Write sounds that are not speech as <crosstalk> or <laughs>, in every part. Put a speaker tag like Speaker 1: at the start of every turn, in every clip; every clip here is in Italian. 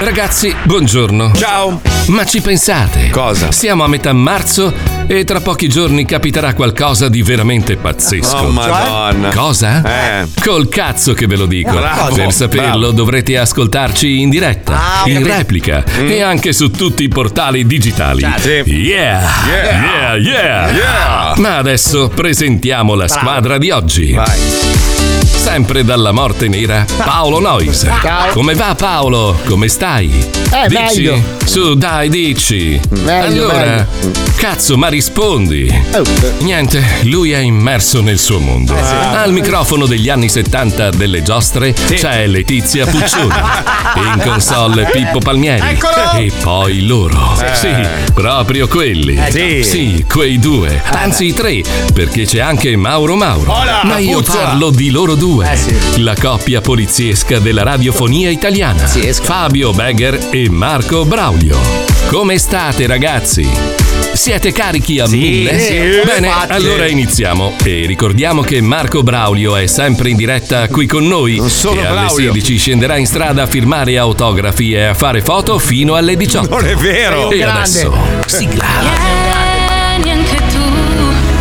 Speaker 1: Ragazzi, buongiorno.
Speaker 2: Ciao.
Speaker 1: Ma ci pensate?
Speaker 2: Cosa?
Speaker 1: Siamo a metà marzo e tra pochi giorni capiterà qualcosa di veramente pazzesco.
Speaker 2: Oh, madonna.
Speaker 1: Cosa?
Speaker 2: Eh.
Speaker 1: Col cazzo che ve lo dico.
Speaker 2: Bravo,
Speaker 1: per saperlo
Speaker 2: bravo. Ah,
Speaker 1: dovrete ascoltarci in diretta, in replica e anche su tutti i portali digitali.
Speaker 2: Mm. Certo. Sì.
Speaker 1: Yeah. Yeah, yeah.
Speaker 2: Yeah.
Speaker 1: Ma adesso presentiamo la squadra di oggi.
Speaker 2: Vai.
Speaker 1: Sempre dalla morte nera, Paolo Nois. Come va Paolo? Come stai?
Speaker 3: Eh,
Speaker 1: dici?
Speaker 3: meglio.
Speaker 1: Su, dai, dici.
Speaker 3: Meglio, Oh.
Speaker 1: allora, cazzo, ma rispondi. Niente, lui è immerso nel suo mondo.
Speaker 3: Eh
Speaker 1: Ah, Al
Speaker 2: Eh.
Speaker 1: microfono degli anni 70 delle giostre c'è Letizia
Speaker 2: <laughs>
Speaker 1: Puccioni. In console Pippo Palmieri. E poi loro. Sì, proprio quelli.
Speaker 2: Eh. sì.
Speaker 1: Sì, quei due. Anzi, tre, perché c'è anche Mauro Mauro.
Speaker 2: Hola, Eh,
Speaker 1: Ma io
Speaker 2: puzzola.
Speaker 1: parlo di loro due. La coppia poliziesca della radiofonia italiana. Fabio Begger e Marco Braulio. Come state, ragazzi? Siete carichi a mille?
Speaker 2: sì,
Speaker 1: Bene,
Speaker 2: infatti.
Speaker 1: allora iniziamo. E ricordiamo che Marco Braulio è sempre in diretta qui con noi.
Speaker 2: solo
Speaker 1: e alle
Speaker 2: Braulio.
Speaker 1: 16 scenderà in strada a firmare autografi e a fare foto fino alle 18.
Speaker 2: Non è
Speaker 3: Oh,
Speaker 2: vero.
Speaker 1: e adesso, sigla.
Speaker 4: Eh, Neanche tu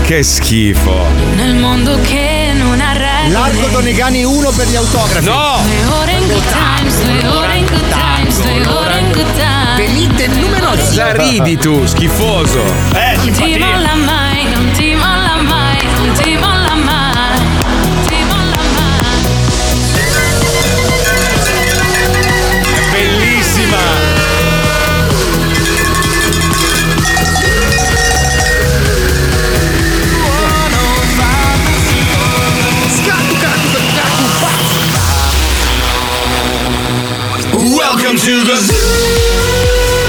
Speaker 2: Che schifo.
Speaker 4: nel mondo che non ha
Speaker 3: Largo
Speaker 4: regole.
Speaker 3: Donegani 1 per gli autografi.
Speaker 2: No.
Speaker 4: Due ore in good times, due ore in good times, due ore in good times.
Speaker 3: Elite numero
Speaker 2: La ridi tu, schifoso.
Speaker 4: Non ti molla mai, non ti molla mai, non ti molla mai. non ti molla mai.
Speaker 2: Bellissima.
Speaker 5: Welcome to the zoo.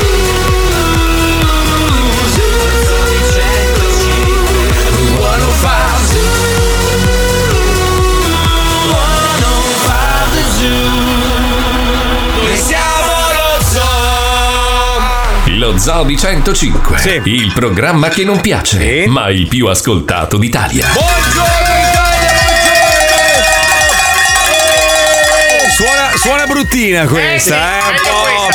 Speaker 1: Lo Zoo di 105,
Speaker 2: Sì.
Speaker 1: il programma che non piace,
Speaker 2: Sì.
Speaker 1: ma il più ascoltato d'Italia.
Speaker 2: Buongiorno Italia, buongiorno. Suona, suona bruttina questa,
Speaker 3: Esatto.
Speaker 2: eh. un po'.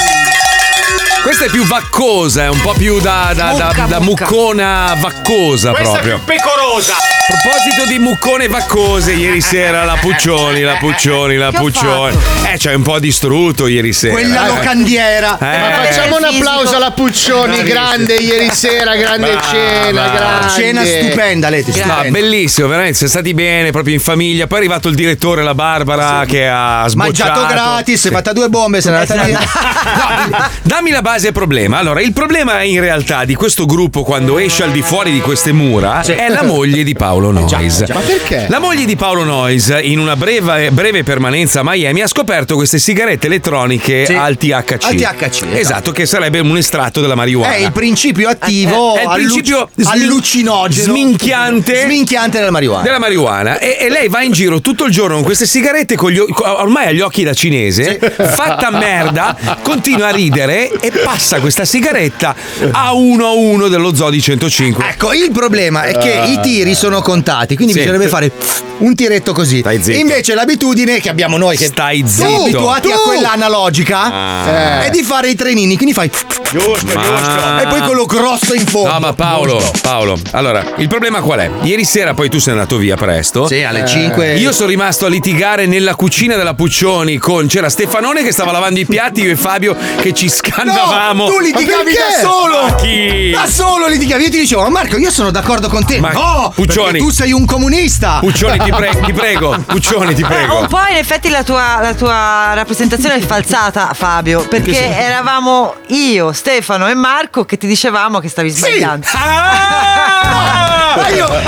Speaker 2: Questa è più vaccosa, è un po' più da, da- da- da muccona vaccosa proprio.
Speaker 5: pecorosa.
Speaker 2: A proposito di muccone vaccose, ieri sera la Puccioni, la Puccioni, la Puccioni. Eh, c'hai un po' distrutto ieri sera.
Speaker 3: Quella
Speaker 2: eh.
Speaker 3: locandiera.
Speaker 2: Eh.
Speaker 6: Ma facciamo un applauso alla Puccioni, grande ieri sera, grande
Speaker 2: Brava.
Speaker 6: cena, grande.
Speaker 3: Cena stupenda, Leti.
Speaker 2: Ah,
Speaker 3: stupenda.
Speaker 2: bellissimo, veramente, siete stati bene, proprio in famiglia. Poi è arrivato il direttore, la Barbara, che ha sbocciato.
Speaker 3: Mangiato gratis, è fatta due bombe, se ne è andata
Speaker 2: Esatto.
Speaker 3: via. <laughs>
Speaker 2: Dammi la base al problema. Allora, il problema in realtà di questo gruppo quando esce al di fuori di queste mura è la moglie di
Speaker 3: <laughs>
Speaker 2: Paolo
Speaker 3: Eh,
Speaker 2: Noyes.
Speaker 6: Ma perché?
Speaker 2: La moglie di Paolo Noyes, in una breve, breve permanenza a Miami, ha scoperto queste sigarette elettroniche al THC.
Speaker 3: Al THC,
Speaker 2: Esatto, che sarebbe un estratto della marijuana.
Speaker 3: È Eh, il principio attivo
Speaker 2: È il
Speaker 3: alluc-
Speaker 2: principio smin-
Speaker 3: allucinogeno.
Speaker 2: sminchiante.
Speaker 3: Sminchiante della marijuana.
Speaker 2: della marijuana e, e lei va in giro tutto il giorno con queste sigarette con gli o- co- ormai agli occhi da cinese <laughs> fatta merda continua a ridere e passa questa sigaretta a uno a uno dello zoo di 105
Speaker 3: Ecco, il problema è che i tiri sono contati, quindi
Speaker 2: Ah. Sì.
Speaker 3: bisognerebbe fare un tiretto così.
Speaker 2: Stai zitto.
Speaker 3: Invece l'abitudine che abbiamo noi, che
Speaker 2: Stai
Speaker 3: siamo
Speaker 2: zitto.
Speaker 3: abituati a
Speaker 2: Tu! Ah.
Speaker 3: quella analogica, è di fare i trenini, quindi fai Cioè,
Speaker 2: Ma-
Speaker 3: e poi quello grosso in fondo.
Speaker 2: No, ma Paolo, Paolo, allora, il problema qual è? Ieri sera poi tu sei andato via presto. Eh,
Speaker 3: Sì, alle 5.
Speaker 2: Io sono rimasto a litigare nella cucina della Puccioni con c'era Stefanone che stava lavando i piatti, io e Fabio che ci scannavamo.
Speaker 3: tu litigavi
Speaker 2: Ma perché?
Speaker 3: da solo!
Speaker 2: Ma chi?
Speaker 3: Da solo litigavi. Io ti dicevo, ma Marco, io sono d'accordo con te.
Speaker 2: Ma-
Speaker 3: no!
Speaker 2: Puccioni.
Speaker 3: perché Tu sei un comunista!
Speaker 2: Puccioni ti, pre- ti prego, Puccioni ti
Speaker 7: Eh,
Speaker 2: prego.
Speaker 7: un po' in effetti la tua, la tua rappresentazione è falsata, Fabio, perché eravamo io, Stefano e Marco che ti dicevamo che stavi sbagliando.
Speaker 2: Ah!
Speaker 3: Ma io-
Speaker 7: Quindi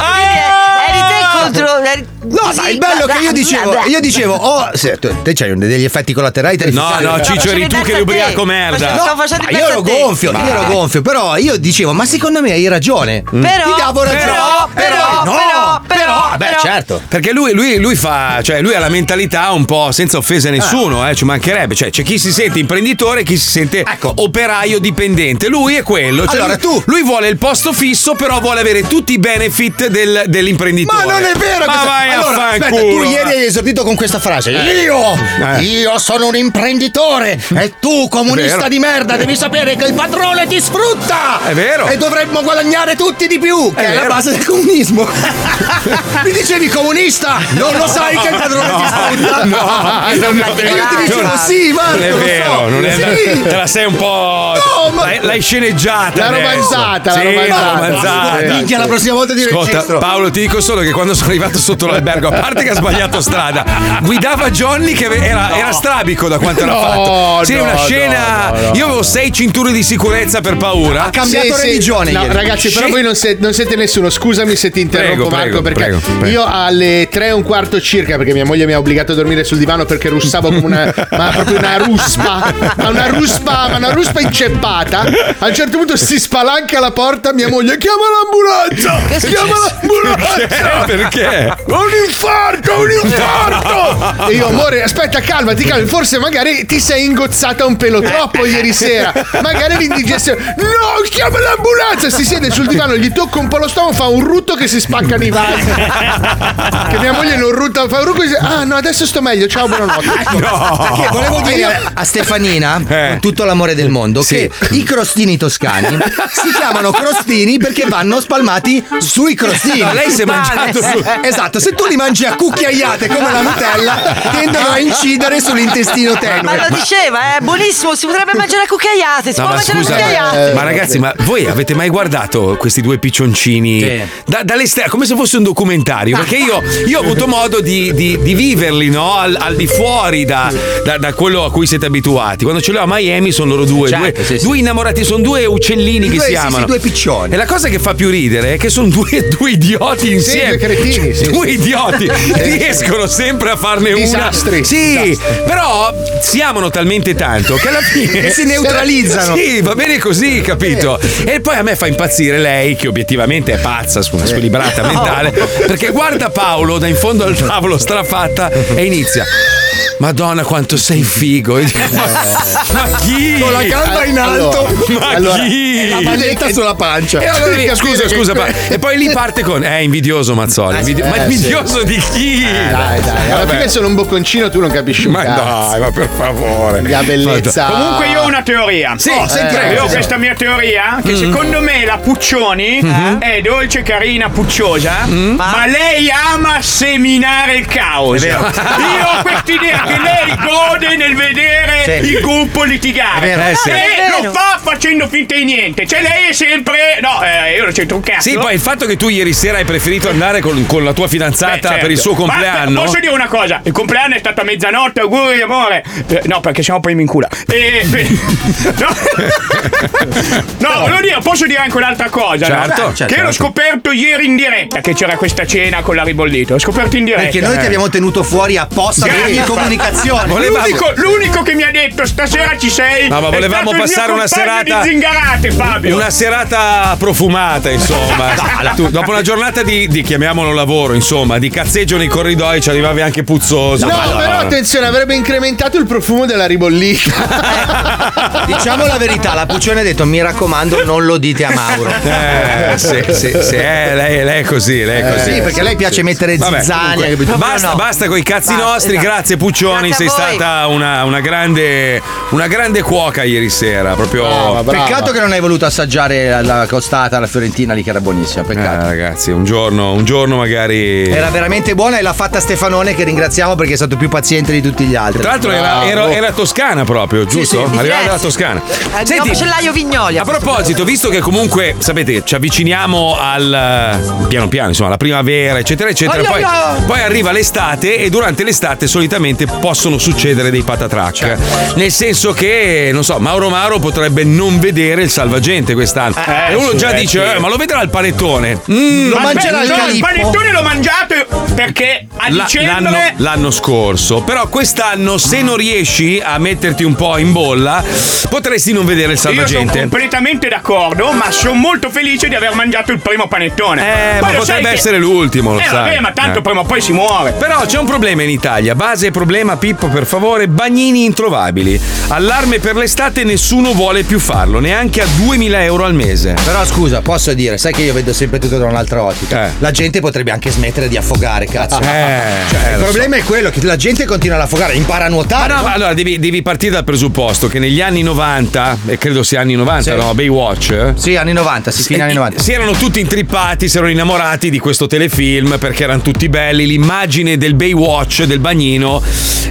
Speaker 7: eri te contro. eri-
Speaker 3: No, sai, il bello è che io dicevo, io dicevo, oh, se- tu- te c'hai un- degli effetti collaterali
Speaker 2: No,
Speaker 3: terrificanti.
Speaker 2: no, Ciccio, eri tu che eri ubriaco merda.
Speaker 7: Stavo facendo
Speaker 3: ma
Speaker 7: il
Speaker 3: io
Speaker 7: pezzo
Speaker 3: ero
Speaker 7: a te.
Speaker 3: gonfio, io ero gonfio, però io dicevo, ma secondo me hai ragione.
Speaker 2: Mm.
Speaker 7: Però,
Speaker 3: Mm. Ti davo ragione.
Speaker 7: però, però,
Speaker 3: no,
Speaker 7: però, però,
Speaker 3: beh,
Speaker 7: però.
Speaker 3: certo.
Speaker 2: Perché lui, lui- lui fa, cioè lui ha la mentalità un po' senza offese a nessuno,
Speaker 3: Ah.
Speaker 2: eh, ci mancherebbe. Cioè, c'è chi si sente imprenditore e chi si sente
Speaker 3: Ecco.
Speaker 2: operaio dipendente. Lui è quello. Cioè,
Speaker 3: Allora,
Speaker 2: lui,
Speaker 3: tu-
Speaker 2: lui vuole il posto fisso, però vuole avere tutti i benefit del- dell'imprenditore.
Speaker 3: Ma non è vero
Speaker 2: eh. Ma
Speaker 3: questa-
Speaker 2: vai a
Speaker 6: Allora, aspetta,
Speaker 2: fanculo.
Speaker 6: tu ieri hai esordito con questa frase.
Speaker 2: Eh.
Speaker 6: Io,
Speaker 2: Eh.
Speaker 6: io sono un imprenditore e tu, comunista
Speaker 2: Vero.
Speaker 6: di merda, devi sapere che il padrone ti sfrutta.
Speaker 2: È vero.
Speaker 6: E dovremmo guadagnare tutti di più, che
Speaker 2: È
Speaker 6: è, la
Speaker 2: vero.
Speaker 6: base
Speaker 2: <laughs>
Speaker 6: del comunismo. Mi dicevi comunista, non lo sai che il padrone ti sfrutta.
Speaker 2: No,
Speaker 6: E io ti dicevo
Speaker 2: Giorgio,
Speaker 6: sì, Marco,
Speaker 2: Non è
Speaker 6: lo
Speaker 2: vero,
Speaker 6: so.
Speaker 2: non è
Speaker 6: Sì.
Speaker 2: vero. Te la sei un po'.
Speaker 6: No, ma-
Speaker 2: l'hai, l'hai sceneggiata.
Speaker 6: La
Speaker 2: adesso.
Speaker 6: romanzata, la
Speaker 2: Sì,
Speaker 6: romanzata.
Speaker 2: romanzata.
Speaker 6: Minchia, la prossima volta di
Speaker 2: Ascolta,
Speaker 6: registro.
Speaker 2: Paolo, ti dico solo che quando sono arrivato sotto l'albergo, a parte che ha sbagliato strada, guidava Johnny che ave- era, era strabico da quanto era
Speaker 6: No,
Speaker 2: fatto. Sì,
Speaker 6: no,
Speaker 2: una
Speaker 6: no,
Speaker 2: scena.
Speaker 6: no, no,
Speaker 2: Io avevo sei cinture di sicurezza per paura.
Speaker 6: Ha cambiato religione. No, ragazzi, però
Speaker 2: Sì.
Speaker 6: voi non, se- non siete nessuno. Scusami se ti interrompo,
Speaker 2: Prego,
Speaker 6: Marco.
Speaker 2: prego,
Speaker 6: perché
Speaker 2: prego, prego.
Speaker 6: io alle 3 e un quarto circa, perché mia moglie mi ha obbligato a dormire sul divano perché russavo come una. ma proprio una ruspa. Ma una ruspa, ma una ruspa inceppata. A un certo punto si spalanca la porta, mia moglie chiama
Speaker 5: certo.
Speaker 6: l'ambulanza! Chiama l'ambulanza!
Speaker 2: <laughs> Perché?
Speaker 6: Ho un infarto, ho un infarto! E io, amore, aspetta, calmati, calmati. Forse magari ti sei ingozzata un pelo troppo ieri sera. Magari l'indigestione. No, chiama l'ambulanza! Si siede sul divano, gli tocca un po' lo stomaco, fa un rutto che si spacca nei vasi. che mia moglie non rutta, fa un rutto e dice: Ah, no, adesso sto meglio,
Speaker 2: <laughs>
Speaker 6: ciao, buonanotte.
Speaker 3: Perché volevo dire a Stefanina,
Speaker 2: Eh.
Speaker 3: con tutto l'amore del mondo, che i crostini toscani si chiamano crostini perché vanno spalmati sui crostini.
Speaker 2: No, lei si è mangiato su-
Speaker 3: Esatto, se tu li mangi a cucchiaiate come la Nutella, tendono a incidere sull'intestino
Speaker 7: Ma
Speaker 3: tenue.
Speaker 7: lo diceva, è buonissimo, si potrebbe mangiare a cucchiaiate, si
Speaker 2: No,
Speaker 7: può
Speaker 2: ma
Speaker 7: mangiare a
Speaker 2: scusa, eh,
Speaker 7: cucchiaiate.
Speaker 2: ma ragazzi, ma voi avete mai guardato questi due piccioncini da- dall'esterno, come se fosse un documentario? Perché io, io ho avuto modo di, di- di viverli, no? Al, al di fuori da, da- da quello a cui siete abituati. Quando ce l'ho a Miami sono loro due, due, due innamorati, sono due uccellini che
Speaker 3: Due-
Speaker 2: si
Speaker 3: sì, sì,
Speaker 2: amano.
Speaker 3: due piccioni.
Speaker 2: E la cosa che fa più ridere è che sono due, due idioti insieme.
Speaker 6: due cretini, sì,
Speaker 2: due
Speaker 6: <laughs>
Speaker 2: idioti. Riescono sempre a farne una.
Speaker 6: Disastri,
Speaker 2: Sì, però si amano talmente tanto che alla fine
Speaker 3: Si neutralizzano. Eh.
Speaker 2: sì, va bene così, capito? E poi a me fa impazzire lei, che obiettivamente è pazza, su
Speaker 3: <laughs>
Speaker 2: una squilibrata mentale, perché guarda Paolo da in fondo al tavolo strafatta e inizia. Madonna quanto sei figo! Io dico, <laughs> ma, ma chi?
Speaker 3: Eh. Con la gamba in alto.
Speaker 2: ma chi?
Speaker 6: Manetta sulla pancia.
Speaker 2: E
Speaker 3: <laughs>
Speaker 2: allora lì,
Speaker 6: Capire
Speaker 2: scusa,
Speaker 6: che-
Speaker 2: scusa, pa- e poi lì parte con eh, invidioso
Speaker 3: Ah,
Speaker 2: Mazzoli.
Speaker 3: eh,
Speaker 2: invidio- ma invidioso di chi?
Speaker 6: Eh, Dai, dai, alla
Speaker 2: Vabbè.
Speaker 6: fine sono un bocconcino, tu non capisci un
Speaker 2: Ma
Speaker 6: cazzo.
Speaker 2: dai, ma per favore.
Speaker 6: La bellezza.
Speaker 8: Comunque io ho una teoria.
Speaker 2: Sì, Mm.
Speaker 8: Oh,
Speaker 2: senti,
Speaker 8: io
Speaker 2: prego.
Speaker 8: ho questa mia teoria che secondo me la Puccioni
Speaker 2: Mm-hmm.
Speaker 8: è dolce, carina, pucciosa,
Speaker 2: Mm.
Speaker 8: ma lei ama seminare il caos. Io ho questa idea che lei gode nel vedere il gruppo litigare.
Speaker 2: È vero, eh, sì.
Speaker 8: Lei
Speaker 7: È vero.
Speaker 8: non fa facendo finta di niente. Cioè lei è sempre No, eh, io non c'entro un cazzo.
Speaker 2: Sì, poi il fatto che tu ieri sera hai preferito andare con, con la tua fidanzata
Speaker 8: Beh, certo.
Speaker 2: per il suo
Speaker 8: Basta,
Speaker 2: compleanno.
Speaker 8: posso dire una cosa? Il compleanno è stato a mezzanotte, auguri, amore. Eh, no, perché sennò poi mi incula. E, beh,
Speaker 2: <laughs>
Speaker 8: no, no volevo dire, posso dire anche un'altra cosa. no?
Speaker 2: Certo,
Speaker 8: che l'ho scoperto ieri in diretta che c'era questa cena con la ribollita. L'ho scoperto in diretta.
Speaker 3: Perché noi ti abbiamo tenuto fuori apposta per ogni comunicazione.
Speaker 2: Volevamo-
Speaker 8: <laughs> L'unico, l'unico che mi ha detto stasera ci sei.
Speaker 2: No, ma
Speaker 8: è
Speaker 2: volevamo
Speaker 8: stato il mio
Speaker 2: passare una
Speaker 8: compagno
Speaker 2: serata-
Speaker 8: Di zingarate, Fabio.
Speaker 2: Una serata profumata, insomma. Tu, dopo una giornata di, di, chiamiamolo lavoro, insomma, di cazzeggio nei corridoi ci arrivavi anche puzzoso.
Speaker 6: No,
Speaker 2: Madonna.
Speaker 6: però attenzione, avrebbe incrementato il profumo della ribollita.
Speaker 2: <laughs>
Speaker 3: Diciamo la verità, la Puccione ha detto mi raccomando non lo dite a Mauro.
Speaker 2: Eh, sì, sì, sì, eh, lei, lei è così, lei è così.
Speaker 3: Sì, perché lei piace mettere
Speaker 2: Vabbè,
Speaker 3: zizzania.
Speaker 2: comunque,
Speaker 3: capito?
Speaker 2: basta,
Speaker 7: no.
Speaker 2: basta con i cazzi
Speaker 7: Basta,
Speaker 2: nostri.
Speaker 7: esatto.
Speaker 2: Grazie Puccioni,
Speaker 7: Grazie
Speaker 2: sei
Speaker 7: a voi.
Speaker 2: stata una, una grande, una grande cuoca ieri sera. Proprio.
Speaker 3: Peccato che non hai voluto assaggiare la, la costata, la fiorentina lì che era buonissima,
Speaker 2: Eh,
Speaker 3: peccato.
Speaker 2: ragazzi, un giorno, un giorno magari.
Speaker 3: Era veramente buona e l'ha fatta Stefanone che ringraziamo perché è stato più paziente di tutti gli altri.
Speaker 2: Tra l'altro era, era- era toscana proprio, giusto?
Speaker 7: sì, sì,
Speaker 2: Arrivava dalla
Speaker 7: sì.
Speaker 2: Toscana.
Speaker 7: Eh,
Speaker 2: Senti,
Speaker 7: no, macellaio Vignoli.
Speaker 2: a proposito, visto che comunque, sapete, ci avviciniamo al eh, piano piano, insomma, alla primavera, eccetera, eccetera, poi, poi arriva l'estate e durante l'estate solitamente possono succedere dei patatrack.
Speaker 8: Certo.
Speaker 2: Nel senso che, non so, Mauro Mauro potrebbe non vedere il salvagente quest'anno. e uno già dice, "Eh, ma lo vedrà il panettone? Mm,
Speaker 3: Lo
Speaker 8: Ma
Speaker 3: mangerà
Speaker 8: aspetta,
Speaker 3: il
Speaker 8: no, il
Speaker 3: calippo.
Speaker 8: panettone l'ho mangiato perché
Speaker 2: La-
Speaker 8: a
Speaker 2: l'anno,
Speaker 8: dicembre
Speaker 2: l'anno scorso. Però quest'anno, se non riesci a metterti un po' in bolla, potresti non vedere il
Speaker 8: Io sono
Speaker 2: salvagente.
Speaker 8: completamente d'accordo, ma sono molto felice di aver mangiato il primo panettone.
Speaker 2: Eh,
Speaker 8: Poi
Speaker 2: ma
Speaker 8: lo
Speaker 2: potrebbe
Speaker 8: sai che-
Speaker 2: essere l'ultimo, lo
Speaker 8: eh,
Speaker 2: sai.
Speaker 8: vabbè, ma tanto
Speaker 2: Eh.
Speaker 8: prima o poi si muore.
Speaker 2: Però c'è un problema in Italia. Base e problema, Pippo, per favore. Bagnini introvabili. Allarme per l'estate, nessuno nessuno vuole più farlo, neanche a 2000 euro al mese.
Speaker 3: Però scusa, posso dire, sai che io vedo sempre tutto da un'altra ottica. La gente potrebbe anche smettere di affogare, cazzo.
Speaker 2: Eh,
Speaker 3: Cioè,
Speaker 2: eh,
Speaker 3: il
Speaker 2: lo
Speaker 3: problema è quello che la gente continua ad affogare, impara a
Speaker 2: Ma
Speaker 3: nuotare.
Speaker 2: no, ma allora devi, devi partire dal presupposto che negli anni 90, e credo sia anni 90,
Speaker 3: Sì.
Speaker 2: no? Baywatch. eh?
Speaker 3: Sì, anni 90, sì, fine anni 90.
Speaker 2: Si erano tutti intrippati, si erano innamorati di questo telefilm perché erano tutti belli. L'immagine del Baywatch, del bagnino,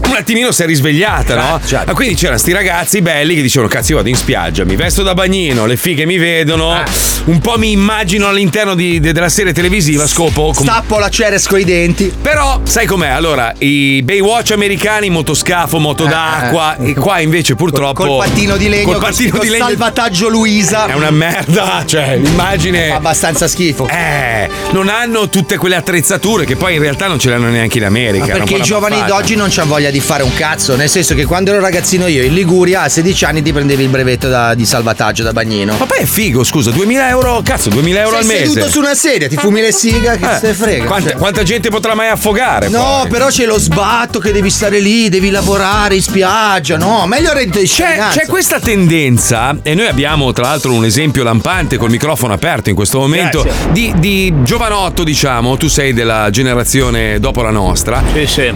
Speaker 2: un attimino si è risvegliata,
Speaker 3: Eh,
Speaker 2: no? Ma quindi c'erano sti ragazzi belli che dicevano: Cazzo, io vado in spiaggia, mi vesto da bagnino, le fighe mi vedono,
Speaker 3: Ah.
Speaker 2: un po' mi immagino all'interno di- de- della serie televisiva. Scopo. com-
Speaker 3: Stappo la Ceres coi denti.
Speaker 2: Però, sai com'è? Allora, i Baywatch americani, motoscafo, moto d'acqua, e qua invece purtroppo.
Speaker 3: Eh, Col pattino di legno,
Speaker 2: Col pattino
Speaker 3: con
Speaker 2: di legno.
Speaker 3: salvataggio Luisa.
Speaker 2: È una merda, <laughs> cioè l'immagine.
Speaker 3: abbastanza schifo.
Speaker 2: Eh, non hanno tutte quelle attrezzature che poi in realtà non ce le hanno neanche in America.
Speaker 3: Ma
Speaker 2: era un
Speaker 3: perché
Speaker 2: po'
Speaker 3: i
Speaker 2: una
Speaker 3: giovani
Speaker 2: baffata.
Speaker 3: d'oggi non c'hanno voglia di fare un cazzo, nel senso che quando ero ragazzino io in Liguria a 16 anni ti prendevi il brevetto da- di salvataggio da bagnino.
Speaker 2: Ma poi è figo, scusa, 2000 euro, cazzo, 2000
Speaker 3: Sei
Speaker 2: euro al mese.
Speaker 3: seduto su una sedia, ti fumi le siga, che
Speaker 2: Eh,
Speaker 3: se ne frega.
Speaker 2: Quanta, quanta gente potrà mai affogare?
Speaker 3: No,
Speaker 2: poi?
Speaker 3: però c'è lo sbatto che devi stare lì, devi lavorare in spiaggia, no, meglio reddito di
Speaker 2: C'è,
Speaker 3: cittadinanza.
Speaker 2: c'è questa tendenza, e noi abbiamo tra l'altro un esempio lampante col microfono aperto in questo momento, di, di giovanotto, diciamo, tu sei della generazione dopo la nostra,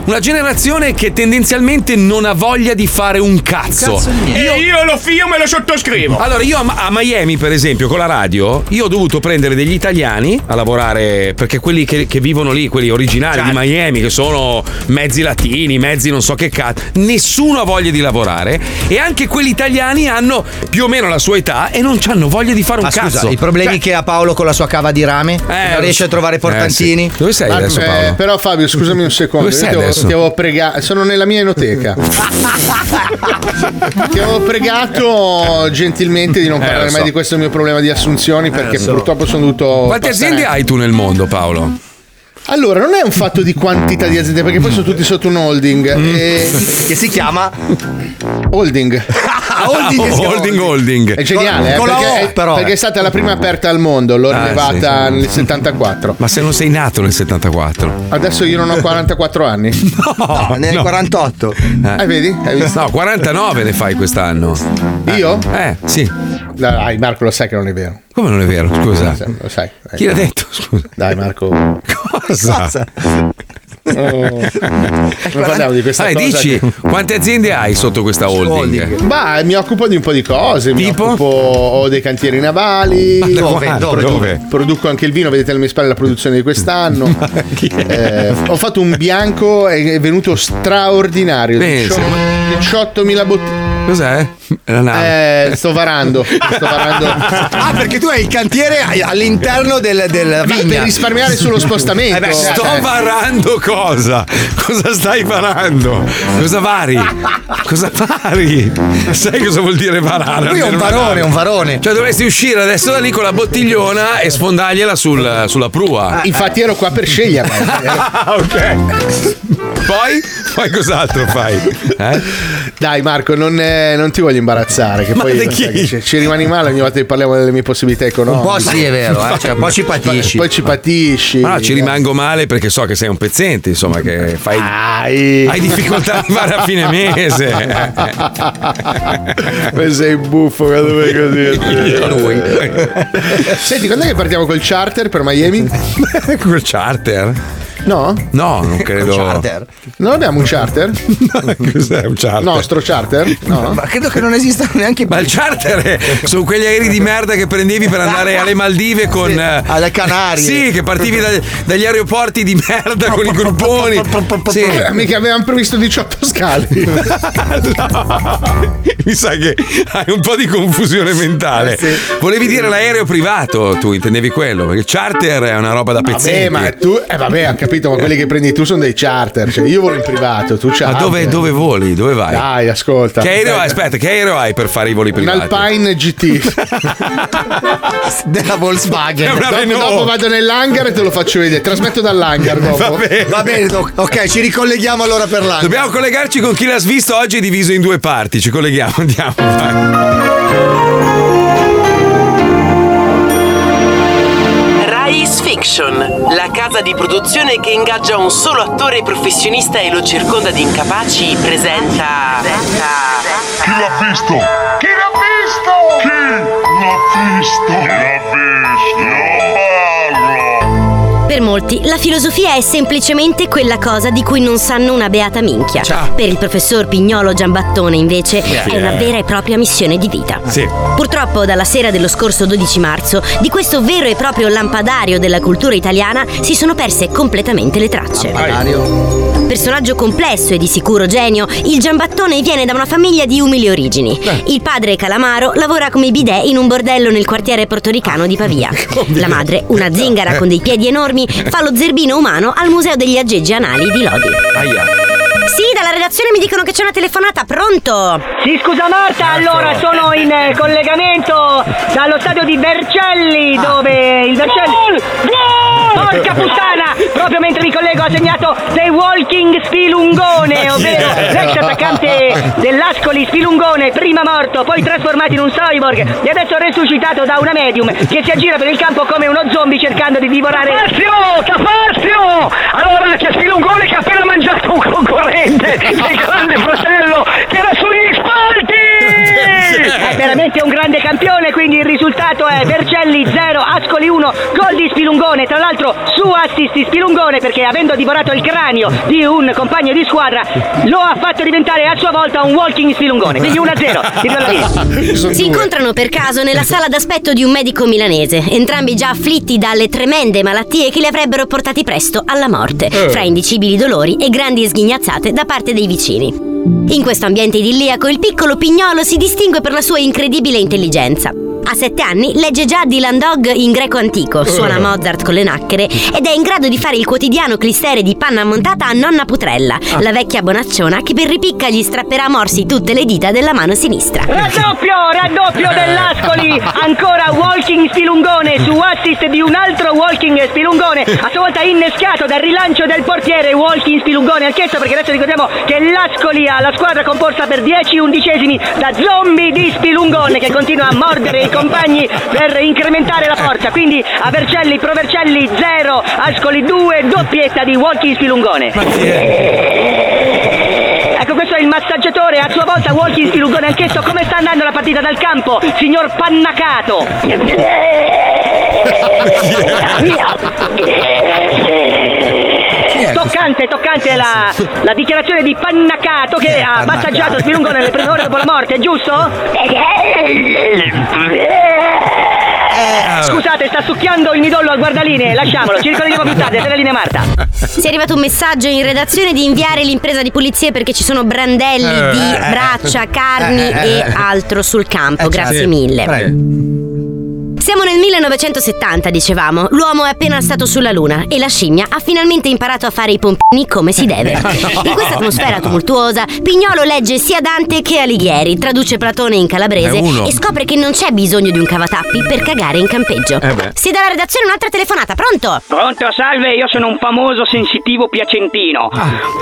Speaker 2: una generazione che tendenzialmente non ha voglia di fare un cazzo.
Speaker 8: E io lo fio me lo sottoscrivo.
Speaker 2: Allora, io a, Ma- a Miami, per esempio, con la radio, io ho dovuto prendere degli italiani a lavorare, perché quelli che, che vivono lì, quelli originali di Miami, che sono mezzi latini, mezzi non so che cazzo, nessuno ha voglia di lavorare e anche quelli italiani hanno più o meno la sua età e non hanno voglia di fare un
Speaker 3: Ma scusa,
Speaker 2: cazzo.
Speaker 3: i problemi
Speaker 2: Cioè,
Speaker 3: che ha Paolo con la sua cava di rame? non riesce a trovare portantini?
Speaker 2: Eh, sì. Dove sei
Speaker 6: Ma-
Speaker 2: adesso,
Speaker 6: eh,
Speaker 2: Paolo?
Speaker 6: però Fabio, scusami un secondo,
Speaker 2: Dove
Speaker 6: io
Speaker 2: sei
Speaker 6: ti avevo,
Speaker 2: adesso?
Speaker 6: ti avevo pregato, sono nella mia enoteca. ti avevo pregato gentilmente di non
Speaker 2: Eh,
Speaker 6: parlare
Speaker 2: lo
Speaker 6: mai
Speaker 2: so.
Speaker 6: di questo mio problema di assunzioni perché
Speaker 2: lo so.
Speaker 6: purtroppo sono dovuto...
Speaker 2: Quante
Speaker 6: passare-
Speaker 2: aziende hai tu nel mondo, Paolo?
Speaker 6: Allora, non è un fatto di quantità di aziende perché poi sono tutti sotto un holding. eh,
Speaker 2: Mm.
Speaker 6: e-
Speaker 3: Che si chiama? <laughs> holding,
Speaker 6: Holding.
Speaker 3: si chiama
Speaker 2: holding, holding.
Speaker 6: È geniale, eh,
Speaker 3: Con la
Speaker 6: perché,
Speaker 3: O,
Speaker 6: è,
Speaker 3: però,
Speaker 6: perché
Speaker 3: eh.
Speaker 6: è stata la prima aperta al mondo, l'ho
Speaker 2: Ah,
Speaker 6: rilevata
Speaker 2: sì.
Speaker 6: nel 74.
Speaker 2: Ma se non sei nato nel 74?
Speaker 6: Adesso io non ho
Speaker 2: <laughs>
Speaker 6: 44 anni.
Speaker 3: No, nel 48.
Speaker 6: Eh, vedi? Hai visto?
Speaker 2: No, 49 ne fai quest'anno.
Speaker 6: Io?
Speaker 2: Eh, sì.
Speaker 6: Dai, Marco, lo sai che non è vero.
Speaker 2: Come non è vero? Scusa.
Speaker 6: Lo sai. Eh. dai.
Speaker 2: Eh. Chi l'ha detto? Scusa.
Speaker 6: Dai, Marco. Non
Speaker 2: <laughs> Cosa?
Speaker 6: parliamo Oh. di questa
Speaker 2: Eh, Dai,
Speaker 6: cosa.
Speaker 2: dici
Speaker 6: che-
Speaker 2: quante aziende hai sotto questa holding?
Speaker 6: Ma mi occupo di un po' di cose. Mi
Speaker 2: Tipo?
Speaker 6: occupo ho dei cantieri navali.
Speaker 2: da quando?
Speaker 6: Produ-
Speaker 2: Dove?
Speaker 6: Produco anche il vino, vedete alle mie spalle la produzione
Speaker 2: <laughs>
Speaker 6: di quest'anno. Eh, ho fatto un bianco e è venuto straordinario.
Speaker 2: Pensa,
Speaker 6: 18.000 bottiglie.
Speaker 2: Cos'è? La nave.
Speaker 6: Eh, sto
Speaker 2: <laughs>
Speaker 6: varando. Sto varando.
Speaker 3: <laughs> Ah, perché tu hai il cantiere all'interno del, della
Speaker 6: Ma per
Speaker 3: vigna.
Speaker 6: risparmiare
Speaker 3: <laughs>
Speaker 6: sullo spostamento.
Speaker 2: Sto
Speaker 6: Eh,
Speaker 2: varando cosa? Cosa stai varando? Cosa vari? Cosa vari? Sai cosa vuol dire varare?
Speaker 3: Lui è un
Speaker 2: Avere una
Speaker 3: varone,
Speaker 2: nave.
Speaker 3: un varone.
Speaker 2: Cioè dovresti uscire adesso da lì con la bottigliona e sfondargliela sul- sulla prua.
Speaker 6: Infatti ero qua per sceglierla.
Speaker 2: Ah, <laughs> ok. Poi? Poi cos'altro fai? Eh?
Speaker 6: Dai Marco, non, eh, non ti voglio imbarazzare, che
Speaker 2: Ma
Speaker 6: poi
Speaker 2: di
Speaker 6: lo sai
Speaker 2: chi?
Speaker 6: che ci, ci rimani male ogni volta che parliamo delle mie possibilità
Speaker 3: Un po'
Speaker 6: economiche.
Speaker 3: sì, è vero, eh. cioè, un po' ci patisci.
Speaker 6: Poi ci patisci.
Speaker 2: Ma no, ci rimango male perché so che sei un pezzente, insomma, che fai.
Speaker 6: Dai.
Speaker 2: Hai <laughs> difficoltà ad arrivare a fine mese.
Speaker 6: Ma sei buffo quando fai
Speaker 5: <laughs>
Speaker 6: così. <laughs> Senti, quando è che partiamo col charter per Miami?
Speaker 2: <laughs> Col charter?
Speaker 6: No?
Speaker 2: No, non credo.
Speaker 3: Charter.
Speaker 6: Non abbiamo un
Speaker 2: <laughs>
Speaker 6: charter?
Speaker 2: Cos'è un charter?
Speaker 6: Nostro charter? No?
Speaker 3: Ma credo che non esista neanche
Speaker 2: Ma il charter è- sono
Speaker 3: <laughs>
Speaker 2: quegli aerei di merda che prendevi per andare alle Maldive con.
Speaker 3: Sì,
Speaker 2: eh,
Speaker 3: alle Canarie.
Speaker 2: Sì, che partivi da- dagli aeroporti di merda con i grupponi. Sì.
Speaker 6: Eh, Mica avevamo previsto 18 <laughs> scali.
Speaker 2: Mi sa che hai un po' di confusione mentale. Volevi dire l'aereo privato, tu intendevi quello, perché il charter è una roba da
Speaker 6: Vabbè,
Speaker 2: pezzenti.
Speaker 6: ma tu, eh vabbè, ho capito, ma quelli che prendi tu sono dei charter. Cioè, io volo in privato, tu
Speaker 2: Ma
Speaker 6: charter.
Speaker 2: dove, dove voli? Dove vai?
Speaker 6: Dai, ascolta.
Speaker 2: Che aereo hai?
Speaker 6: <laughs> Aspetta.
Speaker 2: Aspetta, che aereo hai per fare i voli
Speaker 6: Un
Speaker 2: privati? <laughs>
Speaker 6: Alpine GT.
Speaker 3: della
Speaker 2: È
Speaker 3: Volkswagen.
Speaker 2: una
Speaker 6: dopo,
Speaker 2: Renault.
Speaker 6: dopo vado nell'hangar e te lo faccio vedere.
Speaker 2: <laughs>
Speaker 6: Trasmetto dall'hangar dopo.
Speaker 3: Va bene, doc- ok, ci ricolleghiamo allora per l'anno.
Speaker 2: Dobbiamo collegarci con chi l'ha svisto oggi diviso in due parti. Ci colleghiamo, andiamo. vai.
Speaker 9: Rice Fiction, la casa di produzione che ingaggia un solo attore professionista e lo circonda di incapaci, presenta.
Speaker 10: Chi l'ha visto? Chi l'ha
Speaker 5: visto? Chi l'ha visto? L'ha visto?
Speaker 10: Per molti la filosofia è semplicemente quella cosa di cui non sanno una beata minchia. Per il professor Pignolo Giambattone invece
Speaker 11: Sì.
Speaker 10: è una vera e propria missione di vita.
Speaker 11: Sì.
Speaker 10: Purtroppo dalla sera dello scorso 12 marzo di questo vero e proprio lampadario della cultura italiana si sono perse completamente le tracce. Personaggio complesso e di sicuro genio, il Giambattone viene da una famiglia di umili origini. Il padre Calamaro lavora come bidet in un bordello nel quartiere portoricano di Pavia. La madre, una zingara con dei piedi enormi, fa lo zerbino umano al Museo degli Aggeggi Anali di Lodi. Sì, dalla redazione mi dicono che c'è una telefonata, pronto?
Speaker 12: Sì, scusa Marta, allora sono in eh, collegamento dallo stadio di Vercelli dove il Vercelli... Porca puttana! Proprio mentre mi collego ha segnato The Walking Spilungone,
Speaker 5: Ma chi
Speaker 12: ovvero
Speaker 5: è?
Speaker 12: l'ex attaccante dell'Ascoli Spilungone, prima morto, poi trasformato in un cyborg e adesso resuscitato da una medium che si aggira per il campo come uno zombie cercando di divorare... Capazio! Capazio! Allora c'è Spilungone che ha appena mangiato un concorrente del grande fratello che era sugli spalti! È veramente un grande campione, quindi il risultato è Vercelli 0, Ascoli 1, gol di Spilungone, tra l'altro su assist di Spilungone perché avendo divorato il cranio di un compagno di squadra lo ha fatto diventare a sua volta un walking Spilungone, quindi 1-0.
Speaker 10: <laughs>
Speaker 12: di Bellavia.
Speaker 10: Si incontrano per caso nella sala d'aspetto di un medico milanese, entrambi già afflitti dalle tremende malattie che li avrebbero portati presto alla morte,
Speaker 11: Eh.
Speaker 10: fra indicibili dolori e grandi sghignazzate da parte dei vicini. In questo ambiente idilliaco il piccolo Pignolo si distingue per la sua incredibile intelligenza. A sette anni legge già Dylan Dog in greco antico, suona
Speaker 11: Eh.
Speaker 10: Mozart con le nacchere ed è in grado di fare il quotidiano clistere di panna montata a nonna Putrella, la vecchia bonacciona che per ripicca gli strapperà a morsi tutte le dita della mano sinistra.
Speaker 12: Raddoppio, raddoppio dell'Ascoli, ancora Walking Spilungone su assist di un altro Walking Spilungone, a sua volta innescato dal rilancio del portiere Walking Spilungone, anch'esso perché adesso ricordiamo che l'Ascoli ha la squadra composta per 10 undicesimi da zombie di Spilungone che continua a mordere i compagni per incrementare la forza, quindi a Vercelli, Provercelli 0, Ascoli 2, doppietta di Walking Spilungone. Ecco, questo è il massaggiatore, a sua volta Walking Spilungone anch'esso. Come sta andando la partita dal campo, signor Pannacato? Toccante, toccante la, la dichiarazione di Pannacato che ha
Speaker 5: Pannacato?
Speaker 12: massaggiato Spilungone nelle prime ore dopo la morte, giusto? Scusate, sta succhiando il midollo al guardaline, lasciamolo, ci ricordiamo più tardi, a linea Marta.
Speaker 10: Si è arrivato un messaggio in redazione di inviare l'impresa di pulizie perché ci sono brandelli
Speaker 11: Eh,
Speaker 10: di
Speaker 11: eh,
Speaker 10: braccia,
Speaker 11: eh,
Speaker 10: carni
Speaker 11: eh, eh,
Speaker 10: e
Speaker 11: eh.
Speaker 10: altro sul campo.
Speaker 11: Eh,
Speaker 10: Grazie
Speaker 11: certo.
Speaker 10: mille.
Speaker 11: Prego.
Speaker 10: Siamo nel 1970, dicevamo. L'uomo è appena stato sulla Luna e la scimmia ha finalmente imparato a fare i pompini come si
Speaker 11: <laughs>
Speaker 10: deve. In questa atmosfera tumultuosa, Pignolo legge sia Dante che Alighieri, traduce Platone in calabrese
Speaker 11: Eh, uno.
Speaker 10: e scopre che non c'è bisogno di un cavatappi per cagare in campeggio.
Speaker 12: Eh beh.
Speaker 10: si dà alla redazione un'altra telefonata, pronto?
Speaker 12: Pronto, salve, io sono un famoso sensitivo piacentino.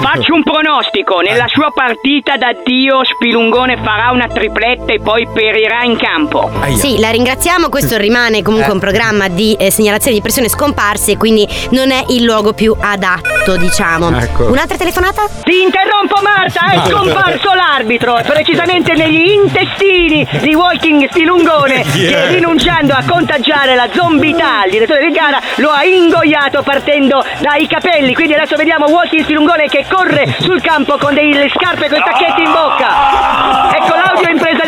Speaker 12: Faccio un pronostico, nella sua partita da Dio Spilungone farà una tripletta e poi perirà in campo.
Speaker 10: Sì, la ringraziamo, questo rimane comunque
Speaker 12: Eh.
Speaker 10: un programma di eh, segnalazione di persone scomparse, quindi non è il luogo più adatto, diciamo.
Speaker 12: Ecco.
Speaker 10: Un'altra telefonata?
Speaker 12: Ti interrompo Marta, è
Speaker 10: Ah.
Speaker 12: scomparso l'arbitro, precisamente negli intestini di Walking Spilungone
Speaker 11: Yeah.
Speaker 12: che rinunciando a contagiare la zombità, il direttore di gara lo ha ingoiato partendo dai capelli, quindi adesso vediamo Walking Spilungone che corre sul campo con delle scarpe con i tacchetti in bocca. Ecco l'audio in presa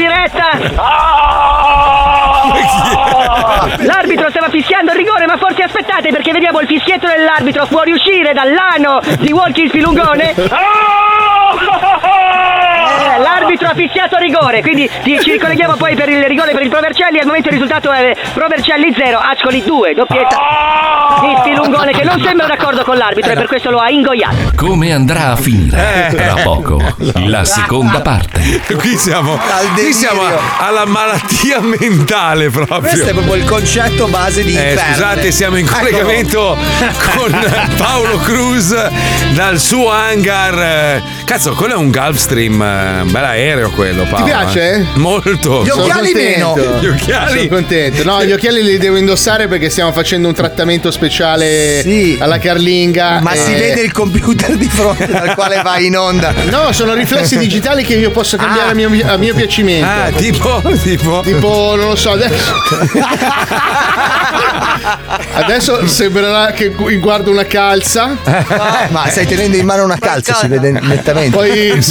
Speaker 2: Ah!
Speaker 12: diretta. L'arbitro stava fischiando il rigore, ma forse aspettate perché vediamo il fischietto dell'arbitro può riuscire dall'ano di Walking
Speaker 5: Ah!
Speaker 12: Spilungone. Eh, L'arbitro ha fischiato rigore, quindi ti- ci ricolleghiamo poi per il rigore per il Provercelli. Al momento il risultato è Provercelli 0, Ascoli 2, doppietta di Spilungone che non sembra d'accordo con l'arbitro e per questo lo ha ingoiato.
Speaker 1: Come andrà a finire
Speaker 2: Eh.
Speaker 1: tra poco la seconda parte?
Speaker 2: Qui siamo, qui siamo alla malattia mentale proprio.
Speaker 3: Questo è proprio il concetto base di Ecco.
Speaker 2: Eh,
Speaker 3: Inferno.
Speaker 2: scusate, siamo in
Speaker 3: Eccolo. <laughs>
Speaker 2: collegamento con Paolo Cruz dal suo hangar. eh, Cazzo, Cazzo, quello è un Gulfstream, eh, un bel aereo quello, Paolo. eh.
Speaker 6: piace?
Speaker 2: Molto.
Speaker 6: Gli
Speaker 2: Sono
Speaker 6: occhiali
Speaker 2: contento.
Speaker 6: meno.
Speaker 2: Gli occhiali.
Speaker 6: Sono contento. No, gli occhiali li devo indossare perché stiamo facendo un trattamento speciale alla carlinga. eh,
Speaker 3: Ma
Speaker 6: e-
Speaker 3: si vede il computer di fronte dal quale vai in onda. Ah.
Speaker 6: No, sono riflessi digitali che io posso cambiare a, mio, a mio piacimento.
Speaker 2: Ah, tipo, tipo.
Speaker 6: Tipo, non lo
Speaker 2: <laughs>
Speaker 6: so, adesso. adesso sembrerà che gu- guardo una calza.
Speaker 2: Eh,
Speaker 3: Ma stai tenendo in mano una calza, si vede
Speaker 6: <laughs>
Speaker 3: nettamente.
Speaker 2: <laughs>
Speaker 6: Poi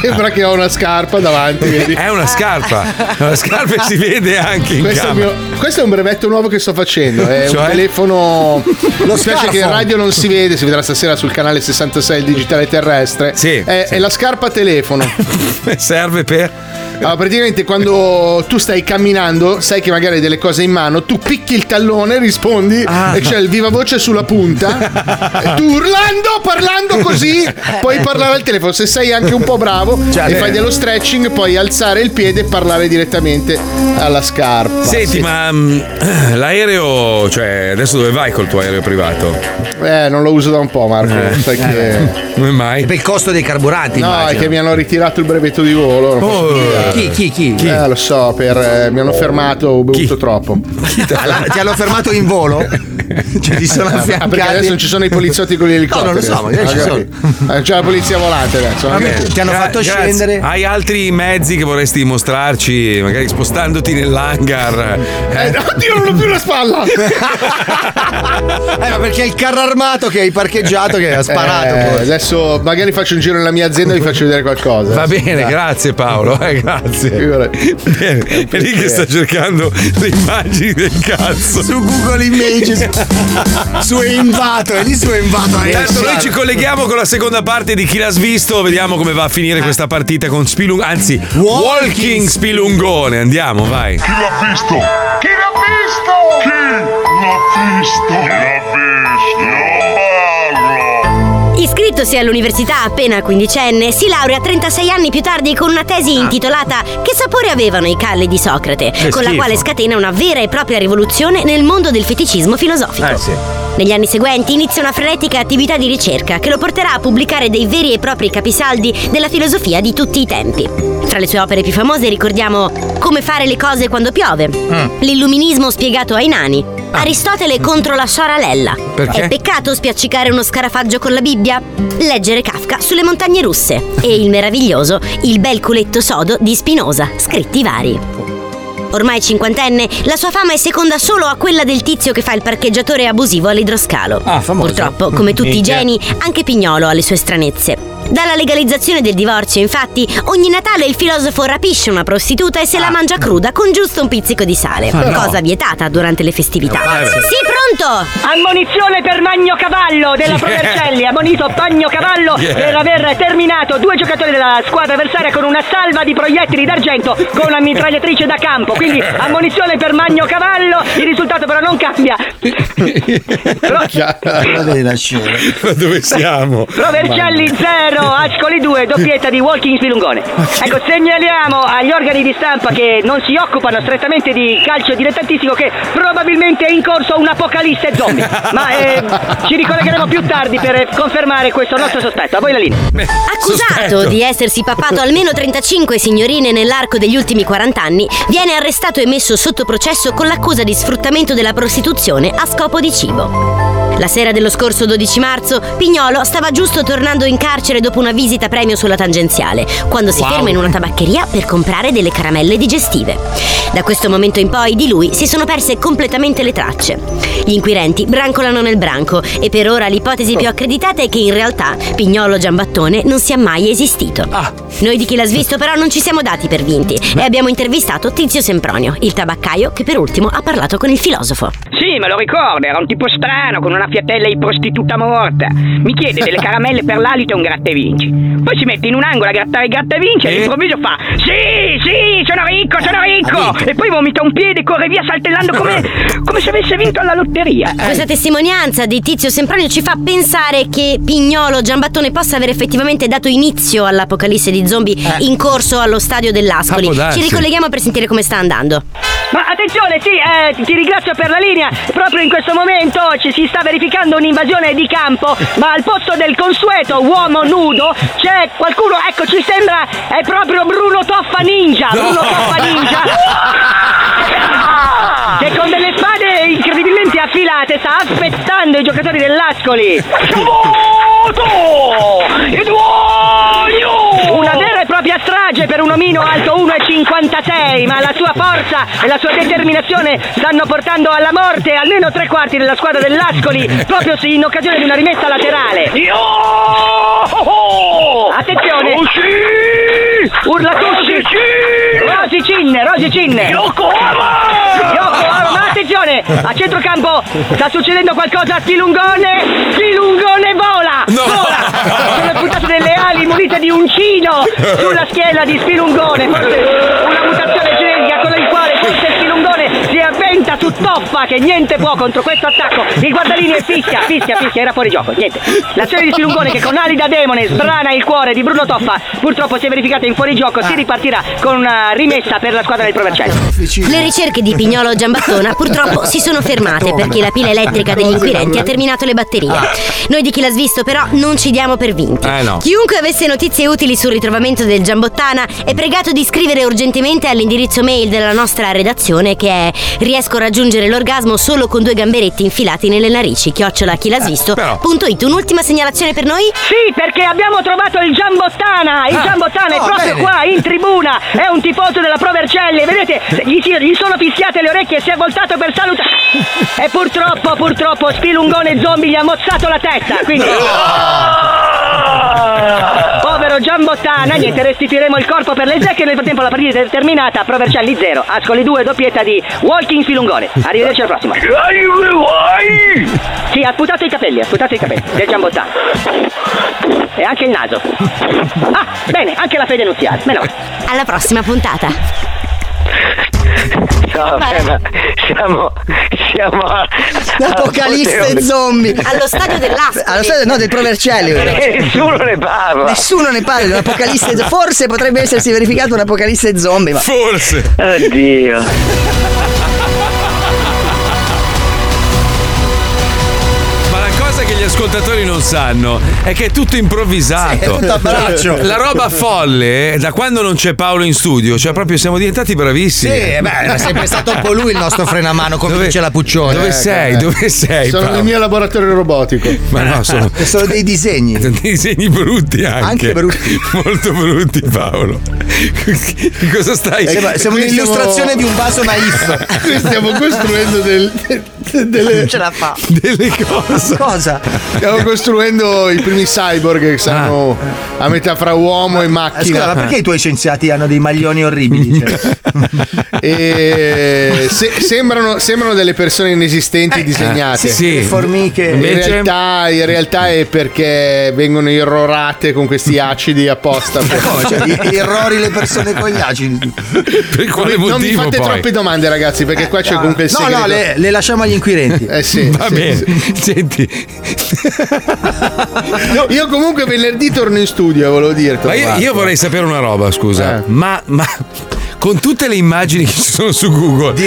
Speaker 6: sembra che ho una scarpa davanti. vedi?
Speaker 2: È una scarpa. La scarpa e si vede anche in
Speaker 6: Questo è, il
Speaker 2: camera.
Speaker 6: mio- questo è un brevetto nuovo che sto facendo. È
Speaker 2: Cioè?
Speaker 6: un telefono.
Speaker 2: Lo
Speaker 6: Mi piace
Speaker 2: smartphone.
Speaker 6: che in radio non si vede, si vedrà stasera sul canale 66 il digitale terrestre. Eh, è, è la scarpa telefono.
Speaker 2: <laughs> Serve per.
Speaker 6: Allora, praticamente quando tu stai camminando, sai che magari hai delle cose in mano, tu picchi il tallone, rispondi
Speaker 2: Ah.
Speaker 6: e c'è il viva voce
Speaker 2: <laughs>
Speaker 6: sulla punta. e tu urlando, parlando così, puoi parlare al telefono. Se sei anche un po' bravo
Speaker 2: Cioè,
Speaker 6: e
Speaker 2: eh.
Speaker 6: fai dello stretching, puoi alzare il piede e parlare direttamente alla scarpa.
Speaker 2: Senti, ma mm, l'aereo, cioè, adesso dove vai col tuo aereo privato?
Speaker 6: Eh, non lo uso da un po', Marco.
Speaker 2: Eh.
Speaker 6: Sai che.
Speaker 2: Come mai?
Speaker 3: Per il costo dei carburanti,
Speaker 6: No,
Speaker 3: immagino.
Speaker 6: è che mi hanno ritirato il brevetto di volo. non
Speaker 2: Oh.
Speaker 6: posso dire.
Speaker 3: Chi, chi, chi?
Speaker 6: Eh, lo so, per, eh, mi hanno fermato, ho bevuto troppo.
Speaker 3: Alla- ti hanno fermato in volo? Cioè, ti sono
Speaker 6: Ah,
Speaker 3: affiancati.
Speaker 6: perché adesso non ci sono i poliziotti con gli elicotteri.
Speaker 3: No, non lo so, magari ci
Speaker 6: Ah,
Speaker 3: sono.
Speaker 6: capito. Eh, C'è la polizia volante adesso.
Speaker 2: Va bene.
Speaker 3: Ti hanno
Speaker 2: Gra-
Speaker 3: fatto
Speaker 2: grazie.
Speaker 3: scendere.
Speaker 2: Hai altri mezzi che vorresti mostrarci, magari spostandoti nell'hangar? Eh,
Speaker 6: oddio, non ho più
Speaker 3: <laughs>
Speaker 6: la spalla!
Speaker 3: Eh, ma perché è il carro armato che hai
Speaker 6: <laughs>
Speaker 3: parcheggiato che ha sparato.
Speaker 6: Eh,
Speaker 3: poi.
Speaker 6: adesso magari faccio un giro nella mia azienda e vi faccio vedere qualcosa.
Speaker 2: Va bene,
Speaker 6: Dai.
Speaker 2: grazie Paolo, eh, grazie. Bene, È lì che sta cercando le immagini del cazzo.
Speaker 3: Su Google Images. su Envato, è lì su Envato. hai
Speaker 2: Intanto noi
Speaker 3: lasciato.
Speaker 2: ci colleghiamo con la seconda parte di Chi l'ha svisto, vediamo come va a finire
Speaker 3: Eh.
Speaker 2: questa partita con Spilung, anzi Walking Spilungone, andiamo, vai.
Speaker 5: Chi l'ha visto? Chi l'ha visto? Chi l'ha visto? Chi l'ha visto?
Speaker 10: Iscrittosi all'università appena quindicenne, si laurea 36 anni più tardi con una
Speaker 12: Ah.
Speaker 10: tesi intitolata Che sapore avevano i calli di Socrate,
Speaker 11: Che
Speaker 10: con la
Speaker 11: schifo.
Speaker 10: quale scatena una vera e propria rivoluzione nel mondo del feticismo filosofico. Negli anni seguenti inizia una frenetica attività di ricerca che lo porterà a pubblicare dei veri e propri capisaldi della filosofia di tutti i tempi. Tra le sue opere più famose ricordiamo Come fare le cose quando piove, L'illuminismo spiegato ai nani, Aristotele contro la sciaralella,
Speaker 11: Perché?
Speaker 10: È peccato spiaccicare uno scarafaggio con la Bibbia, Leggere Kafka sulle montagne russe e il meraviglioso Il bel culetto sodo di Spinoza, scritti vari. Ormai cinquantenne, la sua fama è seconda solo a quella del tizio che fa il parcheggiatore abusivo all'idroscalo. Purtroppo, come tutti i
Speaker 11: Ah, Minchia.
Speaker 10: geni, anche Pignolo ha le sue stranezze. Dalla legalizzazione del divorzio, infatti, ogni Natale il filosofo rapisce una prostituta e se la mangia cruda con giusto un pizzico di sale,
Speaker 11: Ah, no.
Speaker 10: cosa vietata durante le festività.
Speaker 11: Eh, vabbè.
Speaker 10: Sì, pronto!
Speaker 12: Ammonizione per Magno Cavallo della
Speaker 10: Yeah.
Speaker 12: Provercelli, ammonito Magno Cavallo
Speaker 10: Yeah.
Speaker 12: per aver terminato due giocatori della squadra avversaria con una salva di proiettili d'argento con una mitragliatrice da campo. Quindi ammonizione per Magno Cavallo, il risultato però non cambia.
Speaker 2: <laughs>
Speaker 3: <laughs>
Speaker 2: Ma dove siamo?
Speaker 12: Provercelli 0, Ascoli 2, doppietta di Walking Spilungone. Ecco, segnaliamo agli organi di stampa che non si occupano strettamente di calcio dilettantistico che probabilmente è in corso un'apocalisse zombie. Ma eh, ci ricollegheremo più tardi per confermare questo nostro sospetto. A voi la linea.
Speaker 10: Accusato
Speaker 12: Sospetto.
Speaker 10: di essersi pappato almeno 35 signorine nell'arco degli ultimi 40 anni, viene arrestato e messo sotto processo con l'accusa di sfruttamento della prostituzione a scopo di cibo. La sera dello scorso 12 marzo, Pignolo stava giusto tornando in carcere dopo una visita premio sulla tangenziale, quando si
Speaker 11: Wow.
Speaker 10: ferma in una tabaccheria per comprare delle caramelle digestive. Da questo momento in poi di lui si sono perse completamente le tracce. Gli inquirenti brancolano nel branco e per ora l'ipotesi più accreditata è che in realtà Pignolo Giambattone non sia mai esistito. Noi di chi l'ha svisto però non ci siamo dati per vinti e abbiamo intervistato Tizio Sempronio, il tabaccaio che per ultimo ha parlato con il filosofo.
Speaker 13: Sì, me lo ricordo, era un tipo strano, con una fiatella di prostituta morta. Mi chiede delle caramelle per l'alito e un grattavinci. Poi si mette in un angolo a grattare il grattavinci e all'improvviso fa Sì, sì, sono ricco, sono ricco! E poi vomita un piede e corre via saltellando come, come se avesse vinto alla lotteria.
Speaker 11: Eh.
Speaker 10: Questa testimonianza di Tizio Sempronio ci fa pensare che Pignolo Giambattone possa aver effettivamente dato inizio all'apocalisse di zombie in corso allo stadio dell'Ascoli.
Speaker 11: Eh. Ah, può darsi.
Speaker 10: Ci ricolleghiamo per sentire come sta andando.
Speaker 12: Ma attenzione, sì, eh, ti- ti ringrazio per la linea. Proprio in questo momento ci si sta verificando un'invasione di campo, ma al posto del consueto uomo nudo c'è qualcuno, ecco, ci sembra è proprio Bruno Toffa Ninja. Bruno Toffa Ninja. Ah! Che con delle spade incredibilmente affilate sta aspettando i giocatori dell'Ascoli. Una vera e propria strage per un omino alto 1,56, ma la sua forza e la sua determinazione stanno portando alla morte almeno tre quarti della squadra dell'Ascoli, proprio sì, in occasione di una rimessa laterale. Attenzione! Urla tutti! Rosy Cinne, Rosy Cinne! Yokohama! Yokohama, ma attenzione! A centrocampo sta succedendo qualcosa a Tilungone! Tilungone vola! Vola! Sono puntate delle ali munite di uncino sulla schiena di Spilungone! Forse una mutazione genetica con il quale forse Spilungone si avventa su Toffa che niente può contro questo attacco! Il guardalini è fischia, fischia, fischia, era fuori gioco, niente! L'azione di Spilungone che con ali da demone sbrana il cuore di Bruno Toffa purtroppo si è verificata in fuorigioco, si ripartirà con una rimessa per la squadra del Provercello.
Speaker 10: Le ricerche di Pignolo
Speaker 11: <laughs>
Speaker 10: Giambattona purtroppo si sono fermate perché la pila elettrica degli inquirenti ha terminato le batterie.
Speaker 11: Ah.
Speaker 10: Noi di chi l'ha svisto però non ci diamo per vinti.
Speaker 11: Eh, no.
Speaker 10: Chiunque avesse notizie utili sul ritrovamento del Giambottana è pregato di scrivere urgentemente all'indirizzo mail della nostra redazione che è riesco a raggiungere l'orgasmo solo con due gamberetti infilati nelle narici chiocciola chi l'ha svisto. Punto it. Un'ultima segnalazione per noi?
Speaker 12: Sì, perché abbiamo trovato il Giambottana! Il
Speaker 10: Ah,
Speaker 12: Giambottana è
Speaker 10: oh,
Speaker 12: proprio
Speaker 10: bene.
Speaker 12: qua in tribuna! È un tifoso della Pro Vercelli, vedete? Gli, si- gli sono fischiate le orecchie e si è voltato per salutare! E purtroppo, purtroppo, Spilungone Zombie gli ha mozzato la testa! Quindi. Povero Giambottana, niente, restituiremo il corpo per le zecche. Nel frattempo la partita è terminata. Pro Vercelli 0, Ascoli 2, doppietta di Walking Spilungone. Arrivederci al prossimo. Sì, ha sputato i capelli, ha sputato i capelli del Giambottana. E anche il naso. Ah, bene, anche la fede nuziale. Meno male.
Speaker 10: Alla prossima puntata.
Speaker 14: No, vabbè, ma siamo, siamo a-
Speaker 3: Apocalisse
Speaker 14: al-
Speaker 3: e zombie.
Speaker 14: Allo stadio dell'Ascoli.
Speaker 3: Allo stadio, no, del Provercelli.
Speaker 14: Eh, nessuno ne parla.
Speaker 3: Nessuno ne parla dell'apocalisse. Forse potrebbe essersi verificato un'apocalisse zombie, ma.
Speaker 2: Forse.
Speaker 14: Oddio.
Speaker 2: Ma la cosa che gli ascoltatori non sanno è che è tutto improvvisato.
Speaker 15: Sì, è tutto a braccio.
Speaker 2: <laughs> La roba folle, da quando non c'è Paolo in studio, cioè proprio siamo diventati bravissimi.
Speaker 3: Sì, eh, beh, era sempre stato un po' lui il nostro frenamano, come dice la Puccione.
Speaker 2: Dove
Speaker 3: Eh,
Speaker 2: sei?
Speaker 3: eh.
Speaker 2: Dove sei?
Speaker 3: Sono
Speaker 2: Paolo?
Speaker 3: nel
Speaker 6: mio laboratorio robotico.
Speaker 2: Ma
Speaker 3: <laughs>
Speaker 2: no, sono,
Speaker 3: Sono dei disegni.
Speaker 2: Dei disegni brutti anche.
Speaker 3: Anche brutti.
Speaker 2: Molto brutti, Paolo. Che Cosa stai?
Speaker 3: Sembra- sembra
Speaker 2: Qui stiamo-
Speaker 3: un'illustrazione Eh, di un vaso
Speaker 2: <laughs>
Speaker 3: naif.
Speaker 6: Qui stiamo costruendo del- de- delle.
Speaker 3: Non ce la fa.
Speaker 2: Delle cose.
Speaker 3: Cosa?
Speaker 6: Stiamo costruendo i primi cyborg che saranno a metà fra uomo e
Speaker 3: Ah,
Speaker 6: macchina.
Speaker 3: Scusa, ma perché i tuoi scienziati hanno dei maglioni
Speaker 2: <laughs>
Speaker 3: orribili? Cioè?
Speaker 6: E se- sembrano, sembrano delle persone inesistenti disegnate.
Speaker 3: Eh, sì. Le formiche.
Speaker 6: In
Speaker 3: Invece-
Speaker 6: realtà, in realtà è perché vengono irrorate con questi acidi apposta. per-
Speaker 3: Come? Cioè, i- irrori le persone con gli acidi.
Speaker 2: Per
Speaker 3: quale
Speaker 6: Non mi
Speaker 3: motivo,
Speaker 6: fate
Speaker 3: poi?
Speaker 6: troppe domande, ragazzi, perché qua c'è comunque il
Speaker 3: Eh, No,
Speaker 6: segreto.
Speaker 3: no, le, le lasciamo agli inquirenti.
Speaker 6: Eh sì.
Speaker 3: Va
Speaker 6: sì,
Speaker 3: bene.
Speaker 6: sì.
Speaker 2: Senti,
Speaker 6: Io- Io comunque venerdì torno in studio, volevo dirti.
Speaker 2: Ma io, io vorrei sapere una roba, scusa.
Speaker 3: Eh.
Speaker 2: Ma, ma con tutte le immagini che ci sono su Google di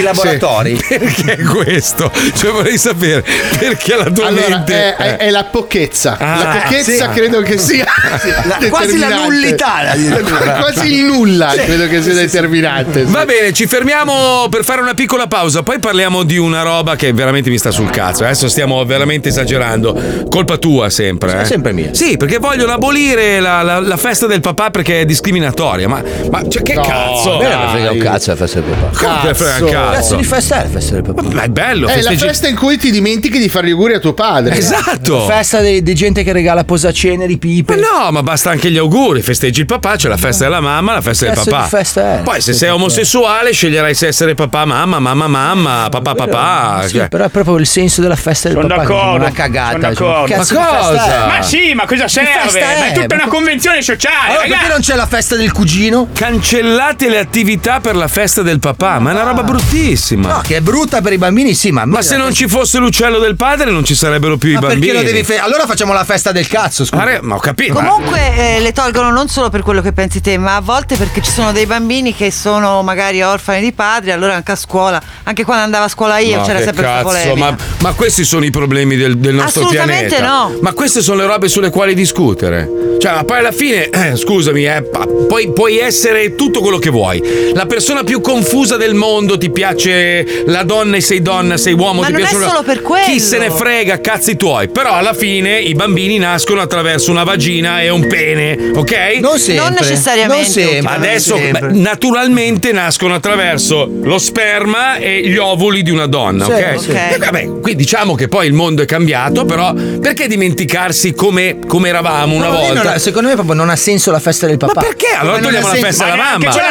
Speaker 2: <laughs>
Speaker 6: laboratori?
Speaker 2: perché questo? Cioè vorrei sapere perché la tua
Speaker 6: Allora,
Speaker 2: mente
Speaker 3: eh,
Speaker 6: è, è- è la pochezza.
Speaker 2: Ah,
Speaker 6: la pochezza
Speaker 2: sì.
Speaker 6: credo che sia.
Speaker 2: Sì, <laughs> la-
Speaker 6: determinante.
Speaker 2: quasi la nullità,
Speaker 6: <laughs>
Speaker 2: addirittura.
Speaker 6: quasi il nulla
Speaker 2: Sì.
Speaker 6: credo che sia determinante.
Speaker 2: Va bene, ci fermiamo per fare una piccola pausa, poi parliamo di una roba che veramente mi sta sul cazzo. eh. Adesso stiamo veramente esagerando. Colpa tua sempre. eh.
Speaker 3: sempre mia.
Speaker 2: Sì, perché vogliono abolire la, la- la festa del papà perché è discriminatoria. Ma, ma, cioè, che
Speaker 3: <laughs>
Speaker 2: cazzo?
Speaker 15: me ne frega un cazzo
Speaker 3: la festa del
Speaker 2: Come te ne frega un cazzo?
Speaker 15: Cazzo di
Speaker 3: festa è la festa del papà. Eh,
Speaker 2: Ma è bello,
Speaker 6: È la
Speaker 2: festeggi-
Speaker 6: festa in cui ti dimentichi di fare gli auguri a tuo padre.
Speaker 2: Esatto.
Speaker 3: Festa di, di gente che regala posaceneri, pipe.
Speaker 2: Ma no, ma basta anche gli auguri. Festeggi il papà, c'è la festa della mamma, la festa del
Speaker 3: Cazzo
Speaker 2: papà.
Speaker 3: di festa è?
Speaker 2: Poi, se sei omosessuale, sceglierai se essere papà, mamma, mamma, mamma, papà, papà.
Speaker 3: Sì, però è proprio il senso della festa del
Speaker 2: Sono
Speaker 3: papà. che è
Speaker 2: d'accordo,
Speaker 3: Una cagata.
Speaker 2: sono
Speaker 3: diciamo,
Speaker 2: d'accordo.
Speaker 3: cazzo
Speaker 2: Ma
Speaker 3: di festa
Speaker 2: cosa?
Speaker 3: è?
Speaker 8: Ma sì, ma cosa
Speaker 3: Che
Speaker 8: serve?
Speaker 3: festa
Speaker 8: Ma è tutta
Speaker 3: eh, Ma
Speaker 8: una convenzione sociale,
Speaker 3: Allora, perché
Speaker 8: ragazzi.
Speaker 3: non c'è la festa del cugino?
Speaker 2: Cancellate le attività festività per la festa del papà, ma è una roba bruttissima.
Speaker 3: No, che è brutta per i bambini, sì, ma.
Speaker 2: Ma se non ci fosse l'uccello del padre non ci sarebbero più i
Speaker 3: Ma perché
Speaker 2: bambini.
Speaker 3: lo devi fe- allora facciamo la festa del cazzo, scusa.
Speaker 2: Ma, re- ma ho capito. ma-
Speaker 7: Comunque eh, le tolgono non solo per quello che pensi te, ma a volte perché ci sono dei bambini che sono magari orfani di padre, allora anche a scuola, anche quando andavo a scuola io
Speaker 2: No,
Speaker 7: c'era
Speaker 2: che
Speaker 7: sempre questa
Speaker 2: cazzo,
Speaker 7: polemica.
Speaker 2: ma, ma questi sono i problemi del, del nostro
Speaker 7: Assolutamente
Speaker 2: pianeta.
Speaker 7: no.
Speaker 2: Ma queste sono le robe sulle quali discutere. Cioè, ma poi alla fine, eh, scusami, eh, pa- poi, puoi essere tutto quello che vuoi. La persona più confusa del mondo ti piace la donna e sei donna, sei uomo,
Speaker 7: Ma
Speaker 2: ti
Speaker 7: non
Speaker 2: piace
Speaker 7: è
Speaker 2: una-
Speaker 7: solo per quello.
Speaker 2: Chi se ne frega, cazzi tuoi. Però alla fine i bambini nascono attraverso una vagina e un pene, ok?
Speaker 3: Non sempre. Non necessariamente, Non sempre, ultimamente.
Speaker 2: Adesso,
Speaker 3: sempre.
Speaker 2: beh, naturalmente nascono attraverso lo sperma e gli ovuli di una donna,
Speaker 3: Sì,
Speaker 2: ok?
Speaker 3: sì.
Speaker 2: E vabbè, qui diciamo che poi il mondo è cambiato, però perché dimenticarsi come, come eravamo una
Speaker 3: No, lì non
Speaker 2: volta?
Speaker 3: ha- secondo me proprio non ha senso la festa del papà. Ma perché?
Speaker 2: Allora togliamo la festa alla mamma.
Speaker 3: Anche quella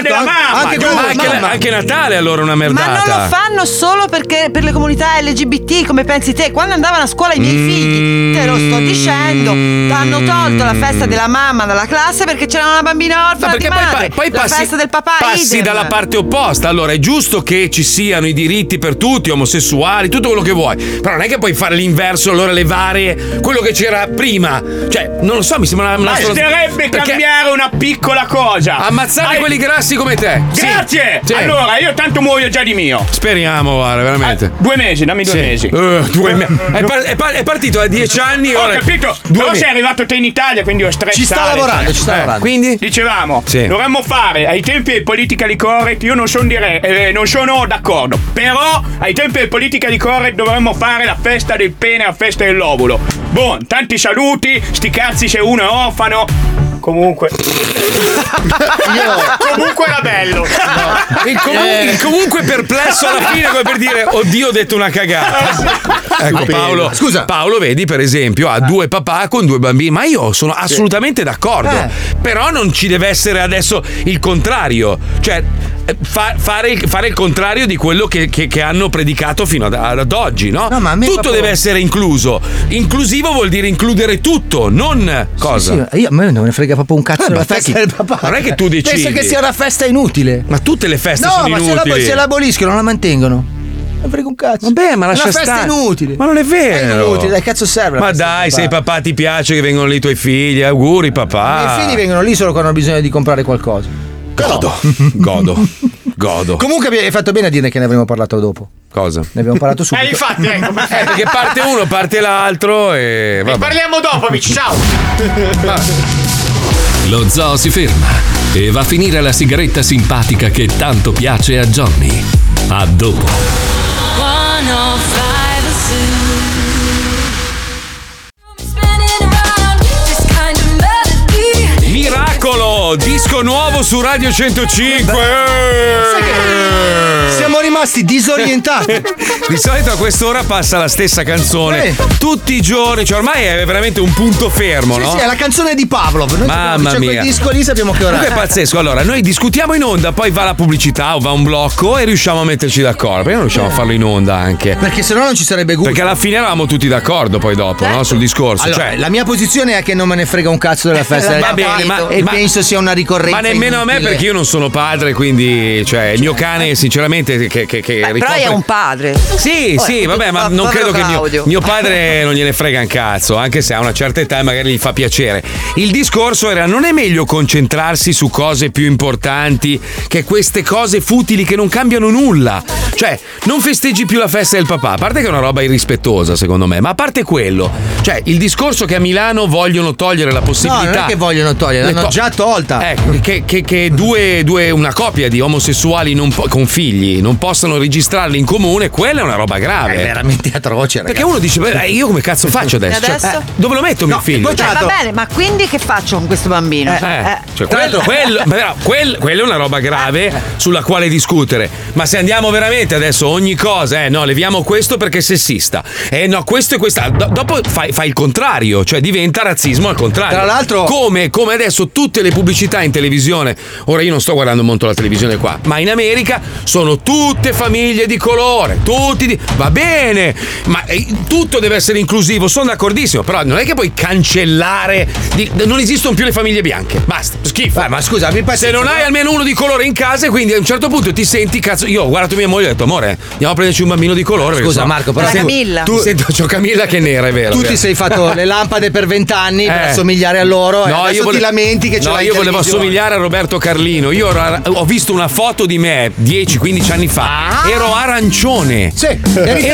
Speaker 2: Ma
Speaker 3: della
Speaker 2: anche,
Speaker 3: mamma.
Speaker 2: anche Natale allora è una
Speaker 7: Ma
Speaker 2: merdata.
Speaker 7: non lo fanno solo perché per le comunità LGBT, come pensi te? Quando andavano a scuola i miei
Speaker 2: Mm.
Speaker 7: figli, te lo sto dicendo, hanno tolto la festa della mamma dalla classe perché c'era una bambina orfana di
Speaker 2: poi,
Speaker 7: madre.
Speaker 2: poi
Speaker 7: la
Speaker 2: passi,
Speaker 7: festa del papà
Speaker 2: passi
Speaker 7: idem.
Speaker 2: dalla parte opposta. Allora è giusto che ci siano i diritti per tutti, omosessuali, tutto quello che vuoi. Però non è che puoi fare l'inverso, allora levare quello che c'era prima. Cioè, non lo so, mi sembra una, una sola-
Speaker 8: Basterebbe
Speaker 2: Perché-
Speaker 8: cambiare una piccola cosa.
Speaker 2: Ammazzare
Speaker 8: Hai-
Speaker 2: quelli grassi come te. Sì.
Speaker 8: Grazie!
Speaker 2: Sì.
Speaker 8: Allora, io tanto muoio già di mio. Ah,
Speaker 2: Speriamo, guarda, veramente.
Speaker 8: Due mesi, dammi due
Speaker 2: Sì.
Speaker 8: mesi.
Speaker 2: Eh, due
Speaker 8: <laughs>
Speaker 2: me- è, par- è par- è partito da dieci anni.
Speaker 8: Ho
Speaker 2: ora-
Speaker 8: capito,
Speaker 2: due
Speaker 8: però
Speaker 2: me-
Speaker 8: sei arrivato te in Italia, quindi ho stressato.
Speaker 2: Ci
Speaker 8: Eh,
Speaker 2: sta lavorando, ci sta lavorando.
Speaker 8: Quindi? Dicevamo,
Speaker 2: Sì.
Speaker 8: dovremmo fare ai tempi del politically correct, io non sono dire- eh, non sono d'accordo, però ai tempi del politically correct dovremmo fare la festa del pene, la festa dell'ovulo. Buon, tanti saluti, sti cazzi se uno è orfano. Comunque. Comunque era bello.
Speaker 3: Eh.
Speaker 2: Il, comu- il comunque perplesso alla fine, come per dire, oddio, ho detto una
Speaker 8: <laughs>
Speaker 2: cagata. Ecco, Paolo, scusa. Paolo, vedi, per esempio,
Speaker 3: Eh.
Speaker 2: ha due papà con due bambini, ma io sono assolutamente d'accordo.
Speaker 3: Eh.
Speaker 2: Però non ci deve essere adesso il contrario. Cioè. eh, fa- fare, il, fare il contrario di quello che, che- che hanno predicato fino ad, ad oggi, no? tutto deve essere incluso. Inclusivo vuol dire includere tutto, non cosa.
Speaker 3: Sì, io, a me non me ne frega proprio un cazzo della
Speaker 2: ma sai
Speaker 3: festa
Speaker 2: che-
Speaker 3: del papà.
Speaker 2: non è che tu decidi.
Speaker 3: Penso che sia una festa inutile.
Speaker 2: Ma tutte le feste
Speaker 3: no,
Speaker 2: sono
Speaker 3: ma Se, la,
Speaker 2: inutili.
Speaker 3: se la aboliscono, non la mantengono. Non frega un cazzo.
Speaker 2: Vabbè, ma lascia
Speaker 3: È una festa
Speaker 2: stare.
Speaker 3: inutile.
Speaker 2: Ma non è vero.
Speaker 3: È inutile, dai, cazzo serve. la
Speaker 2: Ma
Speaker 3: festa del
Speaker 2: dai,
Speaker 3: papà?
Speaker 2: sei papà, ti piace che vengono lì i tuoi figli? Auguri, papà.
Speaker 3: I figli vengono lì solo quando hanno bisogno di comprare qualcosa.
Speaker 2: Godo,
Speaker 3: <laughs>
Speaker 2: godo, godo.
Speaker 3: Comunque abbi- hai fatto bene a dire che ne avremmo parlato dopo.
Speaker 2: Cosa?
Speaker 3: Ne abbiamo <laughs> parlato subito.
Speaker 8: infatti,
Speaker 2: <laughs>
Speaker 8: ecco.
Speaker 2: Eh, perché parte uno, parte l'altro e vabbè.
Speaker 8: Parliamo dopo,
Speaker 2: <laughs>
Speaker 8: amici. Ciao.
Speaker 1: Lo zoo si ferma e va a finire la sigaretta simpatica che tanto piace a Johnny. A dopo.
Speaker 4: oh 105 the
Speaker 2: <laughs> Miracolo! Disco nuovo su Radio 105.
Speaker 3: Siamo rimasti disorientati.
Speaker 2: <laughs> Di solito a quest'ora passa la stessa canzone. Tutti i giorni, cioè ormai è veramente un punto fermo,
Speaker 3: Sì,
Speaker 2: no?
Speaker 3: sì, è la canzone di Pavlov. Noi sappiamo
Speaker 2: Mamma
Speaker 3: che c'è
Speaker 2: mia.
Speaker 3: quel disco lì, sappiamo che ora.
Speaker 2: Comunque è pazzesco. Allora, noi discutiamo in onda, poi va la pubblicità o va un blocco e riusciamo a metterci d'accordo. Perché non riusciamo a farlo in onda anche?
Speaker 3: Perché sennò non ci sarebbe gusto.
Speaker 2: Perché alla fine eravamo tutti d'accordo poi dopo, no? Sul discorso.
Speaker 3: Allora,
Speaker 2: cioè,
Speaker 3: la mia posizione è che non me ne frega un cazzo della festa del
Speaker 2: <laughs> Va
Speaker 3: papà
Speaker 2: bene, ma-
Speaker 3: e
Speaker 2: ma-
Speaker 3: penso sia una ricorrenza.
Speaker 2: ma nemmeno a me
Speaker 3: inutile.
Speaker 2: perché io non sono padre, quindi cioè, il mio cane sinceramente che, che, che
Speaker 7: Però
Speaker 2: ricopre-
Speaker 7: è un padre.
Speaker 2: Sì,
Speaker 7: <laughs>
Speaker 2: sì, vabbè, ma non credo che mio,
Speaker 7: Claudio. <laughs>
Speaker 2: mio padre non gliene frega un cazzo, anche se ha una certa età e magari gli fa piacere. Il discorso era: non è meglio concentrarsi su cose più importanti che queste cose futili che non cambiano nulla? Cioè, non festeggi più la festa del papà, a parte che è una roba irrispettosa, secondo me, ma a parte quello, cioè, il discorso che a Milano vogliono togliere la
Speaker 3: No,
Speaker 2: possibilità.
Speaker 3: non è che vogliono togliere,
Speaker 2: Le
Speaker 3: l'hanno
Speaker 2: to-
Speaker 3: già tolta.
Speaker 2: Ecco, che, che- che due, due- una coppia di omosessuali non po- con figli non possano registrarli in comune, quella è una roba grave.
Speaker 3: È veramente atroce, ragazzi.
Speaker 2: Perché uno dice, "Beh, eh, io come cazzo faccio adesso?
Speaker 7: E adesso?
Speaker 2: Cioè, eh, dove lo metto mio figlio?
Speaker 3: boh,
Speaker 7: Cioè, va bene, ma quindi che faccio con questo bambino?
Speaker 2: Eh,
Speaker 7: Eh,
Speaker 2: cioè, quello,
Speaker 3: <laughs>
Speaker 2: quello- ma no, quel- quella è una roba grave sulla quale discutere. Ma se andiamo veramente adesso ogni cosa, eh no, leviamo questo perché è sessista. Eh no, questo e questa. do- dopo fai, fai il contrario, cioè diventa razzismo al contrario.
Speaker 3: Tra l'altro-
Speaker 2: come, come adesso tutte le pubblicità in televisione. Ora io non sto guardando molto la televisione qua, ma in America sono tutte tutte famiglie di colore, tutti di- va bene, ma eh, tutto deve essere inclusivo, sono d'accordissimo, però non è che puoi cancellare di- non esistono più le famiglie bianche, basta, schifo.
Speaker 3: Eh,
Speaker 2: ma scusa, se non hai almeno uno di colore in casa, quindi a un certo punto ti senti cazzo, io ho guardato mia moglie e ho detto "Amore, andiamo a prenderci un bambino di colore". Cioè,
Speaker 3: Scusa, Marco, però-
Speaker 2: tu
Speaker 3: Era Camilla.
Speaker 2: Tu sento c'ho Camilla che è nera, è vero.
Speaker 3: Tu
Speaker 2: è
Speaker 3: ti
Speaker 2: vero.
Speaker 3: sei <laughs> fatto le lampade per vent'anni per
Speaker 2: Eh.
Speaker 3: assomigliare a loro
Speaker 2: No,
Speaker 3: e adesso
Speaker 2: io vole-
Speaker 3: ti lamenti che ce
Speaker 2: No,
Speaker 3: l'hai
Speaker 2: io
Speaker 3: in
Speaker 2: volevo
Speaker 3: televisione.
Speaker 2: assomigliare a Roberto Carlino. Io ero- ho visto una foto di me 10-15 anni fa.
Speaker 3: Ah!
Speaker 2: Ero arancione. <laughs> Sì,
Speaker 3: eri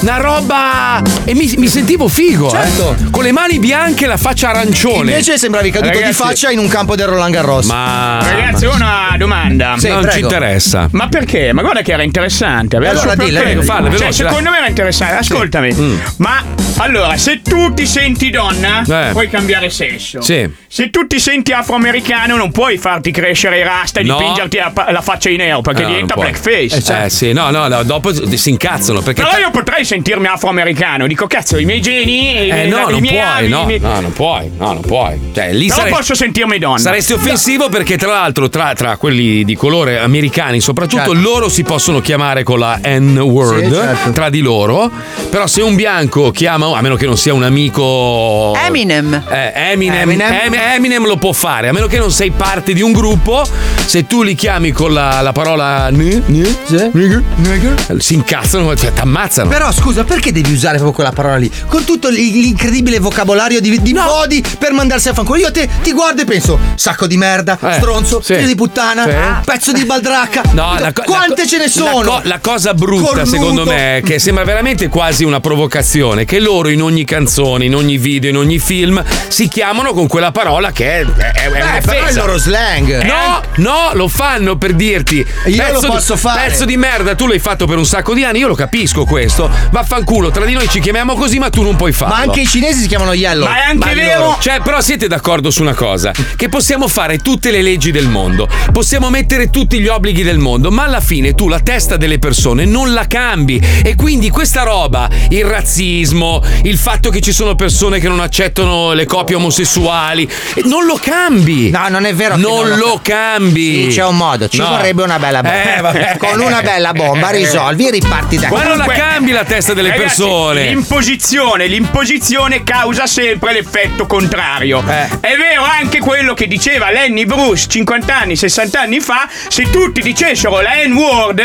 Speaker 2: Una roba. E mi, mi sentivo figo.
Speaker 3: Certo.
Speaker 2: eh. Con le mani bianche e la faccia arancione.
Speaker 3: Invece sembravi caduto di
Speaker 2: Ragazzi-
Speaker 3: faccia in un campo del Roland Garros.
Speaker 2: Ma.
Speaker 8: Ragazzi, ho una domanda.
Speaker 3: Sì, Non prego. ci interessa.
Speaker 8: Ma perché? Ma guarda che era interessante. aveva il
Speaker 2: Allora
Speaker 8: suo
Speaker 2: dilla,
Speaker 8: perché.
Speaker 2: prego, falla,
Speaker 8: Cioè,
Speaker 2: veloce,
Speaker 8: secondo
Speaker 2: dai. Mm.
Speaker 8: me era interessante. Ascoltami. Ma allora, se tu ti senti donna,
Speaker 2: Eh.
Speaker 8: puoi cambiare sesso.
Speaker 2: Sì.
Speaker 8: Se tu ti senti afroamericano, non puoi farti crescere i rasta e
Speaker 2: No.
Speaker 8: dipingerti la, pa- la faccia di nero perché
Speaker 2: No,
Speaker 8: diventa
Speaker 2: non puoi.
Speaker 8: blackface. Eh.
Speaker 2: Eh, sì, no, no, no, dopo si incazzano perché.
Speaker 8: Però io potrei sentirmi afroamericano. Dico, cazzo, i miei geni, i,
Speaker 2: Eh,
Speaker 8: miei-
Speaker 2: no,
Speaker 8: i
Speaker 2: non
Speaker 8: miei
Speaker 2: puoi,
Speaker 8: avi,
Speaker 2: no,
Speaker 8: i miei-
Speaker 2: no, non puoi, no, non puoi. Cioè, lì
Speaker 8: Però
Speaker 2: sarei-
Speaker 8: posso sentirmi donna. Esatto.
Speaker 2: Saresti offensivo perché tra l'altro tra, tra quelli di colore americani soprattutto loro si possono chiamare con la N-word
Speaker 1: Sì, certo.
Speaker 2: tra di loro, però se un bianco chiama, a meno che non sia un amico...
Speaker 7: Eminem.
Speaker 2: Eh, Eminem,
Speaker 7: Eminem.
Speaker 2: Em- Eminem lo può fare, a meno che non sei parte di un gruppo, se tu li chiami con la, la parola... N, n- z- nigger, nigger, si incazzano, cioè ti ammazzano.
Speaker 3: Però scusa, perché devi usare proprio quella parola lì? Con tutto l- l'incredibile vocabolario di, di modi per mandarsi a fanculo. Io a te ti guardo e penso: sacco di merda, stronzo,
Speaker 2: Eh, sì.
Speaker 3: figlio di puttana,
Speaker 2: Sì.
Speaker 3: pezzo di baldracca.
Speaker 2: <laughs> No, la co-
Speaker 3: Quante
Speaker 2: la co-
Speaker 3: ce ne
Speaker 2: la
Speaker 3: sono?
Speaker 2: co- La, cosa brutta,
Speaker 3: Cornuto.
Speaker 2: secondo me, che sembra veramente quasi una provocazione, che loro in ogni canzone, in ogni video, in ogni film si chiamano con quella parola che è, è, è un'offesa.
Speaker 3: Eh, però è il loro slang. Eh?
Speaker 2: No, no, lo fanno per dirti.
Speaker 3: Io
Speaker 2: pezzo
Speaker 3: lo
Speaker 2: di-
Speaker 3: posso fare.
Speaker 2: Pezzo di merda, tu l'hai fatto per un sacco di anni, io lo capisco questo. Vaffanculo, tra di noi ci chiamiamo così, ma tu non puoi farlo.
Speaker 3: Ma anche i cinesi si chiamano yellow.
Speaker 2: Ma è anche vero. Cioè, però siete d'accordo su una cosa: che possiamo fare tutte le leggi del mondo, possiamo mettere tutti gli obblighi del mondo, ma alla fine tu la testa delle persone non la cambi. E quindi questa roba, il razzismo, il fatto che ci sono persone che non accettano le coppie omosessuali, eh, non lo cambi. No,
Speaker 3: non è vero.
Speaker 2: Non,
Speaker 3: non lo-
Speaker 2: lo cambi.
Speaker 3: Sì, c'è un modo, ci vorrebbe una bella bomba.
Speaker 11: <laughs>
Speaker 2: Eh, vabbè.
Speaker 3: <laughs> Con una bella bomba risolvi e riparti da
Speaker 2: Ma non la
Speaker 3: Comunque-
Speaker 2: cambi la testa delle
Speaker 8: Ragazzi,
Speaker 2: persone.
Speaker 8: L'imposizione, l'imposizione causa sempre l'effetto contrario.
Speaker 2: Eh.
Speaker 8: È vero anche quello che diceva Lenny Bruce 50 anni, 60 anni fa, se tutti dicessero la N-word,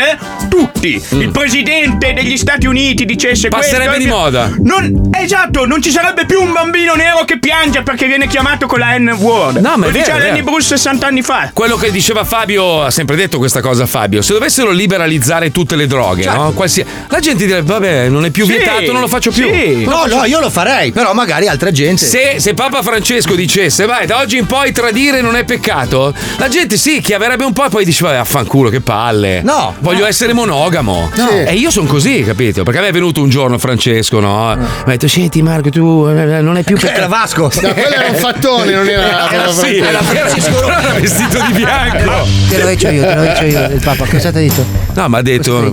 Speaker 8: tutti, il presidente degli Stati Uniti dicesse
Speaker 2: Mm. Passerebbe
Speaker 8: questo,
Speaker 2: di moda.
Speaker 8: Non, esatto, non ci sarebbe più un bambino nero che piange perché viene chiamato con la N-word.
Speaker 2: No, ma è
Speaker 8: Lo
Speaker 2: vero,
Speaker 8: diceva
Speaker 2: è
Speaker 8: Lenny
Speaker 2: vero.
Speaker 8: Bruce 60 anni fa.
Speaker 2: Quello che diceva Fabio, ha sempre detto questa cosa Fabio, se dovessero liberalizzare tutte le droghe, no? Qualsia- la gente direbbe, vabbè, non è più
Speaker 3: Cioè. Sì,
Speaker 2: vietato, non lo faccio più.
Speaker 3: sì.
Speaker 2: Non lo
Speaker 3: No,
Speaker 2: faccio
Speaker 3: no,
Speaker 2: più.
Speaker 3: io lo farei, però magari altra gente.
Speaker 2: Se, se Papa Francesco dicesse, vai, da oggi in poi tradire non è peccato, la gente sì, chiaverebbe un po' e poi dice, vabbè, affanculo, che palle.
Speaker 3: No.
Speaker 2: Voglio essere monogamo.
Speaker 3: No.
Speaker 2: E io sono così, capito? Perché a me è venuto un giorno Francesco, no? Mi ha detto, senti Marco, tu eh, non è più peccato.
Speaker 3: Era
Speaker 2: <laughs>
Speaker 3: Vasco.
Speaker 6: No, quello era un fattone, non era-
Speaker 2: Era, sì, era Francesco. Era <laughs> vestito di bianco.
Speaker 11: Te lo faccio io, te lo faccio io, il Papa. Cosa ti ha detto?
Speaker 2: No, ma ha detto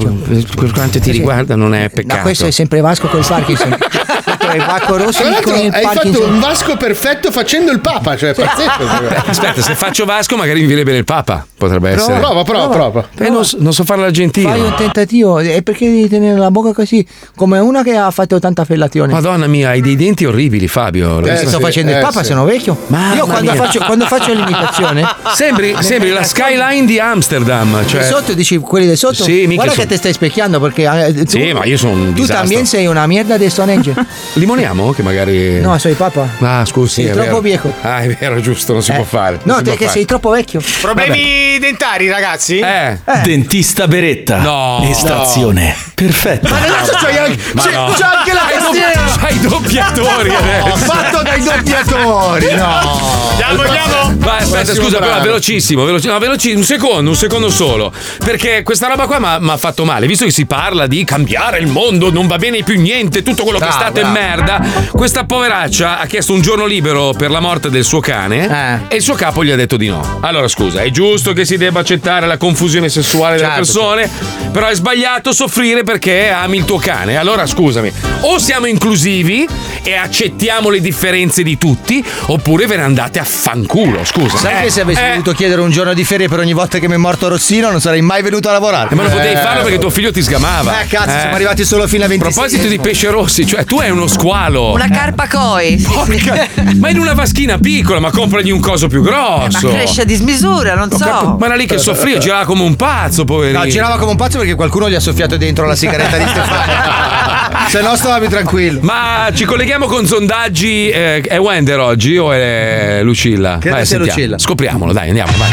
Speaker 2: per quanto ti riguarda non è peccato.
Speaker 11: Ma questo è sempre Vasco con il
Speaker 2: <laughs>
Speaker 11: Parkinson. Questo è Vasco Rossi
Speaker 6: Tra l'altro
Speaker 11: con
Speaker 6: hai
Speaker 11: il
Speaker 6: fatto un
Speaker 11: Parkinson.
Speaker 6: vasco perfetto facendo il papa, cioè
Speaker 2: <laughs>
Speaker 6: è pazzesco.
Speaker 2: Aspetta, se faccio Vasco magari mi viene bene il Papa, potrebbe
Speaker 6: Prova,
Speaker 2: essere.
Speaker 6: prova, prova, prova.
Speaker 2: Eh, non, so- non so farla gentile.
Speaker 11: Fai un tentativo, e perché devi tenere la bocca così? Come una che ha fatto tanta fellazione.
Speaker 2: Madonna mia, hai dei denti orribili, Fabio.
Speaker 11: Eh, sto facendo il Papa, sono vecchio. io quando faccio, quando faccio l'imitazione.
Speaker 2: <laughs> Sembri,
Speaker 11: mi-
Speaker 2: sembri la skyline di Amsterdam. Cioè...
Speaker 11: Di sotto dici quelli del sotto?
Speaker 2: Sì, mica
Speaker 11: Guarda
Speaker 2: sono-
Speaker 11: che ti stai specchiando perché eh, tu,
Speaker 2: Sì, ma io sono un
Speaker 11: tu
Speaker 2: disastro.
Speaker 11: también sei una mierda di Stonehenge.
Speaker 2: <laughs> Limoniamo? Che magari.
Speaker 11: No, sei Papa.
Speaker 2: Ah, scusi.
Speaker 11: Sei
Speaker 2: è
Speaker 11: troppo
Speaker 2: vero.
Speaker 11: vieco. Eh.
Speaker 2: Ah, è vero, giusto, non si può fare.
Speaker 11: No, te che sei troppo vecchio.
Speaker 16: Problemi dentari, ragazzi?
Speaker 2: Eh.
Speaker 17: Dentista Beretta.
Speaker 2: No. Cioè,
Speaker 17: Estrazione. Perfetto.
Speaker 16: Ma adesso c'hai anche,
Speaker 17: Ma
Speaker 16: c'è,
Speaker 17: no.
Speaker 16: c'è anche la
Speaker 17: Hai doppi-
Speaker 16: tastiera!
Speaker 17: c'hai i
Speaker 2: doppiatori adesso.
Speaker 16: Fatto dai doppiatori, no!
Speaker 2: Andiamo, andiamo. Vai, aspetta,
Speaker 16: Prossimo
Speaker 2: scusa, però
Speaker 16: brano.
Speaker 2: velocissimo, velocissimo, no, veloci- un secondo, un secondo solo. Perché questa roba qua mi ha fatto male, visto che si parla di cambiare il mondo, non va bene più niente, tutto quello che è
Speaker 1: Bravo,
Speaker 2: stato è
Speaker 1: bravo.
Speaker 2: merda. Questa poveraccia ha chiesto un giorno libero per la morte del suo cane
Speaker 3: Eh.
Speaker 2: e il suo capo gli ha detto di no. Allora, scusa, è giusto che si debba accettare la confusione sessuale
Speaker 3: Certo.
Speaker 2: delle persone, però è sbagliato soffrire perché ami il tuo cane. Allora, scusami, o siamo siamo inclusivi e accettiamo le differenze di tutti, oppure ve ne andate a fanculo, scusa.
Speaker 3: Sai
Speaker 2: Eh,
Speaker 3: che se avessi
Speaker 2: eh,
Speaker 3: dovuto chiedere un giorno di ferie per ogni volta che mi è morto Rossino non sarei mai venuto a lavorare.
Speaker 2: eh, ma lo potevi farlo perché tuo figlio ti sgamava.
Speaker 3: Eh, cazzo, siamo arrivati solo fino a 26.
Speaker 2: A proposito di pesce rossi, cioè tu hai uno squalo.
Speaker 7: Una carpa
Speaker 2: <laughs>
Speaker 7: coi. sì, sì.
Speaker 2: ma in una vaschina piccola, ma compragli un coso più
Speaker 7: Mm. Eh, Ma
Speaker 2: grosso.
Speaker 7: cresce a dismisura, non so.
Speaker 2: Ma era lì che soffriva, girava come un pazzo, poverino.
Speaker 3: No, girava come un pazzo perché qualcuno gli ha soffiato dentro la sigaretta
Speaker 2: <laughs>
Speaker 3: di Stefano. Se no stavi tranquillo.
Speaker 2: Ah. Ma ci colleghiamo con sondaggi. eh, è Wender oggi o è Lucilla?
Speaker 3: Credo
Speaker 2: Vai,
Speaker 3: sia
Speaker 2: sentiamo.
Speaker 3: Lucilla.
Speaker 2: Scopriamolo, dai, andiamo, vai.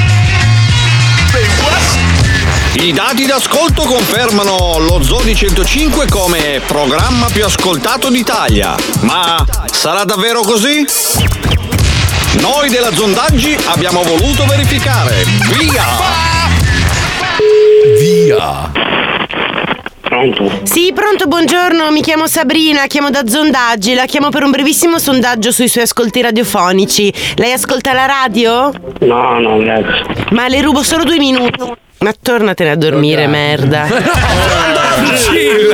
Speaker 18: I dati d'ascolto confermano lo Zodi 105 come programma più ascoltato d'Italia. Ma sarà davvero così? Noi della Zondaggi abbiamo voluto verificare. Via!
Speaker 2: Via!
Speaker 19: Sì, pronto, buongiorno, mi chiamo Sabrina, chiamo da Zondaggi, la chiamo per un brevissimo sondaggio sui suoi ascolti radiofonici. Lei ascolta la radio?
Speaker 14: No, no, grazie.
Speaker 19: Ma le rubo solo due minuti. Ma tornatene a dormire, merda.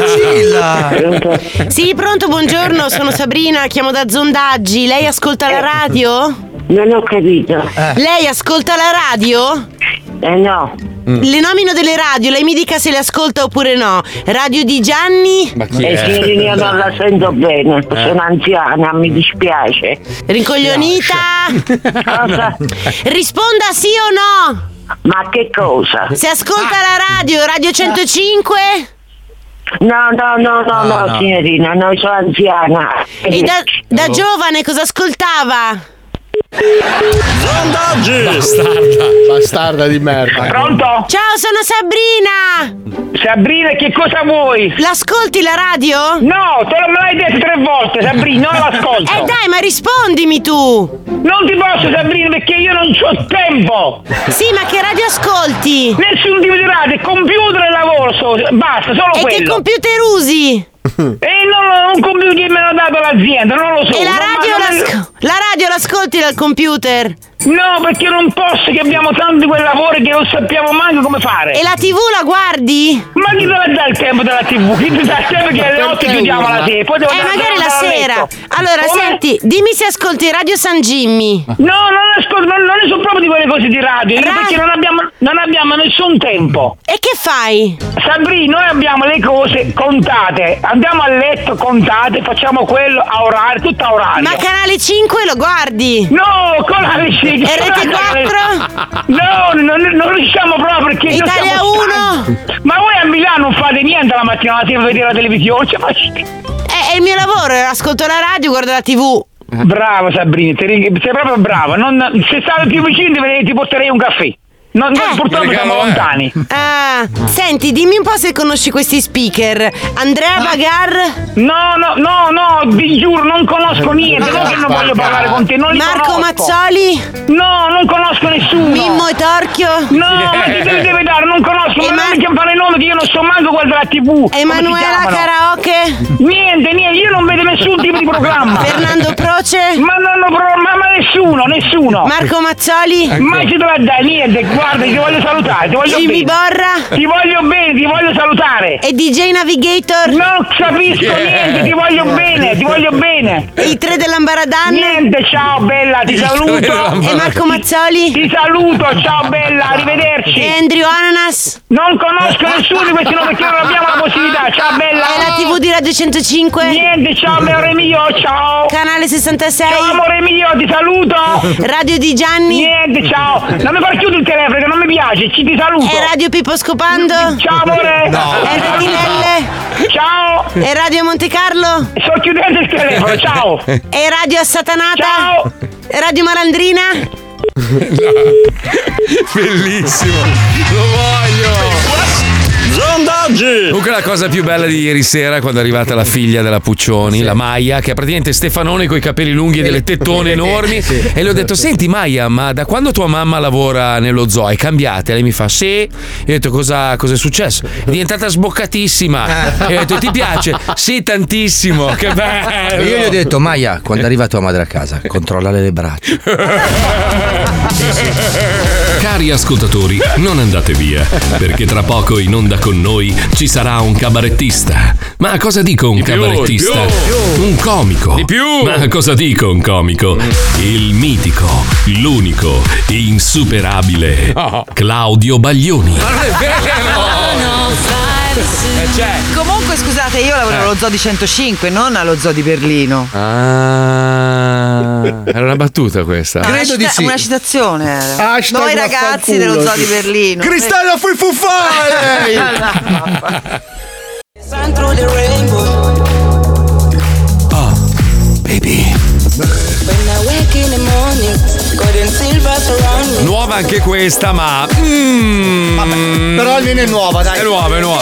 Speaker 14: Lucilla!
Speaker 19: Sì, pronto, buongiorno, sono Sabrina, chiamo da Zondaggi. Lei ascolta la radio?
Speaker 14: Non ho capito.
Speaker 19: Lei ascolta la radio?
Speaker 14: Eh no.
Speaker 19: Le nomino delle radio, lei mi dica se le ascolta oppure no. Radio di Gianni?
Speaker 14: e Eh, signori, io non la sento bene, sono anziana, mi dispiace.
Speaker 19: Rincoglionita?
Speaker 14: Cosa?
Speaker 19: <laughs> Risponda sì o no?
Speaker 14: Ma che cosa?
Speaker 19: Se ascolta la radio, Radio 105?
Speaker 14: No, no, no, no, no,
Speaker 19: no.
Speaker 14: signorina, no, sono anziana.
Speaker 19: Ah. E da, da
Speaker 2: Ecco.
Speaker 19: giovane cosa ascoltava?
Speaker 6: Bastarda. Bastarda di merda.
Speaker 14: Pronto?
Speaker 19: Ciao, sono Sabrina!
Speaker 14: Sabrina, che cosa vuoi?
Speaker 19: L'ascolti la radio?
Speaker 14: No, te me l'hai detto tre volte, Sabrina,
Speaker 19: <laughs>
Speaker 14: non l'ascolto.
Speaker 19: Eh dai, ma rispondimi tu!
Speaker 14: Non ti posso, Sabrina, perché io non ho tempo!
Speaker 19: Sì, ma che radio ascolti?
Speaker 14: Nessun tipo di radio, computer e lavoro, so- basta, solo
Speaker 19: E
Speaker 14: quello.
Speaker 19: che computer usi?
Speaker 14: <laughs> E non, un computer che me l'ha dato l'azienda, non lo so.
Speaker 19: E la
Speaker 14: non-
Speaker 19: radio,
Speaker 14: ma non-
Speaker 19: l'asco- la radio l'ascolti dal computer?
Speaker 14: No, perché non posso, che abbiamo tanti quei lavori che non sappiamo manco come fare.
Speaker 19: E la TV la guardi?
Speaker 14: Ma chi te la dà il tempo della TV? Chi ti dà il tempo che alle 8 chiudiamo la TV? Poi devo
Speaker 19: Eh,
Speaker 14: andare
Speaker 19: magari
Speaker 14: a
Speaker 19: la
Speaker 14: tornare a
Speaker 19: sera.
Speaker 14: letto.
Speaker 19: Allora,
Speaker 14: Come?
Speaker 19: senti, dimmi se ascolti Radio San Jimmy.
Speaker 14: No, non ascolto, non, non ne so proprio di quelle cose di radio, io
Speaker 19: Ra-
Speaker 14: perché non abbiamo, non abbiamo nessun tempo.
Speaker 19: E che fai?
Speaker 14: Sabrina, noi abbiamo le cose contate, andiamo a letto contate, facciamo quello a orario, tutto a orario.
Speaker 19: Ma Canale 5 lo guardi?
Speaker 14: No, con la vicina.
Speaker 19: E Rete 4?
Speaker 14: <laughs> No, non, non riusciamo proprio perché noi
Speaker 19: Italia
Speaker 14: siamo
Speaker 19: 1?
Speaker 14: stanchi. Ma voi a Milano non fate niente la mattina, la sera vedere la televisione, cioè, ma-
Speaker 19: È, è il mio lavoro, ascolto la radio, guardo la TV.
Speaker 14: Bravo Sabrina, ti ring- sei proprio brava. Non- se stavi più vicino ti ve- ti porterei un caffè. Non, non- purtroppo siamo lontani.
Speaker 19: Ah, senti, dimmi un po' se conosci questi speaker. Andrea Bagar?
Speaker 14: Ah. No, no, no, no, vi giuro, non
Speaker 19: Eh,
Speaker 14: conosco niente. Non che non voglio parlare con te, non li
Speaker 19: Marco
Speaker 14: conosco.
Speaker 19: Mazzoli?
Speaker 14: No, non conosco nessuno.
Speaker 19: Mimmo e Torchio?
Speaker 14: No, ma chi te li deve dare? Non conosco, ma non mi chiamare il nome che io non so manco guardare la tv.
Speaker 19: Emanuela Karaoke?
Speaker 14: Niente, niente, io non vedo nessun tipo di programma.
Speaker 19: Fernando Proce?
Speaker 14: Ma non lo pro- ma, ma nessuno, nessuno.
Speaker 19: Marco Mazzoli?
Speaker 14: Ma ci doveva dare niente, guarda, ti voglio salutare, ti voglio
Speaker 19: Jimmy
Speaker 14: bene.
Speaker 19: Borra?
Speaker 14: Ti voglio bene, ti voglio salutare.
Speaker 19: E DJ Navigator?
Speaker 14: Non capisco niente, ti voglio bene, ti voglio bene.
Speaker 19: I tre dell'Ambaradan?
Speaker 14: Niente, ciao bella, Ah, ti saluto.
Speaker 19: E Marco Mazzoli?
Speaker 14: Ti saluto, ciao bella, arrivederci.
Speaker 19: E Andrew Ananas?
Speaker 14: Non conosco nessuno di questi nomi perché non abbiamo la possibilità. Ciao bella.
Speaker 19: È la TV di Radio 105?
Speaker 14: Niente, ciao amore mio, ciao.
Speaker 19: Canale 66?
Speaker 14: Ciao amore mio, ti saluto.
Speaker 19: Radio di Gianni?
Speaker 14: Niente, ciao. Non mi far chiudere il telefono che non mi piace, ci ti saluto.
Speaker 19: E Radio Pippo Scopando?
Speaker 14: Ciao amore.
Speaker 19: E Radio Nelle?
Speaker 14: Ciao.
Speaker 19: Eh. E Radio Monte Carlo?
Speaker 14: Sto chiudendo
Speaker 2: <laughs>
Speaker 14: il telefono, ciao.
Speaker 19: E Radio Assatanata?
Speaker 14: Ciao.
Speaker 19: Radio Malandrina?
Speaker 2: Bellissimo, lo voglio. Sondaggi. Comunque la cosa più bella di ieri sera quando è arrivata la figlia della Puccioni, la Maia, che è praticamente Stefanone con i capelli lunghi e delle tettone enormi. E le ho detto, senti Maia, ma da quando tua mamma lavora nello zoo è cambiata? E lei mi fa, sì. E ho detto, cosa, cosa è successo? È diventata sboccatissima. E ho detto, ti piace? Sì, tantissimo. Che bello.
Speaker 3: Io gli ho detto, Maia, quando arriva tua madre a casa, controllale le braccia.
Speaker 2: <laughs>
Speaker 1: Cari ascoltatori, non andate via, perché tra poco in onda con noi ci sarà un cabarettista. Ma cosa dico un
Speaker 20: più,
Speaker 1: cabarettista?
Speaker 20: di più.
Speaker 1: Un comico. Di più! Ma cosa dico un comico? Il mitico, l'unico, insuperabile
Speaker 20: Ah.
Speaker 1: Claudio Baglioni.
Speaker 5: Eh,
Speaker 2: Eh,
Speaker 7: Comunque, scusate, io lavoro allo zoo di 105, non allo zoo di Berlino.
Speaker 2: Ah, era una battuta questa.
Speaker 7: È una cita- Una citazione.
Speaker 6: Hashtag
Speaker 7: Noi ragazzi
Speaker 6: vaffanculo.
Speaker 7: dello zoo di Berlino.
Speaker 6: Cristalla
Speaker 7: fui <laughs>
Speaker 2: <laughs> Ah, Nuova anche questa, ma. mm,
Speaker 16: però almeno è nuova, dai.
Speaker 2: È nuova, è nuova.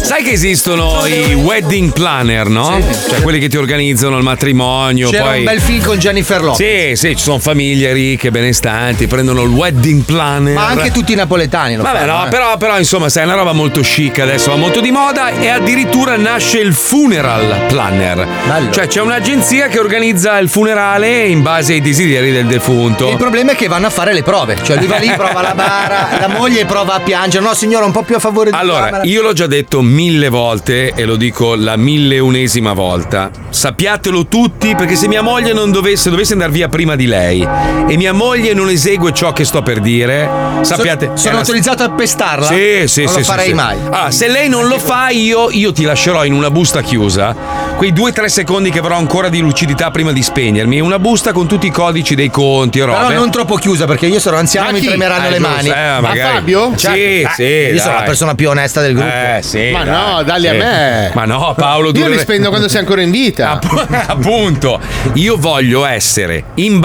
Speaker 2: Sai che esistono i wedding planner, no? Cioè quelli che ti organizzano il matrimonio.
Speaker 3: C'era
Speaker 2: poi...
Speaker 3: un bel film con Jennifer Lopez.
Speaker 2: Sì, sì, ci sono famiglie ricche, benestanti, prendono il wedding planner.
Speaker 3: Ma anche tutti i napoletani lo
Speaker 2: Vabbè,
Speaker 3: fanno.
Speaker 2: no,
Speaker 3: eh.
Speaker 2: però, però, insomma, sai, è una roba molto chic adesso, va molto di moda e addirittura nasce il funeral planner. Cioè, c'è un'agenzia che organizza il funerale in base ai desideri del defunto.
Speaker 3: Il problema è che vanno a fare le prove. Cioè, lui va
Speaker 2: <laughs>
Speaker 3: lì, prova la bara, la moglie prova a piangere. No, signora, un po' più a favore di
Speaker 2: Allora,
Speaker 3: camera.
Speaker 2: io l'ho già detto mille volte e lo dico la milleunesima volta. Sappiatelo tutti perché se mia moglie non dovesse, dovesse andare via prima di lei e mia moglie non esegue ciò che sto per dire, sappiate...
Speaker 3: So- sono
Speaker 2: è una-
Speaker 3: autorizzato a pestarla.
Speaker 2: Sì, sì,
Speaker 3: non
Speaker 2: sì.
Speaker 3: lo
Speaker 2: sì,
Speaker 3: farei
Speaker 2: sì.
Speaker 3: mai.
Speaker 2: Allora, se lei non lo fa, io, io ti lascerò in una busta chiusa quei due o tre secondi che avrò ancora di lucidità prima di spegnermi. Una busta con tutti i codici dei conti e robe.
Speaker 3: Però non troppo chiusa perché io sarò anziano e mi
Speaker 2: eh. chi?
Speaker 3: tremeranno
Speaker 2: Ah,
Speaker 3: le
Speaker 2: giusto,
Speaker 3: mani.
Speaker 2: eh, magari. Sì,
Speaker 3: Certo.
Speaker 2: sì,
Speaker 3: Io sono
Speaker 2: dai.
Speaker 3: la persona più onesta del gruppo.
Speaker 2: Eh, sì,
Speaker 6: Ma
Speaker 2: dai,
Speaker 6: no, dalli a
Speaker 2: sì.
Speaker 6: me.
Speaker 2: Ma no, Paolo,
Speaker 6: Io
Speaker 2: due-
Speaker 6: li spendo quando sei ancora in vita.
Speaker 2: <laughs> Appunto, io voglio essere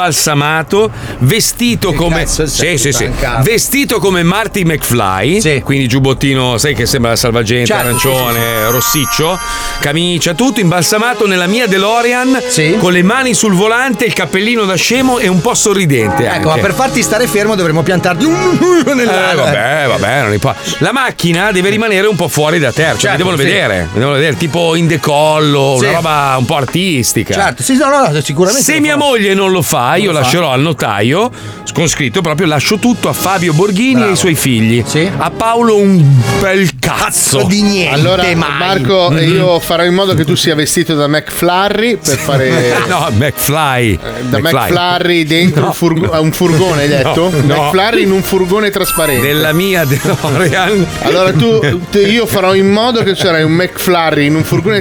Speaker 2: imbalsamato, vestito come. Sì, sì, sì. Vestito come Marty McFly, quindi giubbottino, sai che sembra la salvagente,
Speaker 3: Cioè-
Speaker 20: Certo,
Speaker 2: arancione,
Speaker 3: <laughs>
Speaker 2: rossiccio, camicia, tutto imbalsamato nella mia DeLorean, con le mani sul volante, il cappellino da scemo e un po' sorridente.
Speaker 3: Ecco, ma
Speaker 2: anche.
Speaker 3: per farti stare fermo dovremmo piantarti <laughs>
Speaker 2: Eh,
Speaker 3: nell'aria.
Speaker 2: vabbè, vabbè, non importa. La macchina deve rimanere un po' fuori da terra, cioè,
Speaker 3: Certo,
Speaker 2: mi devono
Speaker 3: sì.
Speaker 2: vedere, mi devono vedere, tipo in decollo,
Speaker 3: Sì.
Speaker 2: una roba un po' artistica.
Speaker 3: Certo, sì, no, no, no, sicuramente.
Speaker 2: Se mia moglie non lo fa, io
Speaker 3: lo fa.
Speaker 2: lascerò al notaio, con scritto proprio lascio tutto a Fabio Borghini e ai suoi figli. A Paolo un bel cazzo.
Speaker 6: allora, Marco,
Speaker 2: Mhm.
Speaker 6: io farò in modo che tu sia vestito da McFlurry per fare.
Speaker 2: <laughs> no, McFly.
Speaker 6: Eh, Da McFlurry dentro un, furgo- a un furgone, hai detto?
Speaker 2: No.
Speaker 6: McFlurry in un furgone trasparente.
Speaker 2: Della mia <laughs> DeLorean.
Speaker 6: Allora tu, te- io farò in modo che ci sarai un McFlurry in un furgone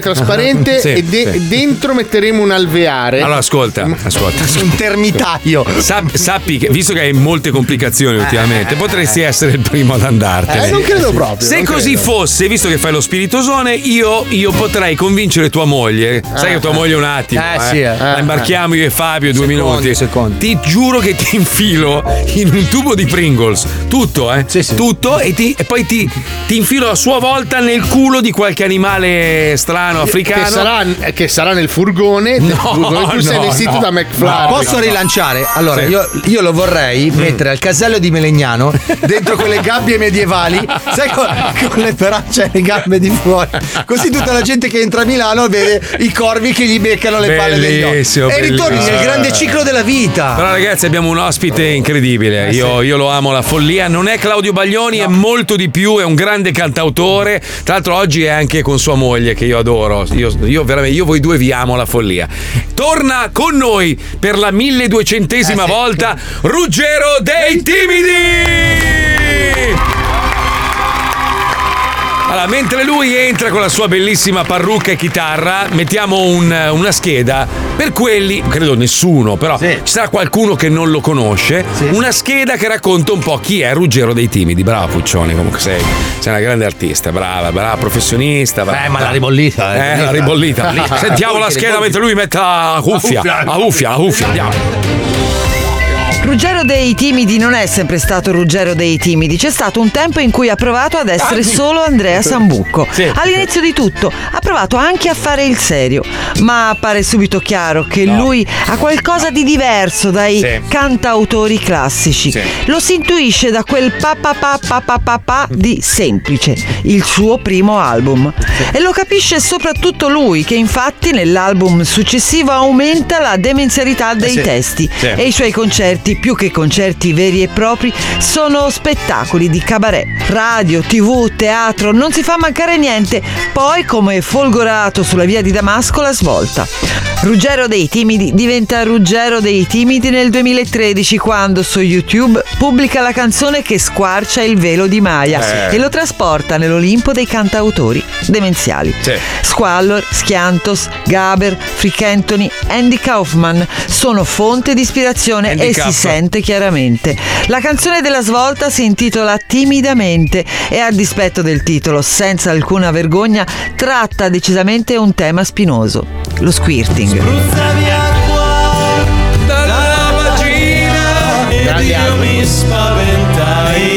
Speaker 2: <laughs>
Speaker 6: trasparente
Speaker 2: Sì,
Speaker 6: e de-
Speaker 2: sì.
Speaker 6: dentro metteremo un alveare.
Speaker 2: Allora, ascolta, ascolta.
Speaker 3: Un termitaio.
Speaker 2: sappi che, visto che hai molte complicazioni ultimamente, potresti essere il primo ad andartene.
Speaker 6: Eh, non credo proprio,
Speaker 2: Se
Speaker 6: non
Speaker 2: così
Speaker 6: credo.
Speaker 2: fosse, visto che fai lo spiritosone, io, io potrei convincere tua moglie. Sai
Speaker 6: Ah,
Speaker 2: che tua moglie un attimo.
Speaker 20: Eh,
Speaker 2: Eh,
Speaker 20: sì, eh.
Speaker 2: La imbarchiamo io e Fabio due minuti. Ti giuro che ti infilo in un tubo di Pringles. Tutto, eh? Tutto e, ti- e poi ti, ti infilo a sua volta nel culo di qualche animale strano, africano.
Speaker 6: Che sarà, eh, che sarà nel furgone. nel furgone. tu sei
Speaker 2: <laughs> no,
Speaker 6: vestito
Speaker 2: no.
Speaker 6: da McFlurry.
Speaker 2: No,
Speaker 3: Posso rilanciare? Allora,
Speaker 2: Sì. Mm.
Speaker 3: io, io lo vorrei mettere al casello di
Speaker 2: <laughs>
Speaker 3: Melegnano dentro quelle gabbie medievali, sai, con, con le braccia e le gambe di fuori. Così tutta la gente che entra a Milano vede i corvi che gli beccano le palle degli
Speaker 2: Bellissimo,
Speaker 3: occhi. E ritorni
Speaker 2: bellissimo.
Speaker 3: nel grande ciclo della vita.
Speaker 2: Però ragazzi abbiamo un ospite incredibile, io, io lo amo, la follia, non è Claudio Baglioni, è molto di più, è un grande cantautore, tra l'altro oggi è anche con sua moglie che io adoro, io, io veramente, io voi due vi amo la follia. Torna con noi per la 1200esima volta Ruggero dei Timidi! Allora, mentre lui entra con la sua bellissima parrucca e chitarra, mettiamo un- una scheda per quelli, credo nessuno, però ci sarà qualcuno che non lo conosce, una scheda che racconta un po' chi è Ruggero dei Timidi. Brava Puccioni, comunque sei, sei una grande artista, brava, brava professionista. Brava.
Speaker 3: Eh, ma l'ha ribollita, eh.
Speaker 2: Eh, l'ha ribollita. Sentiamo la scheda mentre lui mette la cuffia, la cuffia, la cuffia, andiamo.
Speaker 7: Ruggero dei Timidi non è sempre stato Ruggero dei Timidi, c'è stato un tempo in cui ha provato ad essere solo Andrea Sambucco. All'inizio di tutto ha provato anche a fare il serio, ma appare subito chiaro che lui ha qualcosa di diverso dai cantautori classici. Lo si intuisce da quel pa pa pa pa pa pa pa di Semplice, il suo primo album. E lo capisce soprattutto lui che infatti nell'album successivo aumenta la demenzialità dei
Speaker 21: Eh sì.
Speaker 7: testi
Speaker 21: Sì.
Speaker 7: e i suoi concerti concerti, più che concerti veri e propri, sono spettacoli di cabaret. Radio, tv, teatro, non si fa mancare niente. Poi, come folgorato sulla via di Damasco, la svolta. Ruggero dei Timidi diventa Ruggero dei Timidi nel 2013 quando su YouTube pubblica la canzone che squarcia il velo di Maya
Speaker 20: Eh.
Speaker 7: e lo trasporta nell'Olimpo dei cantautori demenziali. Squallor, Schiantos, Gaber, Frick Anthony, Andy Kaufman sono fonte di ispirazione
Speaker 2: Andy
Speaker 7: e
Speaker 2: K.
Speaker 7: si sente chiaramente. La canzone della svolta si intitola Timidamente e a dispetto del titolo, senza alcuna vergogna, tratta decisamente un tema spinoso, lo squirting.
Speaker 5: Dalla vagina ed io mi spaventai.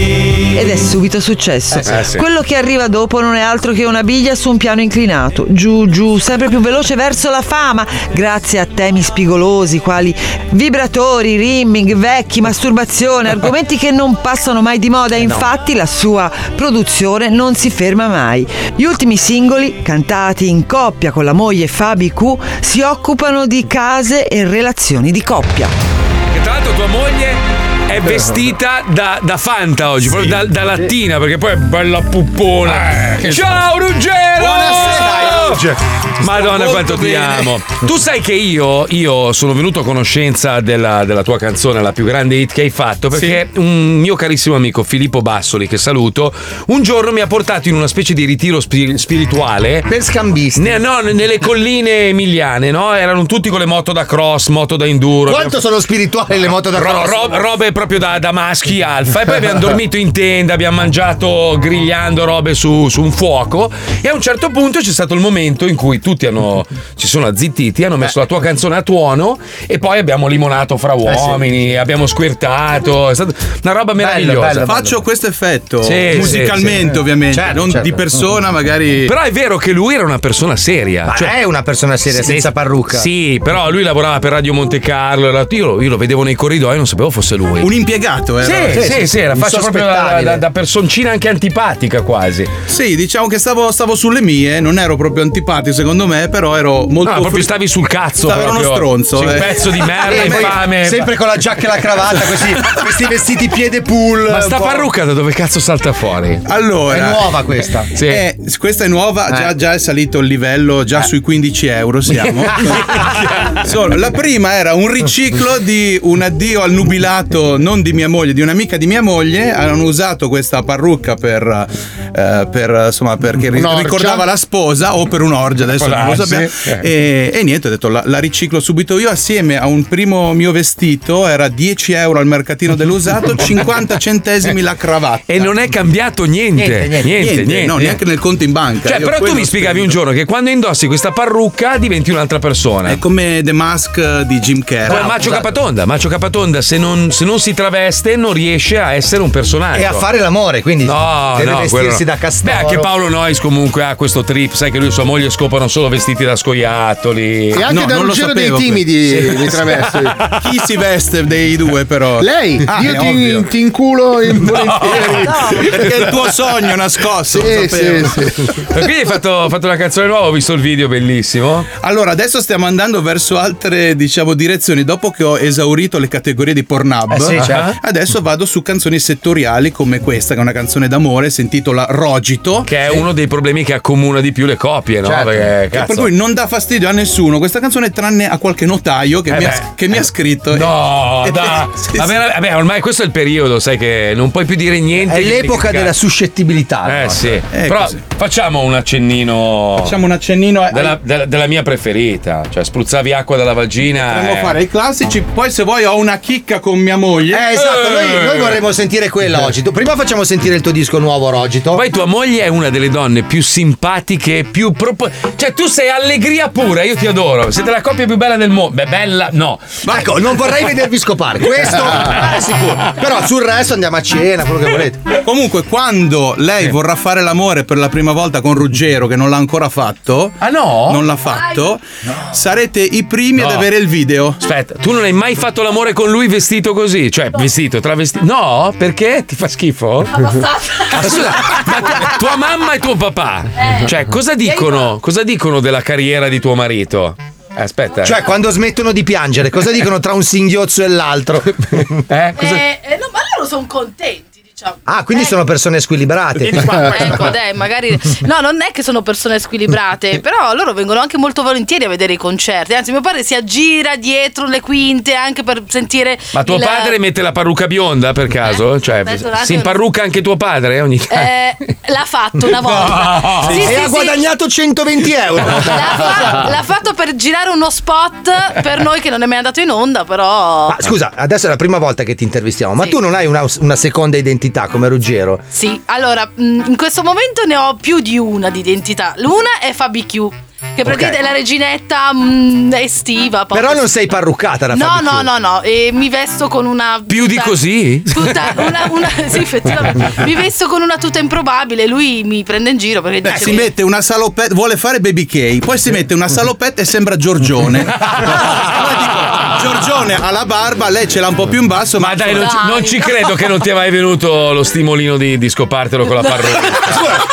Speaker 7: Ed è subito successo.
Speaker 5: Eh, sì.
Speaker 7: Quello che arriva dopo non è altro che una biglia su un piano inclinato, giù, giù, sempre più veloce verso la fama, grazie a temi spigolosi quali vibratori, rimming,
Speaker 5: <laughs>
Speaker 7: vecchi, masturbazione, argomenti che non passano mai di
Speaker 5: Eh,
Speaker 7: moda. Infatti, la sua produzione non si ferma mai. Gli ultimi singoli, cantati in coppia con la moglie Fabi Q, si occupano di case e relazioni di coppia.
Speaker 2: Che tra l'altro tua moglie è vestita da, da Fanta oggi, proprio da, da lattina, perché poi è bella puppona.
Speaker 5: Eh, che-
Speaker 2: Ciao Ruggero!
Speaker 5: Buonasera,
Speaker 2: Madonna quanto ti amo. Tu sai che io, io sono venuto a conoscenza della, della tua canzone, la più grande hit che hai fatto, perché un mio carissimo amico Filippo Bassoli, che saluto, un giorno mi ha portato in una specie di ritiro spir- spirituale. Per scambisti. no, nelle colline emiliane, no? Erano tutti con le moto da cross, moto da enduro.
Speaker 3: Quanto sono spirituali le moto da
Speaker 2: Ro-
Speaker 3: cross?
Speaker 2: ro- robe proprio da, da maschi alfa. E
Speaker 3: <laughs>
Speaker 2: poi abbiamo dormito in tenda, abbiamo mangiato grigliando robe su, su un fuoco. E a un certo punto c'è stato il momento in cui tutti hanno, ci sono azzittiti, hanno messo la tua canzone a tuono e poi abbiamo limonato fra uomini, abbiamo squirtato. È stata una roba meravigliosa.
Speaker 21: Faccio questo effetto
Speaker 2: Sì, sì,
Speaker 21: musicalmente,
Speaker 2: sì.
Speaker 21: ovviamente,
Speaker 2: Certo,
Speaker 21: non
Speaker 2: certo.
Speaker 21: di persona, magari.
Speaker 2: Però è vero che lui era una persona seria.
Speaker 21: Ma
Speaker 2: Cioè-
Speaker 21: è una persona seria, senza parrucca.
Speaker 2: Sì, però lui lavorava per Radio Monte Carlo. era- Io lo, io lo vedevo nei corridoi e non sapevo fosse lui.
Speaker 21: Un impiegato, eh, era.
Speaker 2: Sì, sì, sì, era faccia proprio da,
Speaker 21: Insospettabile.
Speaker 2: da- da personcina anche antipatica quasi.
Speaker 21: Sì, diciamo che stavo, stavo sulle mie, non ero proprio antipatico secondo me, però ero molto.
Speaker 2: No, Ah, proprio
Speaker 21: fri-
Speaker 2: stavi sul cazzo.
Speaker 21: Stavo ero uno
Speaker 2: proprio.
Speaker 21: stronzo.
Speaker 2: Sì, un
Speaker 21: eh.
Speaker 2: pezzo di merda,
Speaker 21: Eh, poi-
Speaker 2: infame.
Speaker 21: sempre
Speaker 3: Sempre con la giacca e la cravatta,
Speaker 2: <laughs>
Speaker 3: questi, questi vestiti piede pull.
Speaker 2: Ma sta
Speaker 3: un po'.
Speaker 2: parrucca da dove cazzo salta fuori?
Speaker 21: Allora,
Speaker 3: È nuova questa.
Speaker 21: <laughs> Sì. Eh, questa è nuova, già, già è salito il livello, già sui 15 euro siamo. Solo, la prima era un riciclo di un addio al nubilato, non di mia moglie, di un'amica di mia moglie. Hanno usato questa parrucca per, eh, per, insomma, perché ri-
Speaker 6: Un'orgia.
Speaker 21: ricordava la sposa o per un'orgia, adesso
Speaker 6: Può
Speaker 21: non lo
Speaker 6: darsi.
Speaker 21: sappiamo. E, e niente, ho detto la, la riciclo subito io assieme a un primo mio vestito, era 10 euro al mercatino
Speaker 2: <laughs>
Speaker 21: dell'usato, 50 centesimi la cravatta.
Speaker 2: Eh, E non è cambiato niente. Niente, niente, niente.
Speaker 21: no, neanche nel conto in banca.
Speaker 2: Cioè,
Speaker 21: Io
Speaker 2: però tu
Speaker 21: quello
Speaker 2: mi spiegavi un giorno che quando indossi questa parrucca diventi un'altra persona. È
Speaker 21: come The Mask di Jim Carrey. Esatto.
Speaker 2: Come Macio Capatonda. Macio Capatonda, se non, se non si traveste, non riesce a essere un personaggio.
Speaker 3: E a fare l'amore, quindi
Speaker 2: No,
Speaker 3: deve
Speaker 2: ah, no, quello
Speaker 3: vestirsi
Speaker 2: no.
Speaker 3: da castoro.
Speaker 2: Beh, anche Paolo Nois comunque ha questo trip, sai che lui e sua moglie scopano solo vestiti da scoiattoli.
Speaker 21: E anche da
Speaker 2: non lo
Speaker 21: Ruggero dei
Speaker 2: sapevo.
Speaker 21: Timidi,
Speaker 6: di
Speaker 2: <laughs>
Speaker 6: traverso.
Speaker 21: Chi si veste dei due, però?
Speaker 6: Lei,
Speaker 21: Ah, è
Speaker 2: eh,
Speaker 6: io
Speaker 21: ovvio.
Speaker 6: ti, ti inculo in
Speaker 2: oh,
Speaker 6: volentieri.
Speaker 21: perché è il tuo sogno nascosto.
Speaker 6: Sì,
Speaker 21: lo sapevo.
Speaker 6: sì, sì.
Speaker 2: E quindi hai fatto, ho fatto una canzone nuova, ho visto il video bellissimo.
Speaker 21: Allora, adesso stiamo andando verso altre, diciamo, direzioni. Dopo che ho esaurito le categorie di Pornhub,
Speaker 2: Eh sì, certo.
Speaker 21: adesso vado su canzoni settoriali come questa, che è una canzone d'amore, si intitola Rogito.
Speaker 2: Che è uno dei problemi che accomuna di più le coppie, no?
Speaker 21: Certo.
Speaker 2: Perché,
Speaker 21: E
Speaker 2: cazzo.
Speaker 21: per cui non dà fastidio a nessuno questa canzone, tranne a qualche notaio che,
Speaker 2: Eh
Speaker 21: mi,
Speaker 2: beh.
Speaker 21: ha, che mi ha scritto.
Speaker 2: No,
Speaker 21: <laughs> Eh,
Speaker 2: dai.
Speaker 21: sì, sì.
Speaker 2: Vabbè, vabbè, ormai questo è il periodo, sai che non puoi più dire niente.
Speaker 21: È
Speaker 2: di- di
Speaker 21: l'epoca
Speaker 2: cacare.
Speaker 21: della
Speaker 3: suscettibilità.
Speaker 2: certo. Eh
Speaker 21: no?
Speaker 2: sì.
Speaker 21: Eh,
Speaker 2: Però
Speaker 21: così.
Speaker 2: facciamo un accennino.
Speaker 21: Facciamo un accennino a-
Speaker 2: della, della- della mia preferita. Cioè, spruzzavi acqua dalla vagina.
Speaker 21: Potremmo
Speaker 2: eh.
Speaker 21: fare i classici, poi se vuoi ho una chicca con mia moglie.
Speaker 3: Eh, esatto, noi, noi vorremmo sentire quella oggi. Tu Prima facciamo sentire il tuo disco nuovo, Rogito.
Speaker 2: Poi tua moglie è una delle donne più simpatiche, più propo- Cioè, tu sei allegria pura, io ti adoro. Siete la coppia più bella del mondo. Beh, bella, no.
Speaker 3: Ma ecco, non vorrei vedervi
Speaker 2: <laughs>
Speaker 3: scopare. Questo è sicuro. Però sul resto andiamo a cena, quello che volete.
Speaker 21: Eh. Comunque, quando lei vorrà fare l'amore per la prima volta con Ruggero, che non l'ha ancora fatto,
Speaker 2: ah no?
Speaker 21: Non l'ha fatto, sarete i primi ad
Speaker 2: No.
Speaker 21: avere il video.
Speaker 2: Aspetta, tu non hai mai fatto l'amore con lui vestito così? Cioè, vestito, travestito. No? Perché? Ti fa schifo? Ma scusa, ma tu- tua mamma e tuo papà.
Speaker 5: Eh.
Speaker 2: Cioè, cosa dicono? Cosa dicono della carriera di tuo marito? Aspetta.
Speaker 3: Cioè, quando smettono di piangere, cosa dicono tra un singhiozzo e l'altro?
Speaker 2: Eh?
Speaker 20: Eh, eh, no, ma loro sono contenti, diciamo.
Speaker 3: Ah, quindi sono persone squilibrate. <laughs>
Speaker 2: <laughs>
Speaker 20: Ecco, dai, magari. No, non è che sono persone squilibrate, però loro vengono anche molto volentieri a vedere i concerti. Anzi, mio padre si aggira dietro le quinte anche per sentire.
Speaker 2: Ma tuo
Speaker 20: il-
Speaker 2: padre mette la parrucca bionda per caso? Cioè,
Speaker 20: Aspetta un attimo.
Speaker 2: si imparrucca anche tuo padre eh, ogni tanto?
Speaker 20: Eh, l'ha
Speaker 2: <laughs>
Speaker 20: fatto una
Speaker 2: No.
Speaker 20: volta.
Speaker 2: Sì. E ha
Speaker 3: guadagnato 120 euro.
Speaker 20: L'ha, fa- l'ha fatto per girare uno spot per noi che non è mai andato in onda, però.
Speaker 3: Ma Ah, scusa, adesso è la prima volta che ti intervistiamo, ma tu non hai una, una seconda identità come Ruggero?
Speaker 20: Sì, allora, mh, in questo momento ne ho più di una di identità. L'una è Fabi Q, che praticamente è la reginetta mh, estiva. pop.
Speaker 3: Però non sei parruccata da
Speaker 20: No,
Speaker 3: Fabi
Speaker 20: no,
Speaker 3: Chiu.
Speaker 20: no, no, e mi vesto con una.
Speaker 3: Più di
Speaker 20: tuta-
Speaker 3: così?
Speaker 20: Tuta, una, <laughs> una, sì, effettivamente. Mi vesto con una tuta improbabile. Lui mi prende in giro perché
Speaker 21: Beh,
Speaker 20: dice
Speaker 21: si
Speaker 20: che-
Speaker 21: mette una salopetta, vuole fare baby K, poi si mette una salopetta e sembra
Speaker 2: <laughs>
Speaker 21: Giorgione. Allora dico, Giorgione ha la barba, lei ce l'ha un po' più in basso. Ma,
Speaker 2: Dai, non, ci, non ci credo che non ti è mai venuto lo stimolino di, di scopartelo con la
Speaker 20: <laughs>
Speaker 2: parrucca.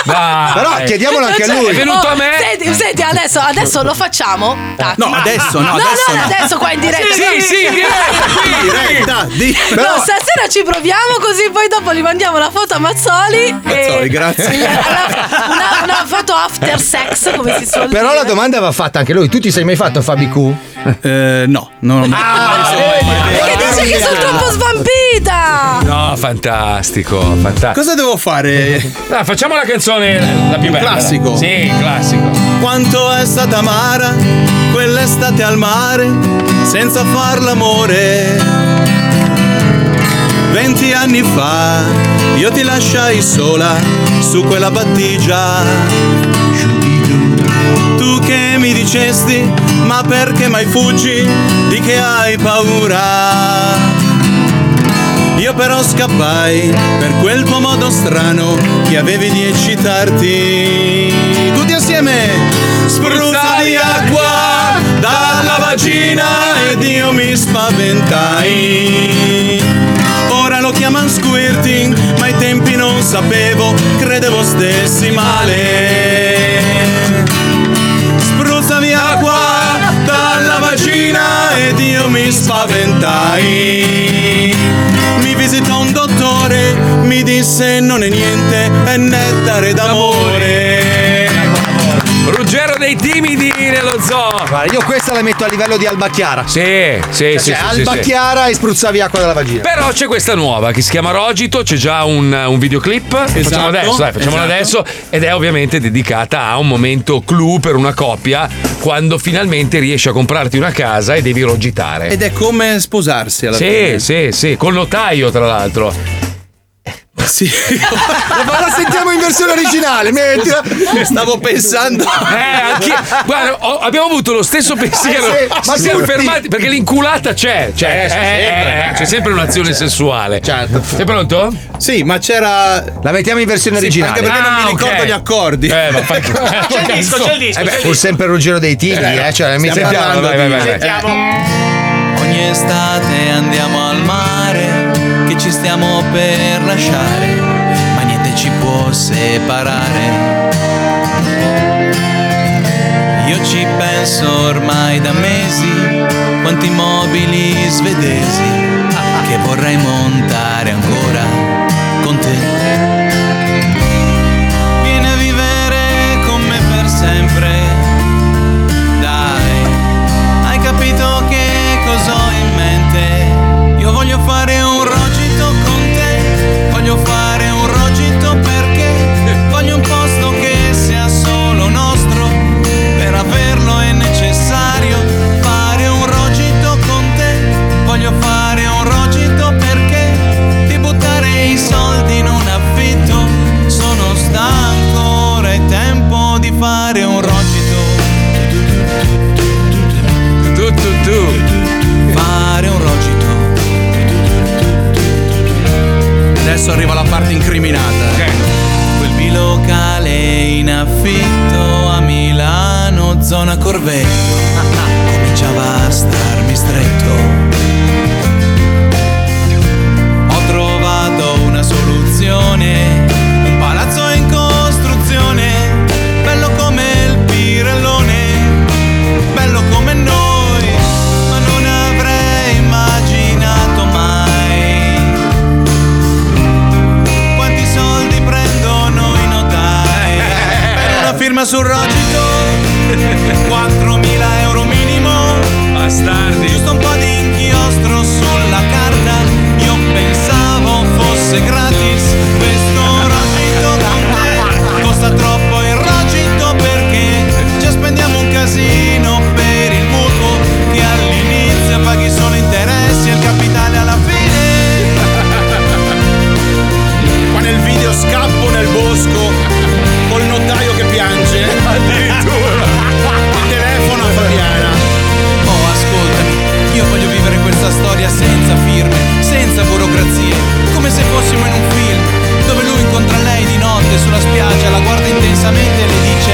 Speaker 2: Dai.
Speaker 3: Però chiediamolo anche a lui.
Speaker 2: È venuto
Speaker 20: Oh,
Speaker 2: a me.
Speaker 20: Senti, senti, adesso, adesso lo facciamo. Tati.
Speaker 2: No, adesso no,
Speaker 20: No,
Speaker 2: adesso
Speaker 20: no,
Speaker 2: no.
Speaker 20: adesso qua in diretta.
Speaker 2: Sì, sì, in diretta, qui, diretta, di-
Speaker 20: No,
Speaker 2: però-
Speaker 20: stasera ci proviamo così poi dopo gli mandiamo la foto a Mazzoli.
Speaker 21: Mazzoli,
Speaker 20: e...
Speaker 21: grazie.
Speaker 20: <laughs> Una, una- una foto after sex, come si suol
Speaker 3: <laughs> Però
Speaker 20: dire.
Speaker 3: la domanda va fatta anche lui. Tu ti sei mai fatto Fabi Q?
Speaker 2: Eh,
Speaker 21: no, non
Speaker 20: Perché dice Ah, che sono troppo svampita.
Speaker 2: No, fantastico, fantastico.
Speaker 21: Cosa devo fare?
Speaker 2: facciamo la canzone la più bella.
Speaker 21: Classico.
Speaker 2: Sì, classico.
Speaker 17: <laughs> Quanto è stata amara quell'estate al mare senza far l'amore. Venti anni fa io ti lasciai sola su quella battigia. Tu che mi dicesti, ma perché mai fuggi? Di che hai paura? Io però scappai per quel tuo modo strano che avevi di eccitarti. Tutti assieme! Spruzza di acqua dalla vagina ed io mi spaventai. Ora lo chiaman squirting, ma ai tempi non sapevo, credevo stessi male. Spruzzami acqua dalla vagina ed io mi spaventai. Mi visitò un dottore, mi disse non è niente, è nettare d'amore.
Speaker 2: Ruggero dei timidi nello zoo.
Speaker 3: Ah, Guarda, io questa la metto a livello di Alba Chiara.
Speaker 2: Sì,
Speaker 3: Cioè,
Speaker 2: sì, sì. sì, sì,
Speaker 3: Alba
Speaker 2: sì.
Speaker 3: Chiara e spruzzavi acqua dalla vagina.
Speaker 2: <laughs> Però c'è questa nuova che si chiama Rogito, c'è già un, un videoclip. facciamo adesso, dai, facciamolo
Speaker 3: esatto.
Speaker 2: adesso. Ed è ovviamente dedicata a un momento clou per una coppia quando finalmente riesci a comprarti una casa e devi rogitare.
Speaker 21: Ed è come sposarsi alla
Speaker 2: sì,
Speaker 21: fine.
Speaker 2: sì, sì, con notaio tra l'altro.
Speaker 21: Sì.
Speaker 3: Ma la sentiamo in versione originale, mettila.
Speaker 21: Stavo pensando.
Speaker 2: Eh, anch'io. Guarda, ho- abbiamo avuto lo stesso pensiero.
Speaker 21: Eh, sì,
Speaker 2: ma
Speaker 21: ma
Speaker 2: siamo
Speaker 21: tutti.
Speaker 2: fermati perché l'inculata c'è. Cioè,
Speaker 21: Eh,
Speaker 2: eh,
Speaker 21: sì,
Speaker 2: eh,
Speaker 21: sempre.
Speaker 2: eh, c'è sempre un'azione sessuale. Certo. Sei pronto?
Speaker 21: Sì, ma c'era.
Speaker 3: La mettiamo in versione
Speaker 21: Sì,
Speaker 3: originale.
Speaker 21: anche perché non mi ricordo gli accordi.
Speaker 2: Ah, Eh, ma
Speaker 21: <laughs>
Speaker 2: Cioè, fa-
Speaker 21: C'è il
Speaker 2: <laughs>
Speaker 21: disco, c'è il
Speaker 2: Eh
Speaker 21: disco, c'è il
Speaker 3: Eh Pur sempre Ruggero dei Tigri, eh. Cioè, mi
Speaker 17: Stiamo
Speaker 3: sentiamo.
Speaker 17: parlando di-
Speaker 3: Eh.
Speaker 17: Ogni estate andiamo al mare, che ci stiamo per lasciare, ma niente ci può separare. Io ci penso ormai da mesi, quanti mobili svedesi che vorrei montare ancora con te. Vieni a vivere con me per sempre, dai. Hai capito che cosa ho in mente? Io voglio fare un rogito con te, voglio fare un rogito perché voglio un posto che sia solo nostro, per averlo è necessario fare un rogito con te, voglio fare un rogito perché di buttare i soldi in un affitto, sono stanco, ora è tempo di fare un rogito.
Speaker 2: Tu, tu, tu.
Speaker 17: Fare un rogito. Adesso arriva la parte incriminata. Quel bilocale in affitto a Milano, zona Corvetto. Cominciava a starmi stretto. Ho trovato una soluzione. Un palazzo in costruzione. Bello come il pirellone. Bello come noi. firma sul rogito 4.000 euro minimo Bastardi Giusto un po' di inchiostro sulla carta Io pensavo fosse gratis Questo rogito con te Costa troppo il rogito perché Ci spendiamo un casino per il mutuo Che all'inizio paghi solo interessi E il capitale alla fine
Speaker 9: Qua nel video scappo nel bosco col notaio che piange.
Speaker 17: <laughs>
Speaker 9: Addirittura. E telefono a Fabiana.
Speaker 17: Oh, ascoltami, io voglio vivere questa storia senza firme, senza burocrazie, come se fossimo in un film, dove lui incontra lei di notte sulla spiaggia, la guarda intensamente e le dice,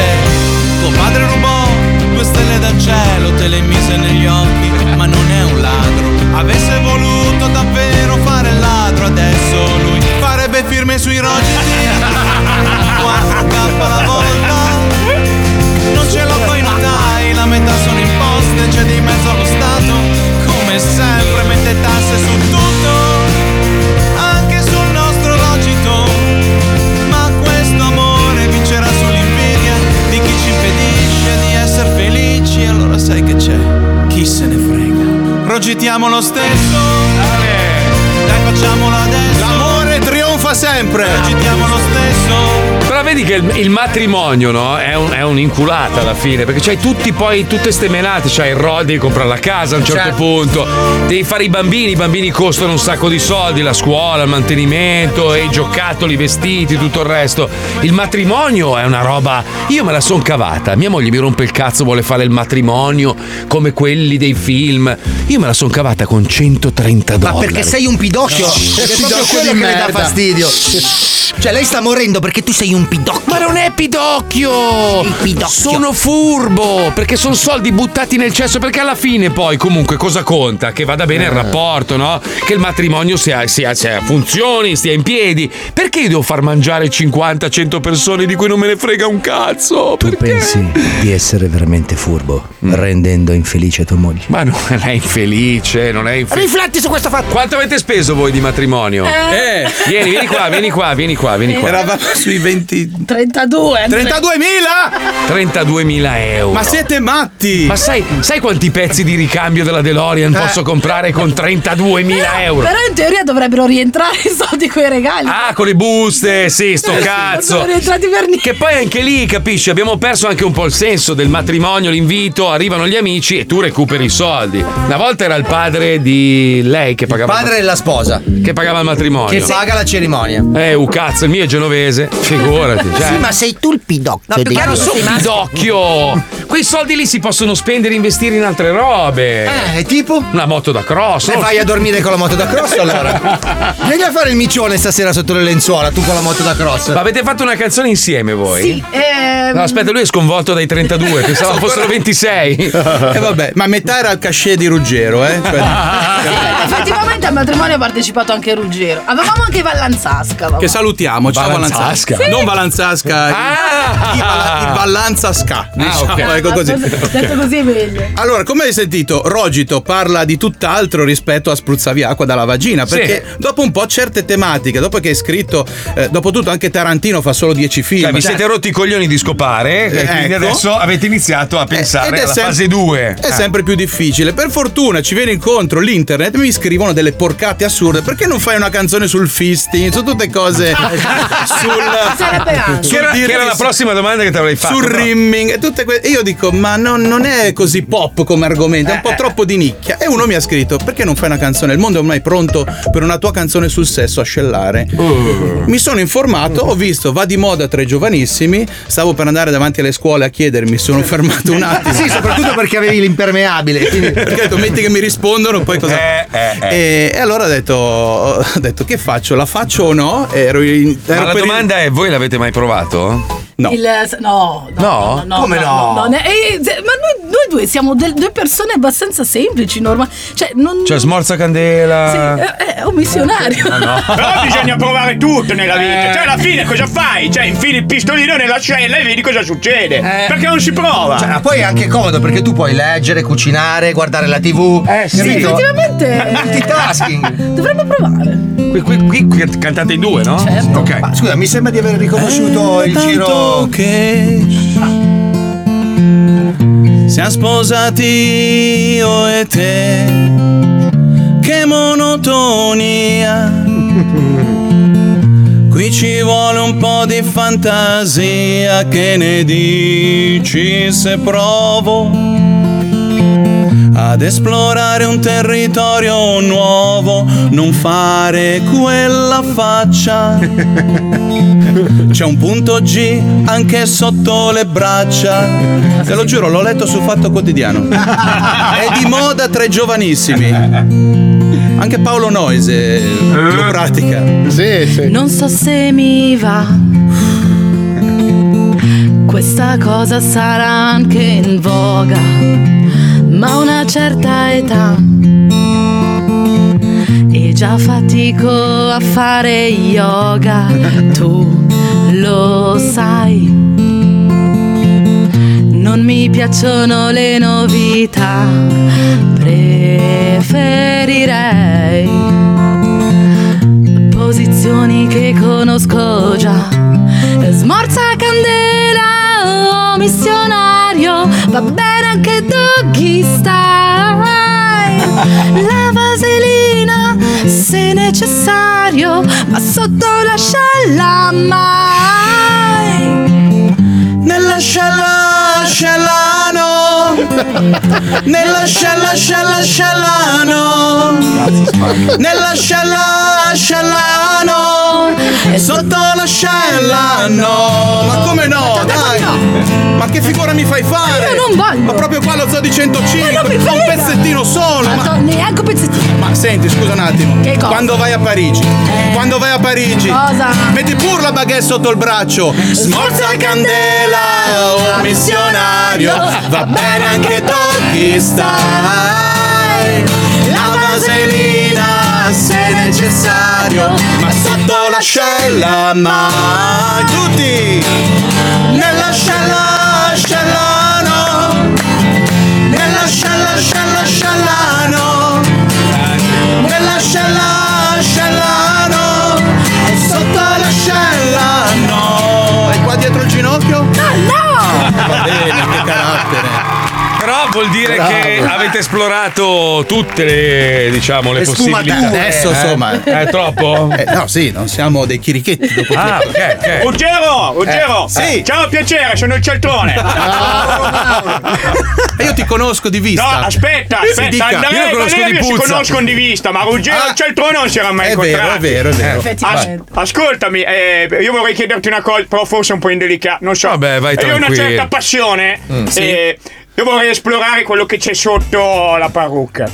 Speaker 17: tuo padre rubò due stelle dal cielo, te le mise negli occhi, ma non è un ladro. Avesse voluto davvero fare il ladro, adesso lui farebbe firme sui rogiti, 4K alla volta. Non ce l'ho poi notai, la metà sono imposte, c'è di mezzo lo Stato. Come sempre mette tasse su tutto, anche sul nostro rogito. Ma questo amore vincerà sull'invidia di chi ci impedisce di essere felici. Allora sai che c'è, chi se ne frega. Rogitiamo lo stesso, dai facciamolo adesso. L'amore
Speaker 9: trionfa sempre.
Speaker 17: Rogitiamo lo stesso.
Speaker 2: Però vedi che il, il matrimonio no, è, un- è un'inculata alla fine, perché c'hai tutti poi tutte ste menate, c'hai il rod, devi comprare la casa a un certo punto, devi fare i bambini, i bambini costano un sacco di soldi, la scuola, il mantenimento, e i giocattoli, i vestiti, tutto il resto. Il matrimonio è una roba. Io me la son cavata, mia moglie mi rompe il cazzo, vuole fare il matrimonio come quelli dei film. Io me la son cavata con 130 dollari.
Speaker 16: Ma perché sei un pidocchio?
Speaker 2: Shh,
Speaker 16: è proprio
Speaker 2: pidocchio
Speaker 16: quello
Speaker 2: di
Speaker 16: che le dà
Speaker 2: merda.
Speaker 16: fastidio. Cioè, lei sta morendo perché tu sei un pidocchio.
Speaker 2: Ma non è pidocchio! Sono furbo perché sono soldi buttati nel cesso perché alla fine poi comunque cosa conta? Che vada bene il rapporto, no? Che il matrimonio sia, sia- sia- funzioni, stia in piedi. Perché io devo far mangiare 50-100 persone di cui non me ne frega un cazzo?
Speaker 11: Tu pensi di essere veramente furbo, rendendo infelice tua moglie.
Speaker 2: Mm. Ma non è infelice, non è infelice.
Speaker 16: Rifletti su questo fatto.
Speaker 2: Quanto avete speso voi di matrimonio?
Speaker 16: Eh.
Speaker 2: Vieni, vieni qua, vieni qua, vieni qua, vieni qua.
Speaker 21: Eravamo sui 20.
Speaker 20: 32
Speaker 21: 32.000?
Speaker 2: 32.000 euro.
Speaker 21: Ma siete matti!
Speaker 2: Ma sai, sai quanti pezzi di ricambio della DeLorean posso comprare con 32.000 euro?
Speaker 20: Eh. Però in teoria dovrebbero rientrare i soldi quei regali.
Speaker 2: Ah, con le buste, sì, sto
Speaker 20: Eh sì.
Speaker 2: cazzo.
Speaker 20: Non sono rientrati per niente.
Speaker 2: Che poi anche lì, capisci, abbiamo perso anche un po' il senso del matrimonio, l'invito, arrivano gli amici e tu recuperi i soldi. Una volta era il padre di lei che pagava.
Speaker 16: padre della sposa.
Speaker 2: Che pagava il matrimonio.
Speaker 16: Che paga la cerimonia.
Speaker 2: Eh, un cazzo, il mio è genovese. Figurati. Cioè.
Speaker 16: Sì, ma sei tu il pidocchio.
Speaker 3: cioè
Speaker 2: No, più
Speaker 16: dei
Speaker 2: che non
Speaker 16: due.
Speaker 2: sono pidocchio. Quei soldi lì si possono spendere e investire in altre robe.
Speaker 16: Eh, tipo?
Speaker 2: Una moto da cross.
Speaker 16: Se
Speaker 2: non lo
Speaker 16: vai
Speaker 2: so.
Speaker 16: a dormire con la moto da cross
Speaker 2: <laughs>
Speaker 16: allora. Vieni a fare il micione stasera sotto le lenzuola, tu con la moto da cross.
Speaker 2: Ma avete fatto una canzone insieme voi?
Speaker 20: Sì, ehm,
Speaker 2: No, aspetta, lui è sconvolto dai 32, pensavo fossero 26. E
Speaker 21: vabbè, ma metà era il cachet di Ruggero, eh?
Speaker 2: <laughs>
Speaker 20: eh, effettivamente al matrimonio ha partecipato anche Ruggero. Avevamo anche Vallanzasca.
Speaker 21: Che salutiamo, ciao Valanzasca. Valanzasca.
Speaker 20: Sì.
Speaker 21: Non Valanzasca,
Speaker 2: Ah!
Speaker 21: il- il, Val- il Vallanzasca. Diciamo,
Speaker 20: ok.
Speaker 21: ecco così.
Speaker 20: Detto così è meglio.
Speaker 21: Allora, come hai sentito, Rogito parla di tutt'altro rispetto a spruzzavi acqua dalla vagina,
Speaker 2: Sì.
Speaker 21: perché dopo un po' certe tematiche, dopo che hai scritto, eh, dopo tutto anche Tarantino fa solo 10 film.
Speaker 2: vi
Speaker 21: Cioè,
Speaker 2: siete rotti i coglioni di scopare, e
Speaker 21: Eh,
Speaker 2: quindi
Speaker 21: ecco.
Speaker 2: adesso avete iniziato a pensare alla
Speaker 21: sem-
Speaker 2: eh, fase Eh. 2.
Speaker 21: È sempre più difficile. Per fortuna ci viene incontro l'internet, mi scrivono delle porcate assurde. Perché non fai una canzone sul fisting? Su tutte cose.
Speaker 20: Sarebbe
Speaker 21: sul,
Speaker 20: anche.
Speaker 2: Che era, che era la prossima domanda che ti avrei fatto.
Speaker 21: sul
Speaker 2: però.
Speaker 21: rimming e tutte que- e io dico ma no- non è così pop come argomento è
Speaker 2: Eh,
Speaker 21: un po' troppo di nicchia e uno mi ha scritto perché non fai una canzone il mondo è ormai pronto per una tua canzone sul sesso a scellare
Speaker 2: Uh.
Speaker 21: mi sono informato ho visto va di moda tra i giovanissimi stavo per andare davanti alle scuole a chiedermi sono fermato
Speaker 2: <laughs> Eh,
Speaker 21: un attimo
Speaker 16: Sì, soprattutto perché avevi l'impermeabile. quindi-
Speaker 21: perché ho detto metti che mi rispondono poi cosa E, e allora ho detto ho detto che faccio la faccio o no ero in, ero
Speaker 2: Ma la
Speaker 21: per il-
Speaker 2: domanda è: voi l'avete mai provato?
Speaker 21: No.
Speaker 20: Il- no,
Speaker 2: No? Come no?
Speaker 20: ne- eh, se- ma noi, noi due siamo del- due persone abbastanza semplici, normali. Cioè, non.
Speaker 2: Cioè, smorza candela.
Speaker 20: eh, eh, è un missionario.
Speaker 8: <laughs> Però bisogna provare tutto nella vita.
Speaker 2: Eh.
Speaker 8: Cioè, alla fine cosa fai? Cioè, infili il pistolino nella cella e vedi cosa succede. Perché non si prova?
Speaker 16: Cioè, ma poi è anche comodo perché tu puoi leggere, cucinare, guardare la TV. Eh
Speaker 20: Sì, effettivamente.
Speaker 16: Multitasking.
Speaker 20: Dovremmo provare.
Speaker 2: Qui, qui, qui, qui cantate in due, no?
Speaker 3: Eh,
Speaker 16: Certo. Ma scusa, mi sembra di aver riconosciuto il giro.
Speaker 17: che Siamo sposati io e te. Che monotonia. Qui ci vuole un po' di fantasia. Che ne dici se provo? Ad esplorare un territorio nuovo, non fare quella faccia. C'è un punto G anche sotto le braccia. Te lo giuro, l'ho letto su Fatto Quotidiano. È di moda tra i giovanissimi. Anche Paolo Noise lo pratica. Sì, sì.
Speaker 22: Non so se mi va. Questa cosa sarà anche in voga, ma a una certa età. E già fatico a fare yoga, tu lo sai. Non mi piacciono le novità, preferirei posizioni che conosco già. Smorza candela o missionario, va bene anche doggy style. La vaselina se necessario, ma sotto l'ascella mai.
Speaker 17: Nella scella, scellano. Nella scella, scella, scellano. Nella scella, scellano. Sotto la scella, no. Ma come no? Dai. Ma che figura mi fai
Speaker 22: Ma
Speaker 17: fare?
Speaker 22: io non voglio.
Speaker 17: Ma proprio qua lo zoo di 105. fa un pezzettino solo.
Speaker 22: Ma
Speaker 17: Ma...
Speaker 22: to- neanche un pezzettino.
Speaker 17: ma senti, scusa un attimo.
Speaker 22: Che cosa? Eh.
Speaker 17: Quando vai a Parigi? Quando vai a Parigi?
Speaker 22: Cosa?
Speaker 17: Metti pur la baguette sotto il braccio. Smorza la candela, oh missionario. Va bene anche Turkey stai. La vaselina se necessario, ma sotto l'ascella mai. Tutti! Nella scella, scellano. Nella scella, scella, scellano. Nella scella, scellano. E sotto la scella, no. E qua dietro il ginocchio?
Speaker 22: No,
Speaker 17: no! Va bene, che carattere.
Speaker 2: Però vuol dire
Speaker 17: Bravo.
Speaker 2: che avete esplorato tutte le, diciamo, le,
Speaker 21: Le
Speaker 2: possibilità.
Speaker 21: sfumature. Adesso,
Speaker 2: Eh?
Speaker 21: insomma.
Speaker 2: È troppo?
Speaker 21: Eh, no, sì, non siamo dei chirichetti dopo
Speaker 2: Ah,
Speaker 21: tutto.
Speaker 2: ok, ok.
Speaker 21: Ruggero,
Speaker 8: Ruggero!
Speaker 21: Eh, sì.
Speaker 8: Ciao, piacere, sono il Celtone!
Speaker 21: E io ti conosco di vista.
Speaker 8: No, aspetta,
Speaker 21: Si
Speaker 8: aspetta,
Speaker 21: dica. Io
Speaker 8: Andrea
Speaker 21: lo
Speaker 8: e
Speaker 21: conosco
Speaker 8: Valerio
Speaker 21: di
Speaker 8: si
Speaker 21: puzza.
Speaker 8: conoscono di vista, ma Ruggero e il Celtone non si era mai
Speaker 21: è vero,
Speaker 8: incontrati.
Speaker 21: è vero, è vero.
Speaker 8: As- ascoltami, eh, io vorrei chiederti una cosa, però forse è un po' indelicata, non so. Vabbè,
Speaker 2: vai
Speaker 8: Io ho una
Speaker 2: tranquillo.
Speaker 8: certa passione
Speaker 2: Mm. Sì.
Speaker 8: e io vorrei esplorare quello che c'è sotto la parrucca.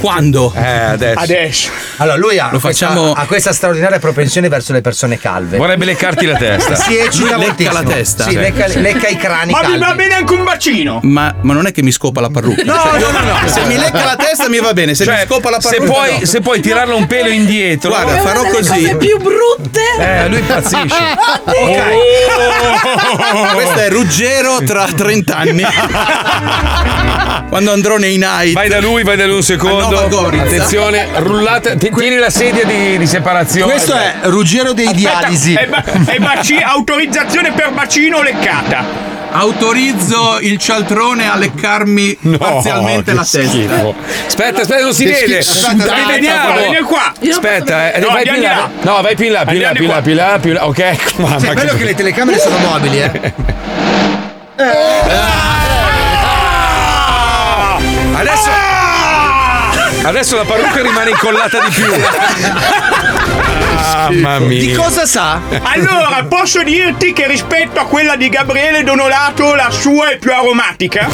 Speaker 21: Quando?
Speaker 3: Eh, adesso.
Speaker 8: Adesso.
Speaker 3: Allora, lui ha,
Speaker 8: Lo
Speaker 3: questa,
Speaker 8: facciamo-
Speaker 3: ha questa straordinaria propensione verso le persone calve.
Speaker 2: Vorrebbe leccarti la testa.
Speaker 3: si
Speaker 21: Lecca
Speaker 3: eccita moltissimo.
Speaker 21: la testa.
Speaker 3: Sì, lecca,
Speaker 21: Sì.
Speaker 3: lecca i crani
Speaker 21: Ma mi
Speaker 3: calvi.
Speaker 8: Va bene anche un bacino.
Speaker 21: Ma, ma non è che mi scopa la parrucca. No, Cioè, no, no, no. Se mi lecca la testa mi va bene, se
Speaker 2: Cioè,
Speaker 21: mi scopa la
Speaker 2: se
Speaker 21: parrucca.
Speaker 2: puoi-
Speaker 21: no.
Speaker 2: se puoi tirarla un pelo indietro.
Speaker 21: Guarda,
Speaker 2: È una
Speaker 21: farò
Speaker 2: delle
Speaker 21: così.
Speaker 2: cose più Ah,
Speaker 22: brutte.
Speaker 2: Eh,
Speaker 3: <laughs>
Speaker 2: lui <laughs> impazzisce.
Speaker 3: Ah,
Speaker 21: Oh. Questo è Ruggero tra 30
Speaker 2: <laughs>
Speaker 21: anni. Quando andrò nei night.
Speaker 2: Vai da lui, vai da lui un secondo. Attenzione, rullate, ti- tieni la sedia di, di separazione.
Speaker 3: Questo è Ruggero dei
Speaker 8: Aspetta, E, ba-
Speaker 3: <laughs>
Speaker 8: e baci- autorizzazione per bacino o leccata.
Speaker 21: Autorizzo il cialtrone a leccarmi parzialmente
Speaker 2: che
Speaker 21: la testa.
Speaker 2: schifo. Aspetta, aspetta, non si vede. Aspetta, rivediamo. Aspetta, eh, vai più in là. No, vai più in là, più in là, più in là, più in là, più in là. Ok, <laughs> mamma
Speaker 3: Sì, è bello che le telecamere sono mobili,
Speaker 2: <laughs>
Speaker 3: eh.
Speaker 2: Ah! Adesso Adesso la parrucca rimane incollata di <laughs> più. Ah, Mamma mia.
Speaker 8: Di cosa
Speaker 3: sa?
Speaker 8: Allora, posso dirti che rispetto a quella di Gabriele Donolato, la sua è più aromatica?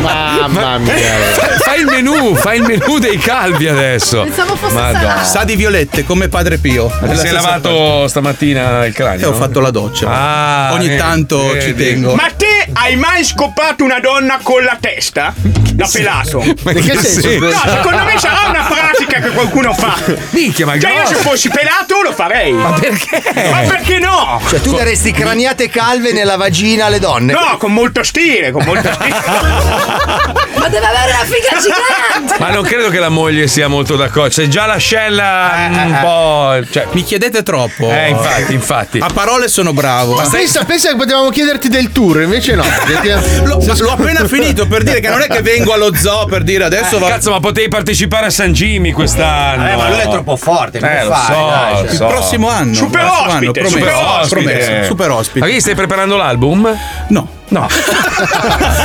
Speaker 2: Mamma eh, Fai il menù, fai il menù dei calvi adesso.
Speaker 8: Pensavo fosse salato.
Speaker 21: Sa di violette come padre Pio.
Speaker 2: Ti sei lavato stamattina il cranio?
Speaker 21: ho fatto la doccia.
Speaker 2: Ah,
Speaker 21: Ogni tanto ci tengo.
Speaker 8: Ma te hai mai scopato una donna con la testa? Da pelato?
Speaker 2: <laughs> Ma in che che senso? cioè, senso?
Speaker 8: No, secondo me sarà
Speaker 2: <laughs>
Speaker 8: una pratica che qualcuno fa.
Speaker 2: Minchia, ma
Speaker 8: Cioè, io se fossi pelato lo farei. Ma
Speaker 2: perché?
Speaker 8: Ma perché no?
Speaker 3: Cioè, tu daresti craniate calve nella vagina alle donne. <laughs>
Speaker 8: No, con molto stile, con molto stile.
Speaker 22: Ma deve avere la
Speaker 2: <laughs>
Speaker 22: figa gigante!
Speaker 2: Ma non credo che la moglie sia molto d'accordo. C'è già l'ascella un po'. Cioè...
Speaker 21: Mi chiedete troppo.
Speaker 2: Eh, infatti, infatti.
Speaker 21: A parole sono bravo.
Speaker 6: Ma pensa, pensa che potevamo chiederti del tour, invece
Speaker 5: no.
Speaker 21: <laughs> L'ho, l'ho appena finito per dire che non è che vengo allo zoo per dire adesso
Speaker 2: Eh,
Speaker 21: va.
Speaker 2: Cazzo, ma potevi partecipare a San Jimmy quest'anno.
Speaker 21: Eh, ma allora è troppo forte, come
Speaker 2: Eh, lo
Speaker 21: fai?
Speaker 2: so,
Speaker 21: Dai,
Speaker 2: lo
Speaker 21: il
Speaker 2: so.
Speaker 21: prossimo anno, Super il prossimo ospite, anno, super promesso, ospite. promesso, super ospite.
Speaker 2: Ma che stai preparando l'album?
Speaker 21: No.
Speaker 2: No.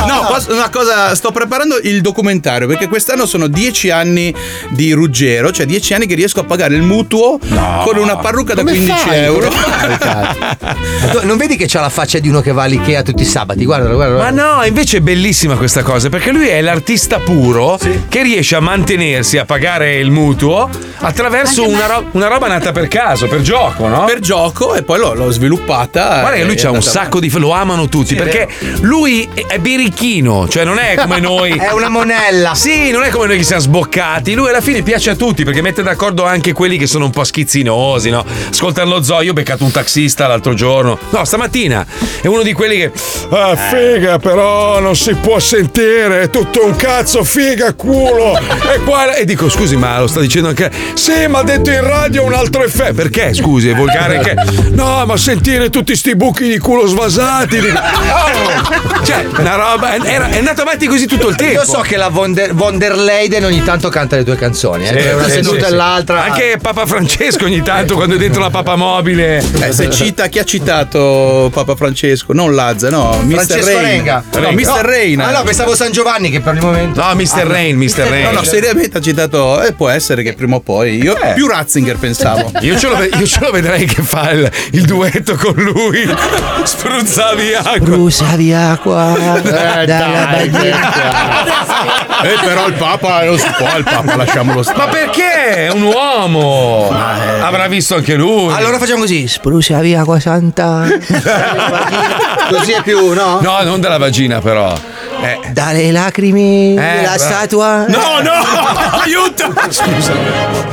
Speaker 21: No, posso- una cosa, sto preparando il documentario perché quest'anno sono dieci anni di Ruggero, cioè dieci anni che riesco a pagare il mutuo con una parrucca da
Speaker 3: Come
Speaker 21: 15
Speaker 3: fai?
Speaker 21: euro.
Speaker 3: <laughs> Come fai, cazzo? Ma tu non vedi che c'ha la faccia di uno che va all'Ikea tutti i sabati? Guardalo, guardalo.
Speaker 2: Ma no, invece è bellissima questa cosa perché lui è l'artista puro che riesce a mantenersi, a pagare il mutuo attraverso una, ro- una roba nata per caso, per gioco, no?
Speaker 21: Per gioco e poi l'ho, l'ho sviluppata.
Speaker 2: Guarda che
Speaker 21: e
Speaker 2: lui
Speaker 21: è
Speaker 2: c'ha un
Speaker 21: andata
Speaker 2: sacco di. lo amano tutti
Speaker 21: Sì, è
Speaker 2: perché lui è- è birichino, cioè non
Speaker 21: <laughs>
Speaker 2: è come noi.
Speaker 3: È una monella.
Speaker 2: Sì, non è come noi che siamo sboccati. Lui alla fine piace a tutti perché mette d'accordo anche quelli che sono un po' schizzinosi, no? Ascoltano lo zoo, io ho beccato un taxista l'altro giorno. No, stamattina è uno di quelli che. Ah, figa, però non si può sentire, è tutto un cazzo, figa, culo. e, qua- e dico, scusi, ma lo sta dicendo anche. Sì, ma ha detto in radio un altro effetto. Perché? Scusi, è volgare che. No, ma sentire tutti sti buchi di culo svasati. dico, "Oh!" Cioè, una roba. era- è andato avanti così tutto il tempo.
Speaker 3: Io so che la von der, von der Leyen ogni tanto canta le tue canzoni. eh.
Speaker 2: Sì,
Speaker 3: Tra una
Speaker 2: sì,
Speaker 3: seduta
Speaker 2: sì,
Speaker 3: e
Speaker 2: sì.
Speaker 3: l'altra.
Speaker 2: Anche Papa Francesco ogni tanto quando è dentro la papa mobile.
Speaker 21: Eh, se cita, chi ha citato Papa Francesco? Non Lazza, no, Mister
Speaker 3: Francesco
Speaker 21: Reina.
Speaker 3: Renga.
Speaker 21: No, Mister Reina. Ah,
Speaker 3: Ah no, pensavo San Ah, Giovanni che per il momento.
Speaker 2: No, Mr. Rain, Mr. Rain.
Speaker 21: No, no, seriamente ha citato. eh, può essere che prima o poi. Io
Speaker 2: Eh.
Speaker 21: più Ratzinger pensavo.
Speaker 2: Io ce, lo, ve- io ce lo vedrei che fa il, il duetto con lui. Spruzzavi acqua.
Speaker 3: Bruciavi acqua. dalla
Speaker 21: Eh, però il Papa non si può, il Papa lasciamolo stare. eh.
Speaker 2: Ma perché? È un uomo. Avrà visto anche lui.
Speaker 3: Allora facciamo così. Spruciavi acqua santa.
Speaker 2: <laughs>
Speaker 3: Così è più, no?
Speaker 2: No, non della vagina però. Eh.
Speaker 3: Dalle lacrime della
Speaker 2: bra-
Speaker 3: statua.
Speaker 2: eh,
Speaker 3: Eh.
Speaker 2: No, no! Aiuto! Scusa.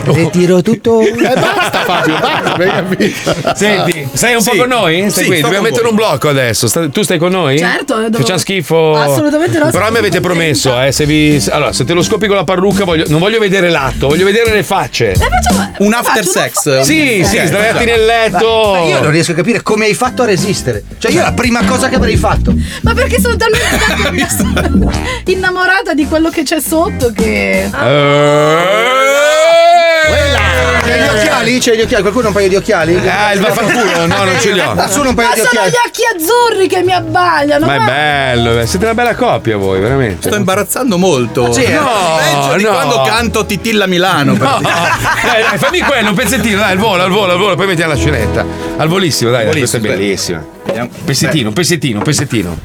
Speaker 3: Ritiro <laughs> tutto.
Speaker 5: basta Fabio, basta, hai capito?
Speaker 2: <laughs> Senti, sei un
Speaker 5: Sì.
Speaker 2: po' con noi? Sei
Speaker 5: Sì,
Speaker 2: qui?
Speaker 5: sto
Speaker 2: Dobbiamo
Speaker 5: con
Speaker 2: mettere
Speaker 5: voi.
Speaker 2: un blocco adesso. Sta- tu stai con noi?
Speaker 20: Certo, io devo-
Speaker 2: Facciamo schifo.
Speaker 20: Assolutamente no,
Speaker 2: Però
Speaker 20: sono
Speaker 2: mi avete promesso, eh, se vi. Allora, se te lo scopi con la parrucca, voglio- non voglio vedere l'atto, voglio vedere le facce.
Speaker 20: Eh,
Speaker 21: Un after sex.
Speaker 2: Sì, sì, sdraiati nel letto.
Speaker 3: Eh, Ma io non riesco a capire come hai fatto a resistere. Cioè, io è la prima cosa che avrei <laughs> fatto.
Speaker 20: Ma perché sono talmente tanto
Speaker 3: <laughs>
Speaker 20: inna- innamorata di quello che c'è sotto che.
Speaker 3: Eh.
Speaker 20: Ah, eh.
Speaker 3: C'è gli occhiali? C'è gli occhiali? Qualcuno ha un paio di occhiali?
Speaker 2: Ah, il vaffanculo? No, non ce
Speaker 3: <laughs>
Speaker 2: li ho.
Speaker 3: Nessuno ha un paio
Speaker 20: Ma
Speaker 3: di
Speaker 20: sono
Speaker 3: occhiali.
Speaker 20: gli occhi azzurri che mi abbagliano.
Speaker 2: Ma è bello, eh. siete una bella coppia voi, veramente.
Speaker 21: Sto imbarazzando molto.
Speaker 2: Sì, eh.
Speaker 21: peggio di
Speaker 2: No, no.
Speaker 21: quando canto Titilla Milano. per
Speaker 2: No. <laughs>
Speaker 21: dire.
Speaker 2: Dai, dai, fammi quello, un pezzettino, dai, al volo, al volo, al volo, poi mettiamo la scenetta. Al volissimo, dai, dai, questa è bellissima. Un pezzettino, un pezzettino, un pezzettino.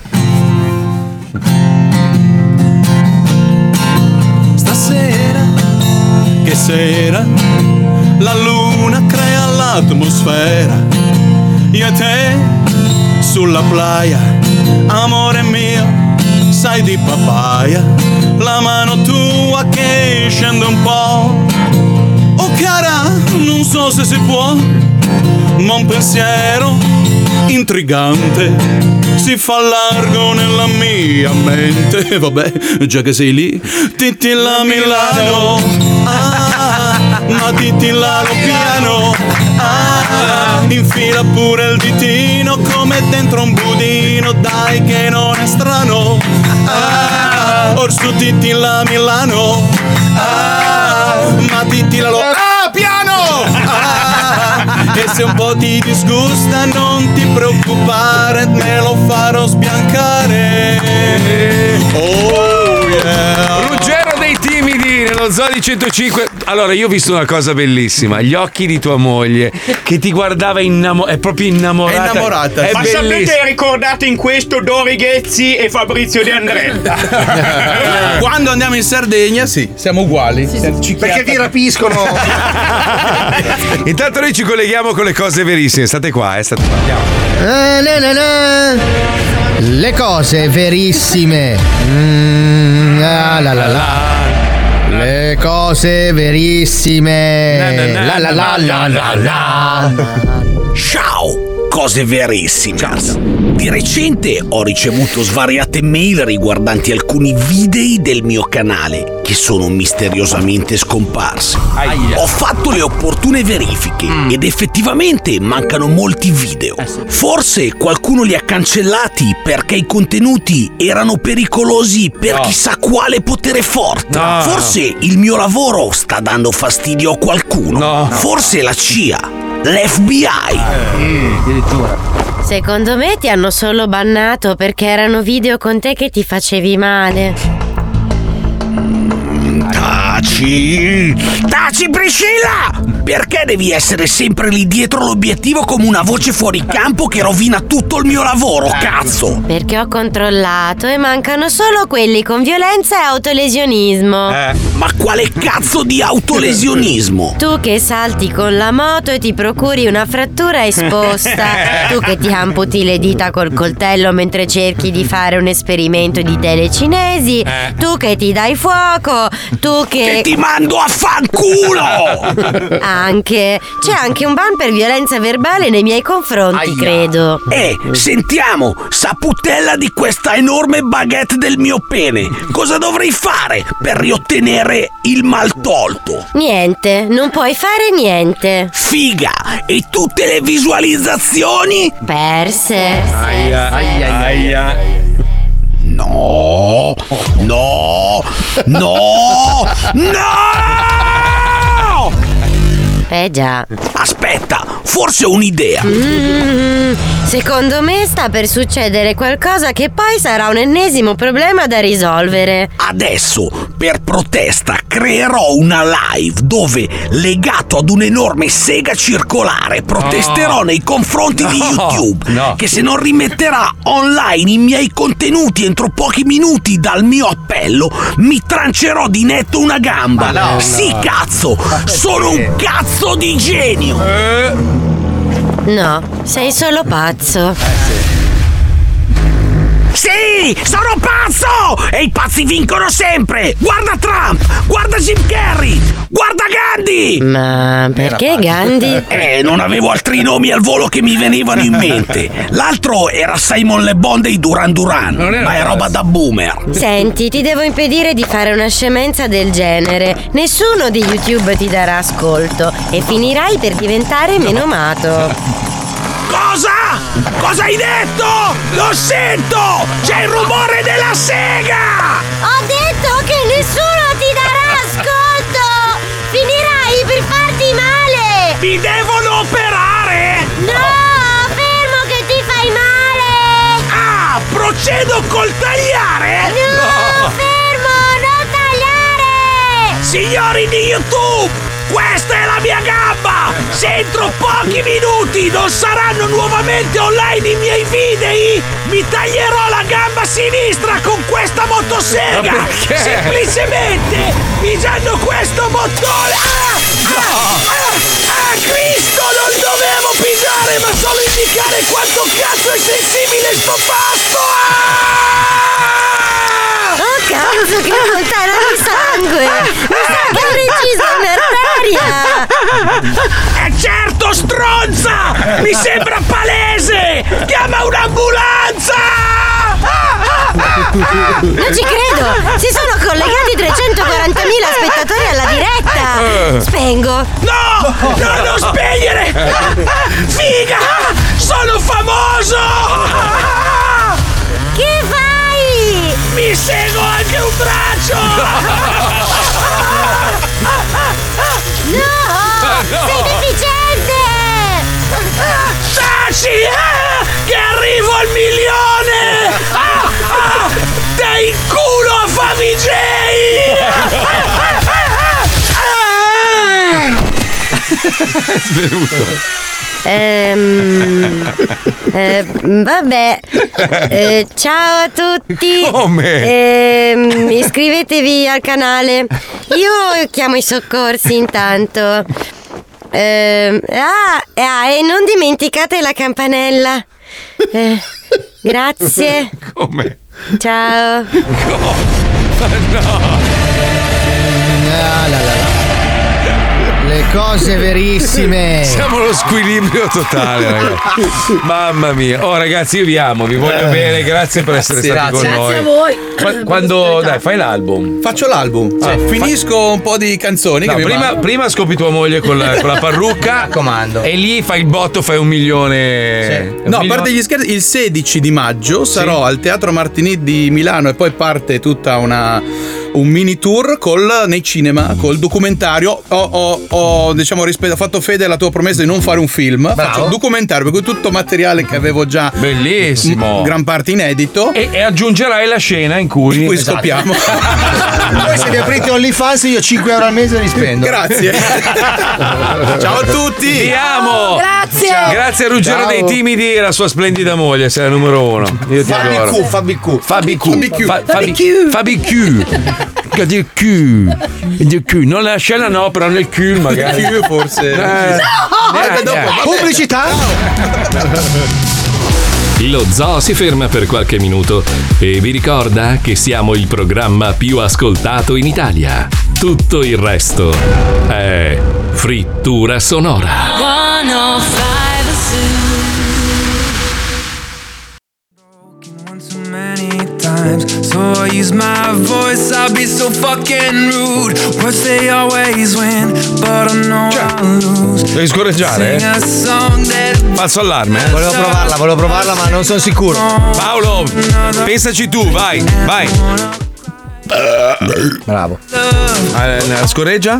Speaker 17: Stasera, che sera, la luna crea l'atmosfera. Io e te sulla playa, amore mio, sai di papaya. La mano tua che scende un po'. Oh cara, non so se si può, ma un pensiero intrigante si fa largo nella mia mente. Vabbè, già che
Speaker 2: <laughs>
Speaker 17: sei lì, titilla Milano, ah, ma titillalo piano, ah, infila pure il ditino come dentro un budino, dai che non è strano, ah, orso titilla Milano, ah, ma titillalo, ah, piano, ah, e se un po' ti disgusta non ti preoccupare, me lo farò sbiancare. Oh yeah.
Speaker 2: Ruggero dei timidi nello zoo di 105. Allora, io ho visto una cosa bellissima, gli occhi di tua moglie che ti guardava innamorata, è proprio innamorata. È
Speaker 8: Ma sapete
Speaker 2: bellissima.
Speaker 8: ricordate in questo Dori Ghezzi e Fabrizio
Speaker 2: <laughs>
Speaker 8: De Andretta?
Speaker 21: Quando andiamo in Sardegna, sì, siamo uguali.
Speaker 3: Perché ti rapiscono.
Speaker 2: Intanto noi ci colleghiamo con le cose verissime, state qua, eh, state qua. Andiamo.
Speaker 3: Ah, na, na, na. Le cose verissime. Mm, ah, la, la, la. Le cose
Speaker 23: Eh,
Speaker 3: verissime. La la la la la la.
Speaker 23: Ciao, cose verissime. Di recente ho ricevuto svariate mail riguardanti alcuni video del mio canale che sono misteriosamente scomparse. Ho fatto le opportune verifiche ed effettivamente mancano molti video. Forse qualcuno li ha cancellati perché i contenuti erano pericolosi per chissà quale potere forte.
Speaker 5: No.
Speaker 23: Forse il mio lavoro sta dando fastidio a qualcuno. Forse la CIA, l'FBI.
Speaker 11: Eh. Secondo me ti hanno solo bannato perché erano video con te che ti facevi male.
Speaker 23: Taci! Taci Priscilla! Perché devi essere sempre lì dietro l'obiettivo come una voce fuori campo che rovina tutto il mio lavoro, cazzo!
Speaker 11: Perché ho controllato e mancano solo quelli con violenza e autolesionismo.
Speaker 23: Ma quale cazzo di
Speaker 11: <laughs>
Speaker 23: autolesionismo?
Speaker 11: Tu che salti con la moto e ti procuri una frattura esposta. tu che ti amputi le dita col coltello mentre cerchi di fare un esperimento di telecinesi.
Speaker 5: Eh.
Speaker 11: Tu che ti dai fuoco. Tu che.
Speaker 5: Che ti mando a fanculo!
Speaker 11: anche. C'è anche un ban per violenza verbale nei miei confronti, credo.
Speaker 23: Eh, sentiamo, saputella di questa enorme baguette del mio pene, cosa dovrei fare per riottenere il mal tolto?
Speaker 11: Niente, non puoi fare niente.
Speaker 23: Figa! E tutte le visualizzazioni?
Speaker 11: Perse.
Speaker 23: Aia, aia, aia. No, no, no, no!
Speaker 11: Eh già.
Speaker 23: Aspetta, forse ho un'idea.
Speaker 11: Mm, secondo me sta per succedere qualcosa che poi sarà un ennesimo problema da risolvere.
Speaker 23: Adesso, per protesta, creerò una live dove, legato ad un'enorme sega circolare, protesterò
Speaker 5: No.
Speaker 23: nei confronti di
Speaker 5: Ah. No,
Speaker 23: YouTube,
Speaker 5: no.
Speaker 23: che se non rimetterà online i miei contenuti entro pochi minuti dal mio appello, mi trancerò di netto una gamba.
Speaker 5: Ma no,
Speaker 23: sì,
Speaker 5: no.
Speaker 23: cazzo, sono un cazzo di genio.
Speaker 5: Eh?
Speaker 11: No, sei solo pazzo.
Speaker 23: Sì, sono pazzo! E i pazzi vincono sempre! Guarda Trump! Guarda Jim Carrey! Guarda Gandhi!
Speaker 11: Ma perché Gandhi?
Speaker 23: Eh, non avevo altri nomi al volo che mi venivano in mente. L'altro era Simon Le Bon dei Duran Duran, ma è roba da boomer.
Speaker 11: Senti, ti devo impedire di fare una scemenza del genere. Nessuno di YouTube ti darà ascolto e finirai per diventare
Speaker 23: <laughs>
Speaker 11: menomato.
Speaker 23: Cosa? Cosa hai detto? Lo sento! C'è il rumore della sega!
Speaker 11: Ho detto che nessuno ti darà ascolto! Finirai per farti male!
Speaker 23: Mi devono operare!
Speaker 11: No! Fermo che ti fai male!
Speaker 23: Ah! Procedo col tagliare!
Speaker 11: No! Fermo! Non tagliare!
Speaker 23: Signori di YouTube, questa è la mia gamba! Se entro pochi minuti non saranno nuovamente online i miei video, mi taglierò la gamba sinistra con questa motosega!
Speaker 5: Ma perché?
Speaker 23: Semplicemente pigiando questo bottone! Ah! Ah! Ah! Ah, Cristo, non dovevo pigiare, ma solo indicare quanto cazzo è sensibile sto pasto! Ah!
Speaker 11: Oh cazzo che fontana di sangue! Mi sa che ho inciso un'arteria!
Speaker 23: Eh certo, stronza! Mi sembra palese! Chiama un'ambulanza!
Speaker 11: Non ci credo! Si sono collegati 340.000 spettatori alla diretta! Spengo!
Speaker 23: No! Non lo
Speaker 11: <laughs>
Speaker 23: spegnere! Figa! Sono famoso!
Speaker 11: Che fai?
Speaker 23: Mi seguo anche un braccio!
Speaker 11: No! Sei deficiente!
Speaker 23: Taci! eh, Che arrivo al milione! Ah, ah, dai in culo a Favij!
Speaker 11: Ehm, eh, vabbè, Eh, ciao a tutti.
Speaker 5: Come?
Speaker 11: Ehm, iscrivetevi al canale. Io chiamo i soccorsi intanto. Ehm, ah, ah, e non dimenticate la campanella. Eh, grazie.
Speaker 5: Come?
Speaker 11: Ciao.
Speaker 5: No!
Speaker 3: Ah, la, la, la.
Speaker 16: Le cose
Speaker 21: Eh.
Speaker 16: verissime.
Speaker 2: <laughs> Siamo lo squilibrio
Speaker 21: <laughs>
Speaker 2: totale, ragazzi. Mamma mia. Oh, ragazzi, io vi amo, vi voglio
Speaker 21: Eh.
Speaker 2: bene. Grazie per essere
Speaker 21: Grazie,
Speaker 2: stati
Speaker 21: grazie.
Speaker 2: con noi.
Speaker 21: Grazie a
Speaker 13: voi.
Speaker 2: Qua- Quando dai, fai l'album.
Speaker 21: Faccio l'album.
Speaker 2: Ah,
Speaker 21: Cioè,
Speaker 2: fa-
Speaker 21: finisco un po' di canzoni.
Speaker 2: No,
Speaker 21: che mi
Speaker 2: prima,
Speaker 21: mandano.
Speaker 2: prima scopi tua moglie con la, con la parrucca. Mi raccomando. E lì fai il botto, fai un milione.
Speaker 21: No, a parte
Speaker 2: un milione-
Speaker 21: gli scherzi, il 16 di maggio sarò al Teatro Martini di Milano e poi parte tutta una un mini tour col- nei cinema col documentario. Ho, ho- ho, diciamo rispetto, ho fatto fede alla tua promessa di non fare un film. Faccio un documentario per cui tutto materiale che avevo già
Speaker 2: Bellissimo.
Speaker 21: m- gran parte inedito.
Speaker 2: E, e aggiungerai la scena in cui,
Speaker 21: in cui
Speaker 2: Esatto. <laughs>
Speaker 21: scoppiamo.
Speaker 3: Voi se vi aprite OnlyFans io 5 euro al mese li spendo.
Speaker 21: Grazie.
Speaker 3: <laughs>
Speaker 2: Ciao a tutti. Vi amo.
Speaker 3: Grazie.
Speaker 2: Grazie a Ruggero
Speaker 3: Ciao.
Speaker 2: dei Timidi e la sua splendida moglie, sei la numero uno. Io ti
Speaker 3: Fabi
Speaker 2: adoro.
Speaker 3: Q, Fabi Q.
Speaker 2: Fabi
Speaker 3: Fabi
Speaker 2: Q.
Speaker 3: Q.
Speaker 2: Fa-
Speaker 3: Fabi
Speaker 2: Fabi Fabi Q. Che Di Q. Di Q. Non la scena no, però nel Q magari.
Speaker 21: Q forse.
Speaker 2: Eh.
Speaker 21: Guarda
Speaker 2: Eh,
Speaker 21: dopo,
Speaker 2: eh.
Speaker 21: vabbè.
Speaker 3: Pubblicità.
Speaker 2: <laughs>
Speaker 1: Lo zoo si ferma per qualche minuto e vi ricorda che siamo il programma più ascoltato in Italia. Tutto il resto è frittura sonora.
Speaker 4: oh 105
Speaker 12: times. <laughs> So I use my voice, I'll be so fucking rude. Words they always win, but I know I'll lose.
Speaker 2: Devi scorreggiare,
Speaker 12: Sing a
Speaker 2: eh?
Speaker 12: song that
Speaker 2: Falso allarme, eh?
Speaker 12: Volevo provarla, volevo
Speaker 3: provarla, ma non sono sicuro.
Speaker 2: Paolo, pensaci tu, vai, vai.
Speaker 3: Bravo.
Speaker 2: Ah, eh, La scoreggia?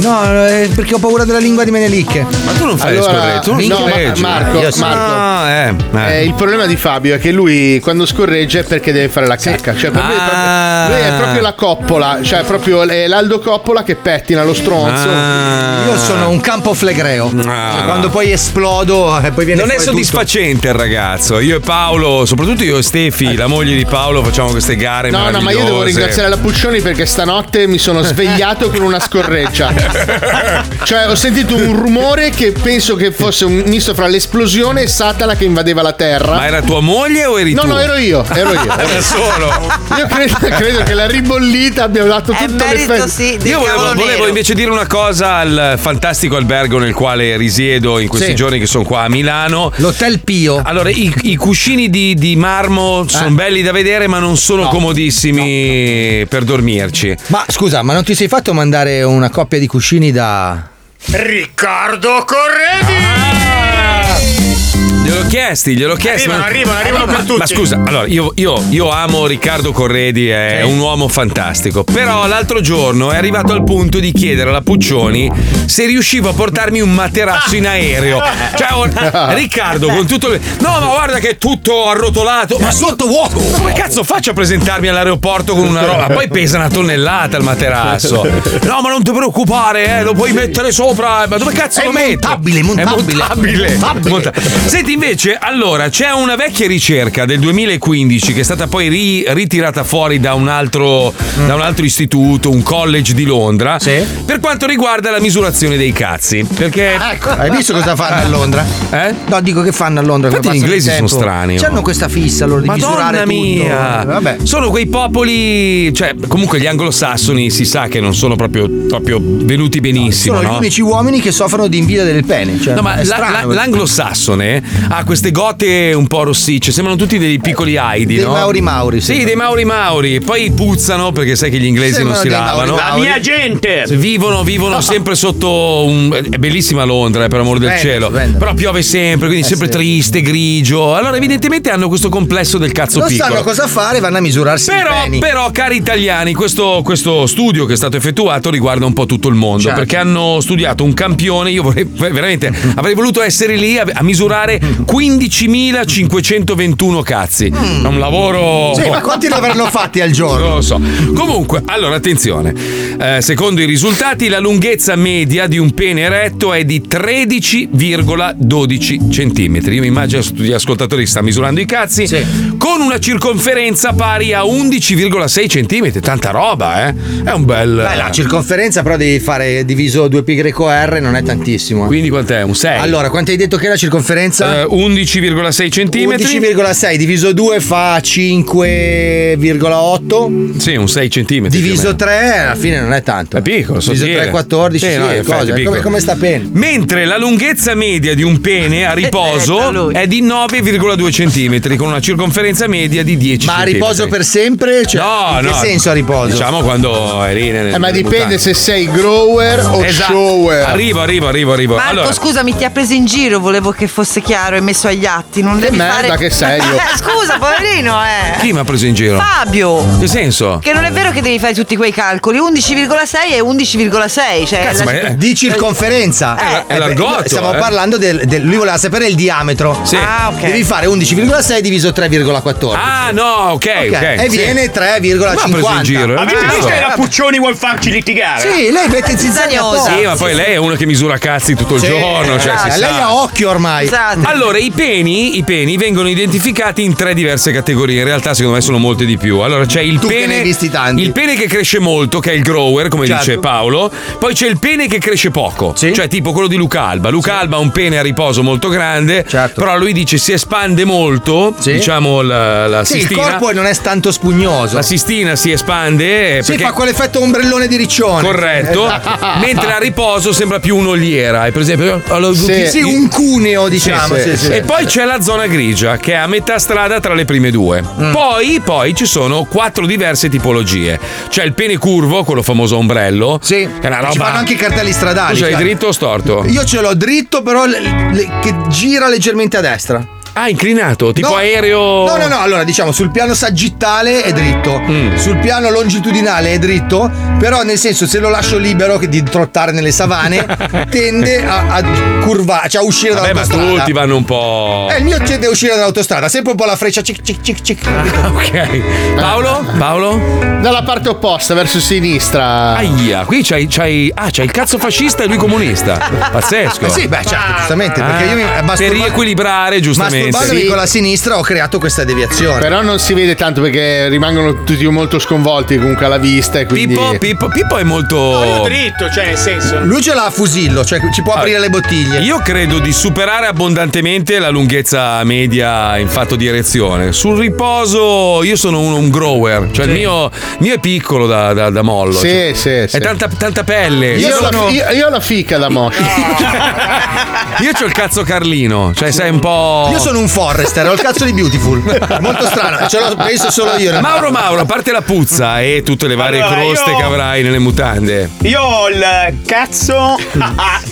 Speaker 3: No, eh, perché ho paura della lingua di Menelicche.
Speaker 2: Ma tu non
Speaker 3: fai
Speaker 6: Allora, no, ma- Marco, Marco.
Speaker 2: Ah,
Speaker 6: Eh, il problema di Fabio è che lui quando scorregge è perché deve fare la cacca. Cioè, per lui, è
Speaker 2: Ah.
Speaker 6: proprio, lui è proprio la coppola, cioè è proprio l- l'Aldo Coppola che pettina lo stronzo.
Speaker 3: Io sono un campo flegreo.
Speaker 2: Ah.
Speaker 3: Quando poi esplodo e poi viene
Speaker 2: Non è
Speaker 3: fuori tutto.
Speaker 2: soddisfacente il ragazzo. Io e Paolo, soprattutto io e Stefi, la moglie di Paolo, facciamo queste gare.
Speaker 6: Eh. No, no, ma io devo
Speaker 2: meravigliose.
Speaker 6: ringraziare la Puccioni perché stanotte mi sono svegliato con
Speaker 2: <laughs>
Speaker 6: una scorreggia. Cioè, ho sentito un rumore che penso che fosse un misto fra l'esplosione e Satana che invadeva la Terra.
Speaker 2: Ma era tua moglie o eri
Speaker 6: no,
Speaker 2: tu?
Speaker 6: No, ero io, ero io.
Speaker 2: <laughs> Ah,
Speaker 6: ero
Speaker 2: da
Speaker 6: io.
Speaker 2: solo.
Speaker 6: Io credo, credo che la ribollita abbia dato tutto l'effetto.
Speaker 2: Io volevo, volevo invece dire una cosa al fantastico albergo nel quale risiedo in questi
Speaker 3: Sì.
Speaker 2: giorni che sono qua a Milano.
Speaker 3: L'hotel Pio.
Speaker 2: Allora, i, i cuscini di, di marmo sono
Speaker 3: Eh,
Speaker 2: belli da vedere, ma non sono comodissimi per dormirci.
Speaker 3: Ma scusa, ma non ti sei fatto mandare una coppia di cuscini da.
Speaker 5: Riccardo
Speaker 12: Ah!
Speaker 5: Corredi!
Speaker 2: Gliel'ho chiesti, gliel'ho chiesto.
Speaker 5: Arrivano,
Speaker 2: ma-
Speaker 5: arrivano, arrivano per
Speaker 2: ma,
Speaker 5: tutti.
Speaker 2: Ma scusa, allora io, io- io amo Riccardo Corredi, è un uomo fantastico. Però l'altro giorno è arrivato al punto di chiedere alla Puccioni se riuscivo a portarmi un materasso in aereo.
Speaker 5: Ah.
Speaker 2: Cioè, <laughs> or- Riccardo, con tutto. il- No, ma guarda che è tutto arrotolato, ma sotto vuoto. Come cazzo faccio a presentarmi all'aeroporto con una roba? Poi pesa una tonnellata il materasso. <laughs> No, ma non ti preoccupare, eh, lo puoi mettere sopra. Ma dove cazzo lo metti? Montabile,
Speaker 3: montabile, montabile.
Speaker 2: Monta- Senti, invece, allora c'è una vecchia ricerca del 2015 che è stata poi ri- ritirata fuori da un, altro, da un altro istituto, un college di Londra, per quanto riguarda la misurazione dei cazzi. Perché.
Speaker 3: Ecco. Hai visto cosa fanno a Londra?
Speaker 2: Eh?
Speaker 3: No, dico che fanno a Londra.
Speaker 2: Infatti
Speaker 3: come
Speaker 2: gli
Speaker 3: passano il
Speaker 2: inglesi sono
Speaker 3: tempo.
Speaker 2: strani,
Speaker 3: C'hanno
Speaker 2: oh.
Speaker 3: questa fissa loro di misurare
Speaker 2: Madonna
Speaker 3: tutto. Eh,
Speaker 2: mia!
Speaker 3: Vabbè.
Speaker 2: Sono quei popoli, cioè comunque gli anglosassoni si sa che non sono proprio, proprio venuti benissimo.
Speaker 3: Sono
Speaker 2: no?
Speaker 3: gli unici uomini che soffrono di invidia del pene. Cioè,
Speaker 2: No, ma
Speaker 3: è
Speaker 2: la- la-
Speaker 3: strano.
Speaker 2: l'anglosassone eh, ha queste gote un po' rossicce, sembrano tutti dei piccoli Heidi,
Speaker 3: Dei
Speaker 2: no?
Speaker 3: Mauri Mauri,
Speaker 2: Sì, dei Mauri Mauri. Poi puzzano perché sai che gli inglesi non
Speaker 9: Sembrano
Speaker 2: si
Speaker 9: dei Mauri
Speaker 2: lavano.
Speaker 9: Mauri. La mia gente!
Speaker 2: Vivono,
Speaker 8: <laughs>
Speaker 2: vivono sempre sotto un. È bellissima Londra, eh, per amor del
Speaker 9: Stupendo,
Speaker 2: cielo.
Speaker 9: stupendo.
Speaker 2: Però piove sempre, quindi sempre triste, grigio. Allora, evidentemente hanno questo complesso del cazzo
Speaker 3: non
Speaker 2: piccolo.
Speaker 3: sanno cosa fare, vanno a misurarsi i
Speaker 2: Però,
Speaker 3: peni.
Speaker 2: però, cari italiani, questo, questo studio che è stato effettuato riguarda un po' tutto il mondo
Speaker 3: Certo.
Speaker 2: perché hanno studiato un campione. Io vorrei, veramente avrei voluto essere lì a, a misurare 15.521 cazzi. È un lavoro.
Speaker 3: Sì, ma quanti ne avranno fatti al giorno?
Speaker 2: Oh. Non lo so. Comunque, allora attenzione. Eh, secondo i risultati, la lunghezza media di un pene eretto è di 13,12 cm. Io mi immagino gli ascoltatori che sta misurando i cazzi con una circonferenza pari a 11,6 cm. Tanta roba, eh? È un bel.
Speaker 3: Beh, la circonferenza però devi fare diviso 2π R non è tantissimo. eh.
Speaker 2: Quindi quant'è? Un 6?
Speaker 3: Allora, quanto hai detto che è la circonferenza?
Speaker 2: Eh, 11,6 centimetri.
Speaker 3: 11,6 diviso 2 fa 5,8
Speaker 2: Sì, un 6 centimetri. più o
Speaker 3: diviso
Speaker 2: meno.
Speaker 3: 3 alla fine non è tanto.
Speaker 2: È piccolo,
Speaker 3: Diviso
Speaker 2: sottile.
Speaker 3: 3 14,
Speaker 2: Sì,
Speaker 3: sì, è
Speaker 2: no, in effetti
Speaker 3: cosa,
Speaker 2: è
Speaker 3: come,
Speaker 2: piccolo.
Speaker 3: come sta bene.
Speaker 2: Mentre la lunghezza media di un pene a riposo è di 9,2 centimetri, con una circonferenza media di 10
Speaker 3: Ma a
Speaker 2: centimetri.
Speaker 3: riposo per sempre? Cioè,
Speaker 2: No,
Speaker 3: in che
Speaker 2: Ah, no.
Speaker 3: senso a riposo?
Speaker 2: Diciamo quando eri nel,
Speaker 6: Eh, ma
Speaker 2: nelle
Speaker 6: dipende
Speaker 2: mutande.
Speaker 6: se sei grower
Speaker 5: Eh,
Speaker 6: o
Speaker 2: Esatto.
Speaker 6: shower.
Speaker 2: Arrivo, arrivo, arrivo, arrivo.
Speaker 7: Marco,
Speaker 2: allora,
Speaker 7: scusami, ti ha preso in giro, volevo che fosse chiaro e messo agli atti. Non devi
Speaker 6: merda
Speaker 7: fare... <laughs>
Speaker 6: che sei io.
Speaker 7: Eh, Scusa, poverino, eh.
Speaker 2: chi mi ha preso in giro?
Speaker 7: Fabio.
Speaker 2: Che senso?
Speaker 7: Che non è vero che devi fare tutti quei calcoli, 11,6 e 11,6. Cioè
Speaker 3: Cazzo,
Speaker 7: la-
Speaker 3: ma è-
Speaker 2: <laughs>
Speaker 3: di circonferenza.
Speaker 7: Eh,
Speaker 3: Eh, beh,
Speaker 2: l'argotto,
Speaker 3: Stiamo
Speaker 2: eh.
Speaker 3: parlando del, del- Lui voleva sapere il diametro.
Speaker 2: Sì.
Speaker 7: Ah, ok.
Speaker 3: Devi fare 11,6 diviso 3,14.
Speaker 2: Ah, no, ok, ok.
Speaker 3: Ok, e
Speaker 2: Sì.
Speaker 3: viene
Speaker 8: Ma ha preso in
Speaker 3: 3,50.
Speaker 2: giro, eh?
Speaker 8: Avete
Speaker 2: Ah,
Speaker 8: visto
Speaker 2: no.
Speaker 8: che la Puccioni vuol farci litigare?
Speaker 3: Sì, lei mette zizzania apposta.
Speaker 2: Sì, ma poi lei è una che misura cazzi tutto il
Speaker 3: Sì,
Speaker 2: giorno. Cioè,
Speaker 3: esatto.
Speaker 2: si
Speaker 3: lei
Speaker 2: sa.
Speaker 3: ha occhio ormai.
Speaker 2: Allora, i peni, i peni vengono identificati in tre diverse categorie. In realtà, secondo me, sono molte di più. Allora, c'è il
Speaker 3: Tu che
Speaker 2: pene.
Speaker 3: ne hai visti tanti.
Speaker 2: Il pene che cresce molto, che è il grower, come
Speaker 3: Certo.
Speaker 2: dice Paolo. Poi c'è il pene che cresce poco, cioè tipo quello di Luca Alba. Luca Alba ha un pene a riposo molto grande,
Speaker 3: Certo.
Speaker 2: però lui dice si espande molto, diciamo la, la
Speaker 3: Sì, il
Speaker 2: sistina.
Speaker 3: corpo non è tanto spugnoso.
Speaker 2: La sistina si espande eh,
Speaker 3: Sì,
Speaker 2: perché
Speaker 3: fa quell'effetto ombrellone di riccione. <laughs>
Speaker 2: corretto,
Speaker 3: Esatto.
Speaker 2: mentre a riposo sembra più un'oliera. E per esempio, allo-
Speaker 3: Sì, sì, un cuneo, diciamo. sì, sì.
Speaker 2: e poi c'è la zona grigia che è a metà strada tra le prime due.
Speaker 3: Mm.
Speaker 2: Poi, poi ci sono quattro diverse tipologie. C'è il pene curvo, quello famoso ombrello. Sì. Che è una roba.
Speaker 3: Ci fanno anche i cartelli stradali,
Speaker 2: Tu ce l'hai
Speaker 3: cioè.
Speaker 2: dritto o storto?
Speaker 3: Io ce l'ho dritto, però le- le- che gira leggermente a destra.
Speaker 2: Ah, inclinato, tipo aereo.
Speaker 3: No, no, no, allora diciamo sul piano sagittale è dritto,
Speaker 2: Mm.
Speaker 3: sul piano longitudinale è dritto, però nel senso se lo lascio libero che di trottare nelle
Speaker 2: <laughs>
Speaker 3: savane tende a, a curvare, cioè a uscire
Speaker 2: Vabbè, ma
Speaker 3: dall'autostrada.
Speaker 2: tutti vanno un po'.
Speaker 3: Eh, il mio tende a uscire dall'autostrada, sempre un po' la freccia cic cic cic cic.
Speaker 2: Ah, ok. Paolo? Paolo?
Speaker 6: Dalla parte opposta, verso sinistra.
Speaker 2: Aia, qui c'hai, c'hai- ah, c'hai il cazzo fascista e
Speaker 3: <laughs>
Speaker 2: lui comunista. Pazzesco.
Speaker 3: Eh sì, beh, certo, giustamente, perché io mi-
Speaker 2: Ah, Per
Speaker 3: masturba-
Speaker 2: riequilibrare, giustamente.
Speaker 3: Masturbandomi con la sinistra ho creato questa deviazione.
Speaker 6: Però non si vede tanto perché rimangono tutti molto sconvolti comunque alla vista e quindi...
Speaker 2: Pippo, Pippo, Pippo è molto.
Speaker 8: Dritto, cioè nel senso.
Speaker 3: Lui ce l'ha a fusillo, cioè ci può aprire le bottiglie.
Speaker 2: Io credo di superare abbondantemente la lunghezza media in fatto di erezione. Sul riposo, io sono uno- un grower, cioè il mio, il mio è piccolo da, da- da mollo.
Speaker 6: Sì,
Speaker 2: cioè.
Speaker 6: sì, sì.
Speaker 2: È tanta, tanta pelle.
Speaker 6: Io, ho la, io- io ho la fica da mosca.
Speaker 2: <laughs> io ho il cazzo Carlino, cioè sei un po'.
Speaker 3: Io sono un forester, ho il cazzo di Beautiful. Molto strano, ce l'ho penso solo io.
Speaker 2: Mauro Mauro, a parte la puzza e tutte le varie
Speaker 8: Allora,
Speaker 2: croste
Speaker 8: io-
Speaker 2: che avrai nelle mutande.
Speaker 8: Io ho il cazzo a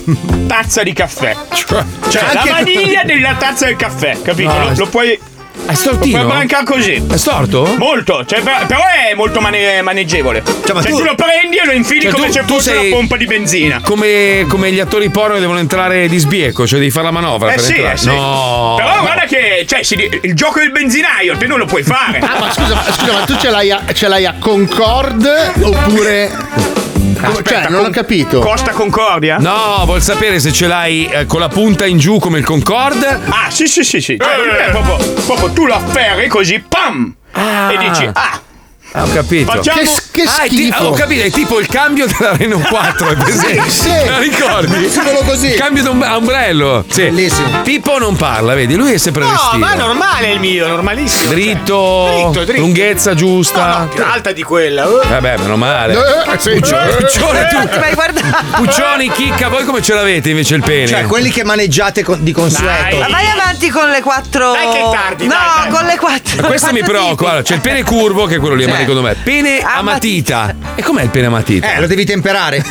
Speaker 8: tazza di caffè. Cioè,
Speaker 2: anche-
Speaker 8: la vaniglia della tazza del caffè, capito?
Speaker 2: Ah,
Speaker 8: lo, lo puoi.
Speaker 2: È
Speaker 8: stortino? Lo puoi brancare così.
Speaker 2: È storto?
Speaker 8: Molto, cioè, però però è molto mane- maneggevole. Cioè,
Speaker 2: ma
Speaker 8: tu...
Speaker 2: tu-
Speaker 8: lo prendi e lo infili
Speaker 2: Cioè,
Speaker 8: come
Speaker 2: tu-
Speaker 8: se
Speaker 2: tu
Speaker 8: fosse
Speaker 2: sei-
Speaker 8: una pompa di benzina.
Speaker 2: Come, come gli attori porno che devono entrare di sbieco, cioè devi fare la manovra
Speaker 8: Eh
Speaker 2: per
Speaker 8: sì,
Speaker 2: entrare.
Speaker 8: eh sì.
Speaker 2: No.
Speaker 8: Però guarda che cioè, si di- il gioco del benzinaio, te non lo puoi fare.
Speaker 6: Ah, ma scusa, ma, scusa, ma tu ce l'hai, a, ce l'hai a Concord oppure... cioè, non ho capito.
Speaker 8: Costa Concordia?
Speaker 2: No, vuol sapere se ce l'hai eh, con la punta in giù come il Eh. Concorde.
Speaker 8: Ah, sì, sì, sì, sì. Cioè, non è proprio, proprio tu lo afferri così, pam! E dici, ah,
Speaker 2: Ah, ho capito.
Speaker 8: Facciamo- Che s- che
Speaker 2: Ah, è ti-
Speaker 8: schifo.
Speaker 2: ah, ho capito, è tipo il cambio della
Speaker 8: <laughs>
Speaker 2: Renault 4, è presente?
Speaker 8: Sì, sì.
Speaker 2: Te la ricordi?
Speaker 8: Solo così.
Speaker 2: Cambio da um- ombrello. Sì. Bellissimo. Pippo non parla, vedi, lui è sempre
Speaker 9: No,
Speaker 2: vestito.
Speaker 9: ma è normale il mio, normalissimo. cioè.
Speaker 2: Dritto,
Speaker 9: Dritto, dritto.
Speaker 2: lunghezza giusta.
Speaker 9: Più alta di quella. eh.
Speaker 2: Vabbè, meno male.
Speaker 9: Eh, sì.
Speaker 2: Puccioni, Puccioni, tu.
Speaker 9: Eh, ma guardate.
Speaker 2: Puccioni, chicca, voi come ce l'avete invece il pene?
Speaker 3: Cioè, quelli che maneggiate con- di consueto.
Speaker 7: Ma vai avanti con le quattro. Dai che tardi, no, con le quattro.
Speaker 2: Ma questo mi
Speaker 7: quattro
Speaker 2: preoccupa. Guarda, c'è il pene curvo, che è quello lì,
Speaker 3: Sì.
Speaker 2: ma secondo me. Pene a matita. E com'è il pene a matita?
Speaker 3: Eh, lo devi temperare.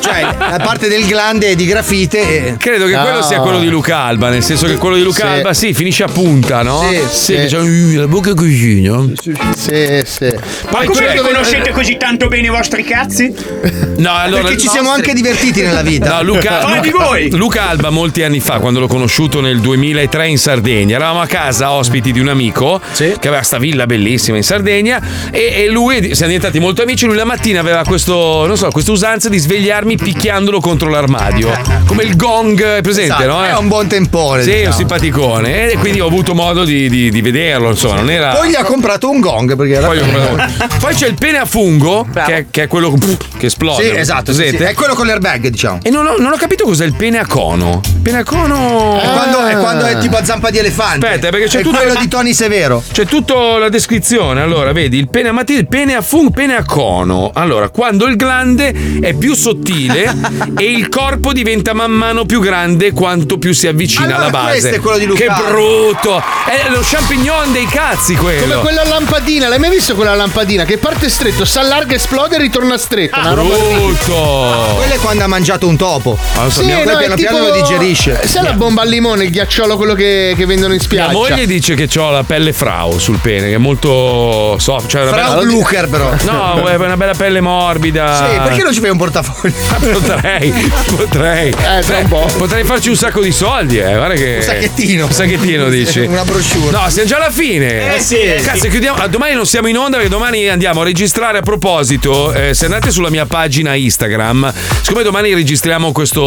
Speaker 3: cioè, la parte del glande è di grafite. e-
Speaker 2: Credo che quello
Speaker 3: No.
Speaker 2: sia quello di Luca Alba, nel senso che quello di Luca
Speaker 3: Sì.
Speaker 2: Alba sì, finisce a punta, no?
Speaker 3: Sì, sì.
Speaker 2: che c'ha "Uh, la bocca così, no?
Speaker 6: Sì, sì.
Speaker 8: Ma
Speaker 2: Poi
Speaker 8: come
Speaker 3: cioè,
Speaker 2: c'è-
Speaker 8: conoscete così tanto bene i vostri cazzi?
Speaker 3: eh,
Speaker 2: No, allora,
Speaker 8: Perché ci siamo
Speaker 3: anche divertiti nella vita.
Speaker 2: No, Luca,
Speaker 8: Fate
Speaker 2: Luca-
Speaker 8: voi.
Speaker 2: Luca Alba molti anni fa, quando l'ho conosciuto nel 2003 in Sardegna, eravamo a casa ospiti di un amico che aveva sta villa bellissima in Sardegna E, e lui, siamo diventati molto amici. Lui la mattina aveva questo, non so, questa usanza di svegliarmi picchiandolo contro l'armadio. Come il gong, è presente,
Speaker 3: Esatto,
Speaker 2: no?
Speaker 3: È un buon tempone.
Speaker 2: Sì, è
Speaker 3: diciamo.
Speaker 2: un simpaticone. E quindi ho avuto modo di, di- di vederlo, insomma, non era.
Speaker 3: Poi gli ha comprato un gong perché alla
Speaker 2: Ah. Poi,
Speaker 3: fine-
Speaker 2: poi c'è il pene a fungo, che è, che è quello pff, che esplode.
Speaker 3: Sì, esatto, sì,
Speaker 2: presente?
Speaker 3: sì. è quello con l'airbag, diciamo.
Speaker 2: E non ho, non ho capito cos'è il pene a cono. Pene a cono.
Speaker 3: È quando, è quando è tipo a zampa di elefante.
Speaker 2: Eh. Aspetta, perché c'è
Speaker 3: è
Speaker 2: tutto-
Speaker 3: quello di Tony Severo.
Speaker 2: C'è tutta la descrizione. Allora, vedi, il pene a matita, il pene a fungo, pene a cono. Allora, quando il glande è più sottile e il corpo diventa man mano più grande quanto più si avvicina
Speaker 6: Allora,
Speaker 2: alla base.
Speaker 6: questo è quello di Luca.
Speaker 2: Che brutto! È lo champignon dei cazzi quello.
Speaker 6: Come quella lampadina, l'hai mai visto quella lampadina che parte stretto, si allarga, esplode e ritorna stretto? Una roba così.
Speaker 3: Quello è quando ha mangiato un topo.
Speaker 2: Ah,
Speaker 6: Sì,
Speaker 3: Poi
Speaker 6: no, è
Speaker 3: piano piano
Speaker 6: tipo-
Speaker 3: lo digerisce.
Speaker 6: Sai la bomba al limone, il ghiacciolo, quello che, che vendono in
Speaker 2: Mia
Speaker 6: spiaggia?
Speaker 2: moglie dice che ho la pelle frau sul pene, che è molto soft. Cioè una
Speaker 3: Frau
Speaker 2: bella...
Speaker 3: Blucher, però.
Speaker 2: No, è una bella pelle morbida.
Speaker 3: Sì, perché non ci fai un
Speaker 2: <laughs>
Speaker 3: portafoglio?
Speaker 2: Ah, Potrei, potrei.
Speaker 3: Eh,
Speaker 2: Potrei farci un sacco di soldi, eh. Guarda che.
Speaker 3: Un sacchettino.
Speaker 2: Un sacchettino,
Speaker 3: <laughs>
Speaker 2: dici.
Speaker 3: Una brochure.
Speaker 2: No, siamo già alla fine.
Speaker 3: Eh sì, eh sì.
Speaker 2: Cazzo, chiudiamo. ah, Domani non siamo in onda perché domani andiamo a registrare. A proposito, eh, se andate sulla mia pagina Instagram, siccome domani registriamo questo.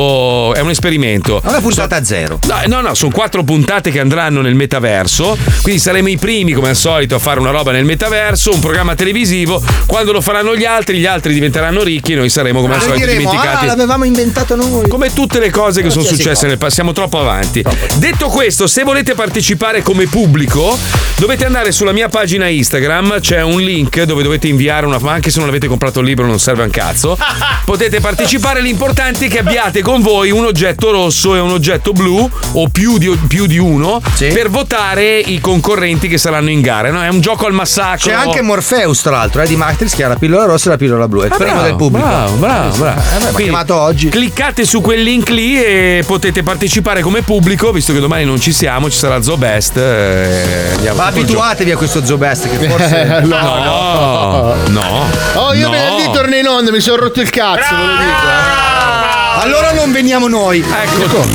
Speaker 2: È un esperimento.
Speaker 3: È una puntata a zero.
Speaker 2: No, no, no, sono quattro puntate che andranno nel metaverso, quindi saremo i primi come al solito a fare una roba nel metaverso, un programma televisivo, quando lo faranno gli altri, gli altri diventeranno ricchi e noi saremo come al
Speaker 11: Noi
Speaker 2: solito
Speaker 11: diremo, ah,
Speaker 2: dimenticati.
Speaker 11: l'avevamo inventato noi.
Speaker 2: Come tutte le cose
Speaker 3: Eh,
Speaker 2: che sono successe nel passato, siamo troppo avanti. Detto questo, se volete partecipare come pubblico, dovete andare sulla mia pagina Instagram, c'è un link dove dovete inviare una. Ma anche se non avete comprato il libro, non serve un cazzo. Potete partecipare, l'importante è che abbiate con voi un oggetto rosso e un oggetto blu, o più di, più di uno, per votare i concorrenti che saranno in gara. No, è un gioco al massacro.
Speaker 3: C'è anche Morpheus, tra l'altro, è di Matrix che ha la pillola rossa e la pillola blu. È il
Speaker 2: Ah,
Speaker 3: primo
Speaker 2: bravo,
Speaker 3: del pubblico.
Speaker 2: Bravo, bravo, bravo.
Speaker 3: Eh, beh, ma
Speaker 2: Quindi,
Speaker 3: chiamato oggi.
Speaker 2: Cliccate su quel link lì e potete partecipare come pubblico, visto che domani non ci siamo, ci sarà Zobest. eh, andiamo
Speaker 3: Ma
Speaker 2: tutto il
Speaker 3: abituatevi a questo Zobest che forse.
Speaker 2: <laughs> gioco. no, no,
Speaker 6: Oh, io
Speaker 2: no.
Speaker 6: venerdì torno in onda, mi sono rotto il cazzo, ve lo dico. eh.
Speaker 3: Allora non veniamo noi.
Speaker 2: Ecco.
Speaker 3: Ecco.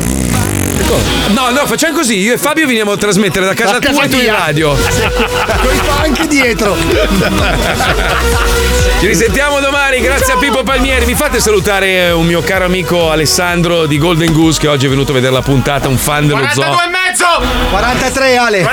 Speaker 2: No, no, facciamo così. Io e Fabio veniamo a trasmettere da
Speaker 3: Da
Speaker 2: casa tua
Speaker 3: casa
Speaker 2: e tu in
Speaker 3: mia.
Speaker 2: radio.
Speaker 3: Coi punk dietro.
Speaker 2: Ci risentiamo domani, grazie a Pippo Palmieri. Mi fate salutare eh, un mio caro amico Alessandro di Golden Goose che oggi è venuto a vedere la puntata, un fan dello zoo.
Speaker 8: mezzo!
Speaker 3: 43 Ale.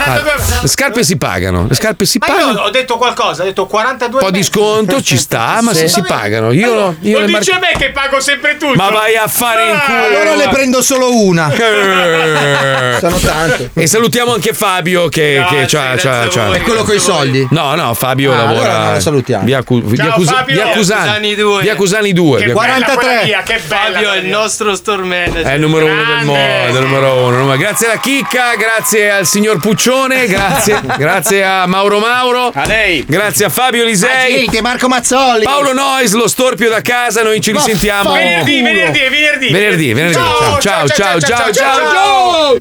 Speaker 2: Le scarpe si pagano, le scarpe si
Speaker 9: Ma io
Speaker 2: pagano.
Speaker 9: ho detto qualcosa, ho detto 42
Speaker 2: Un po' di sconto ci sta, ma se si pagano. Io, io
Speaker 9: Lo
Speaker 2: le
Speaker 9: dice
Speaker 2: marche-
Speaker 9: a me che pago sempre tutto. Ah,
Speaker 2: Ma vai a fare in culo.
Speaker 3: Allora le prendo solo una.
Speaker 2: Eh.
Speaker 3: Sono tante.
Speaker 2: E salutiamo anche Fabio che, che c'ha, c'ha, c'ha.
Speaker 3: È quello coi soldi.
Speaker 2: No, no, Fabio
Speaker 3: Ah,
Speaker 2: lavora.
Speaker 3: allora non lo salutiamo.
Speaker 2: Via, Cu- via
Speaker 3: Ciao,
Speaker 2: Cusa-
Speaker 3: Fabio.
Speaker 2: via Cusani.
Speaker 3: Cusani due.
Speaker 2: Via Cusani 2.
Speaker 3: Che bella quella via,
Speaker 9: che
Speaker 15: bello Fabio è il nostro store manager.
Speaker 2: È il numero uno del mondo, il numero uno. Ma Grazie alla chicca, grazie al signor Puccione, <laughs> grazie, grazie a Mauro Mauro. A lei. Grazie a Fabio Lisei.
Speaker 3: Agite, Marco Mazzoli.
Speaker 2: Paolo Nois, lo storpio da casa, noi ci risentiamo.
Speaker 9: Venerdì, venerdì, venerdì.
Speaker 2: Venerdì, venerdì. Ciao, ciao, ciao, ciao, ciao.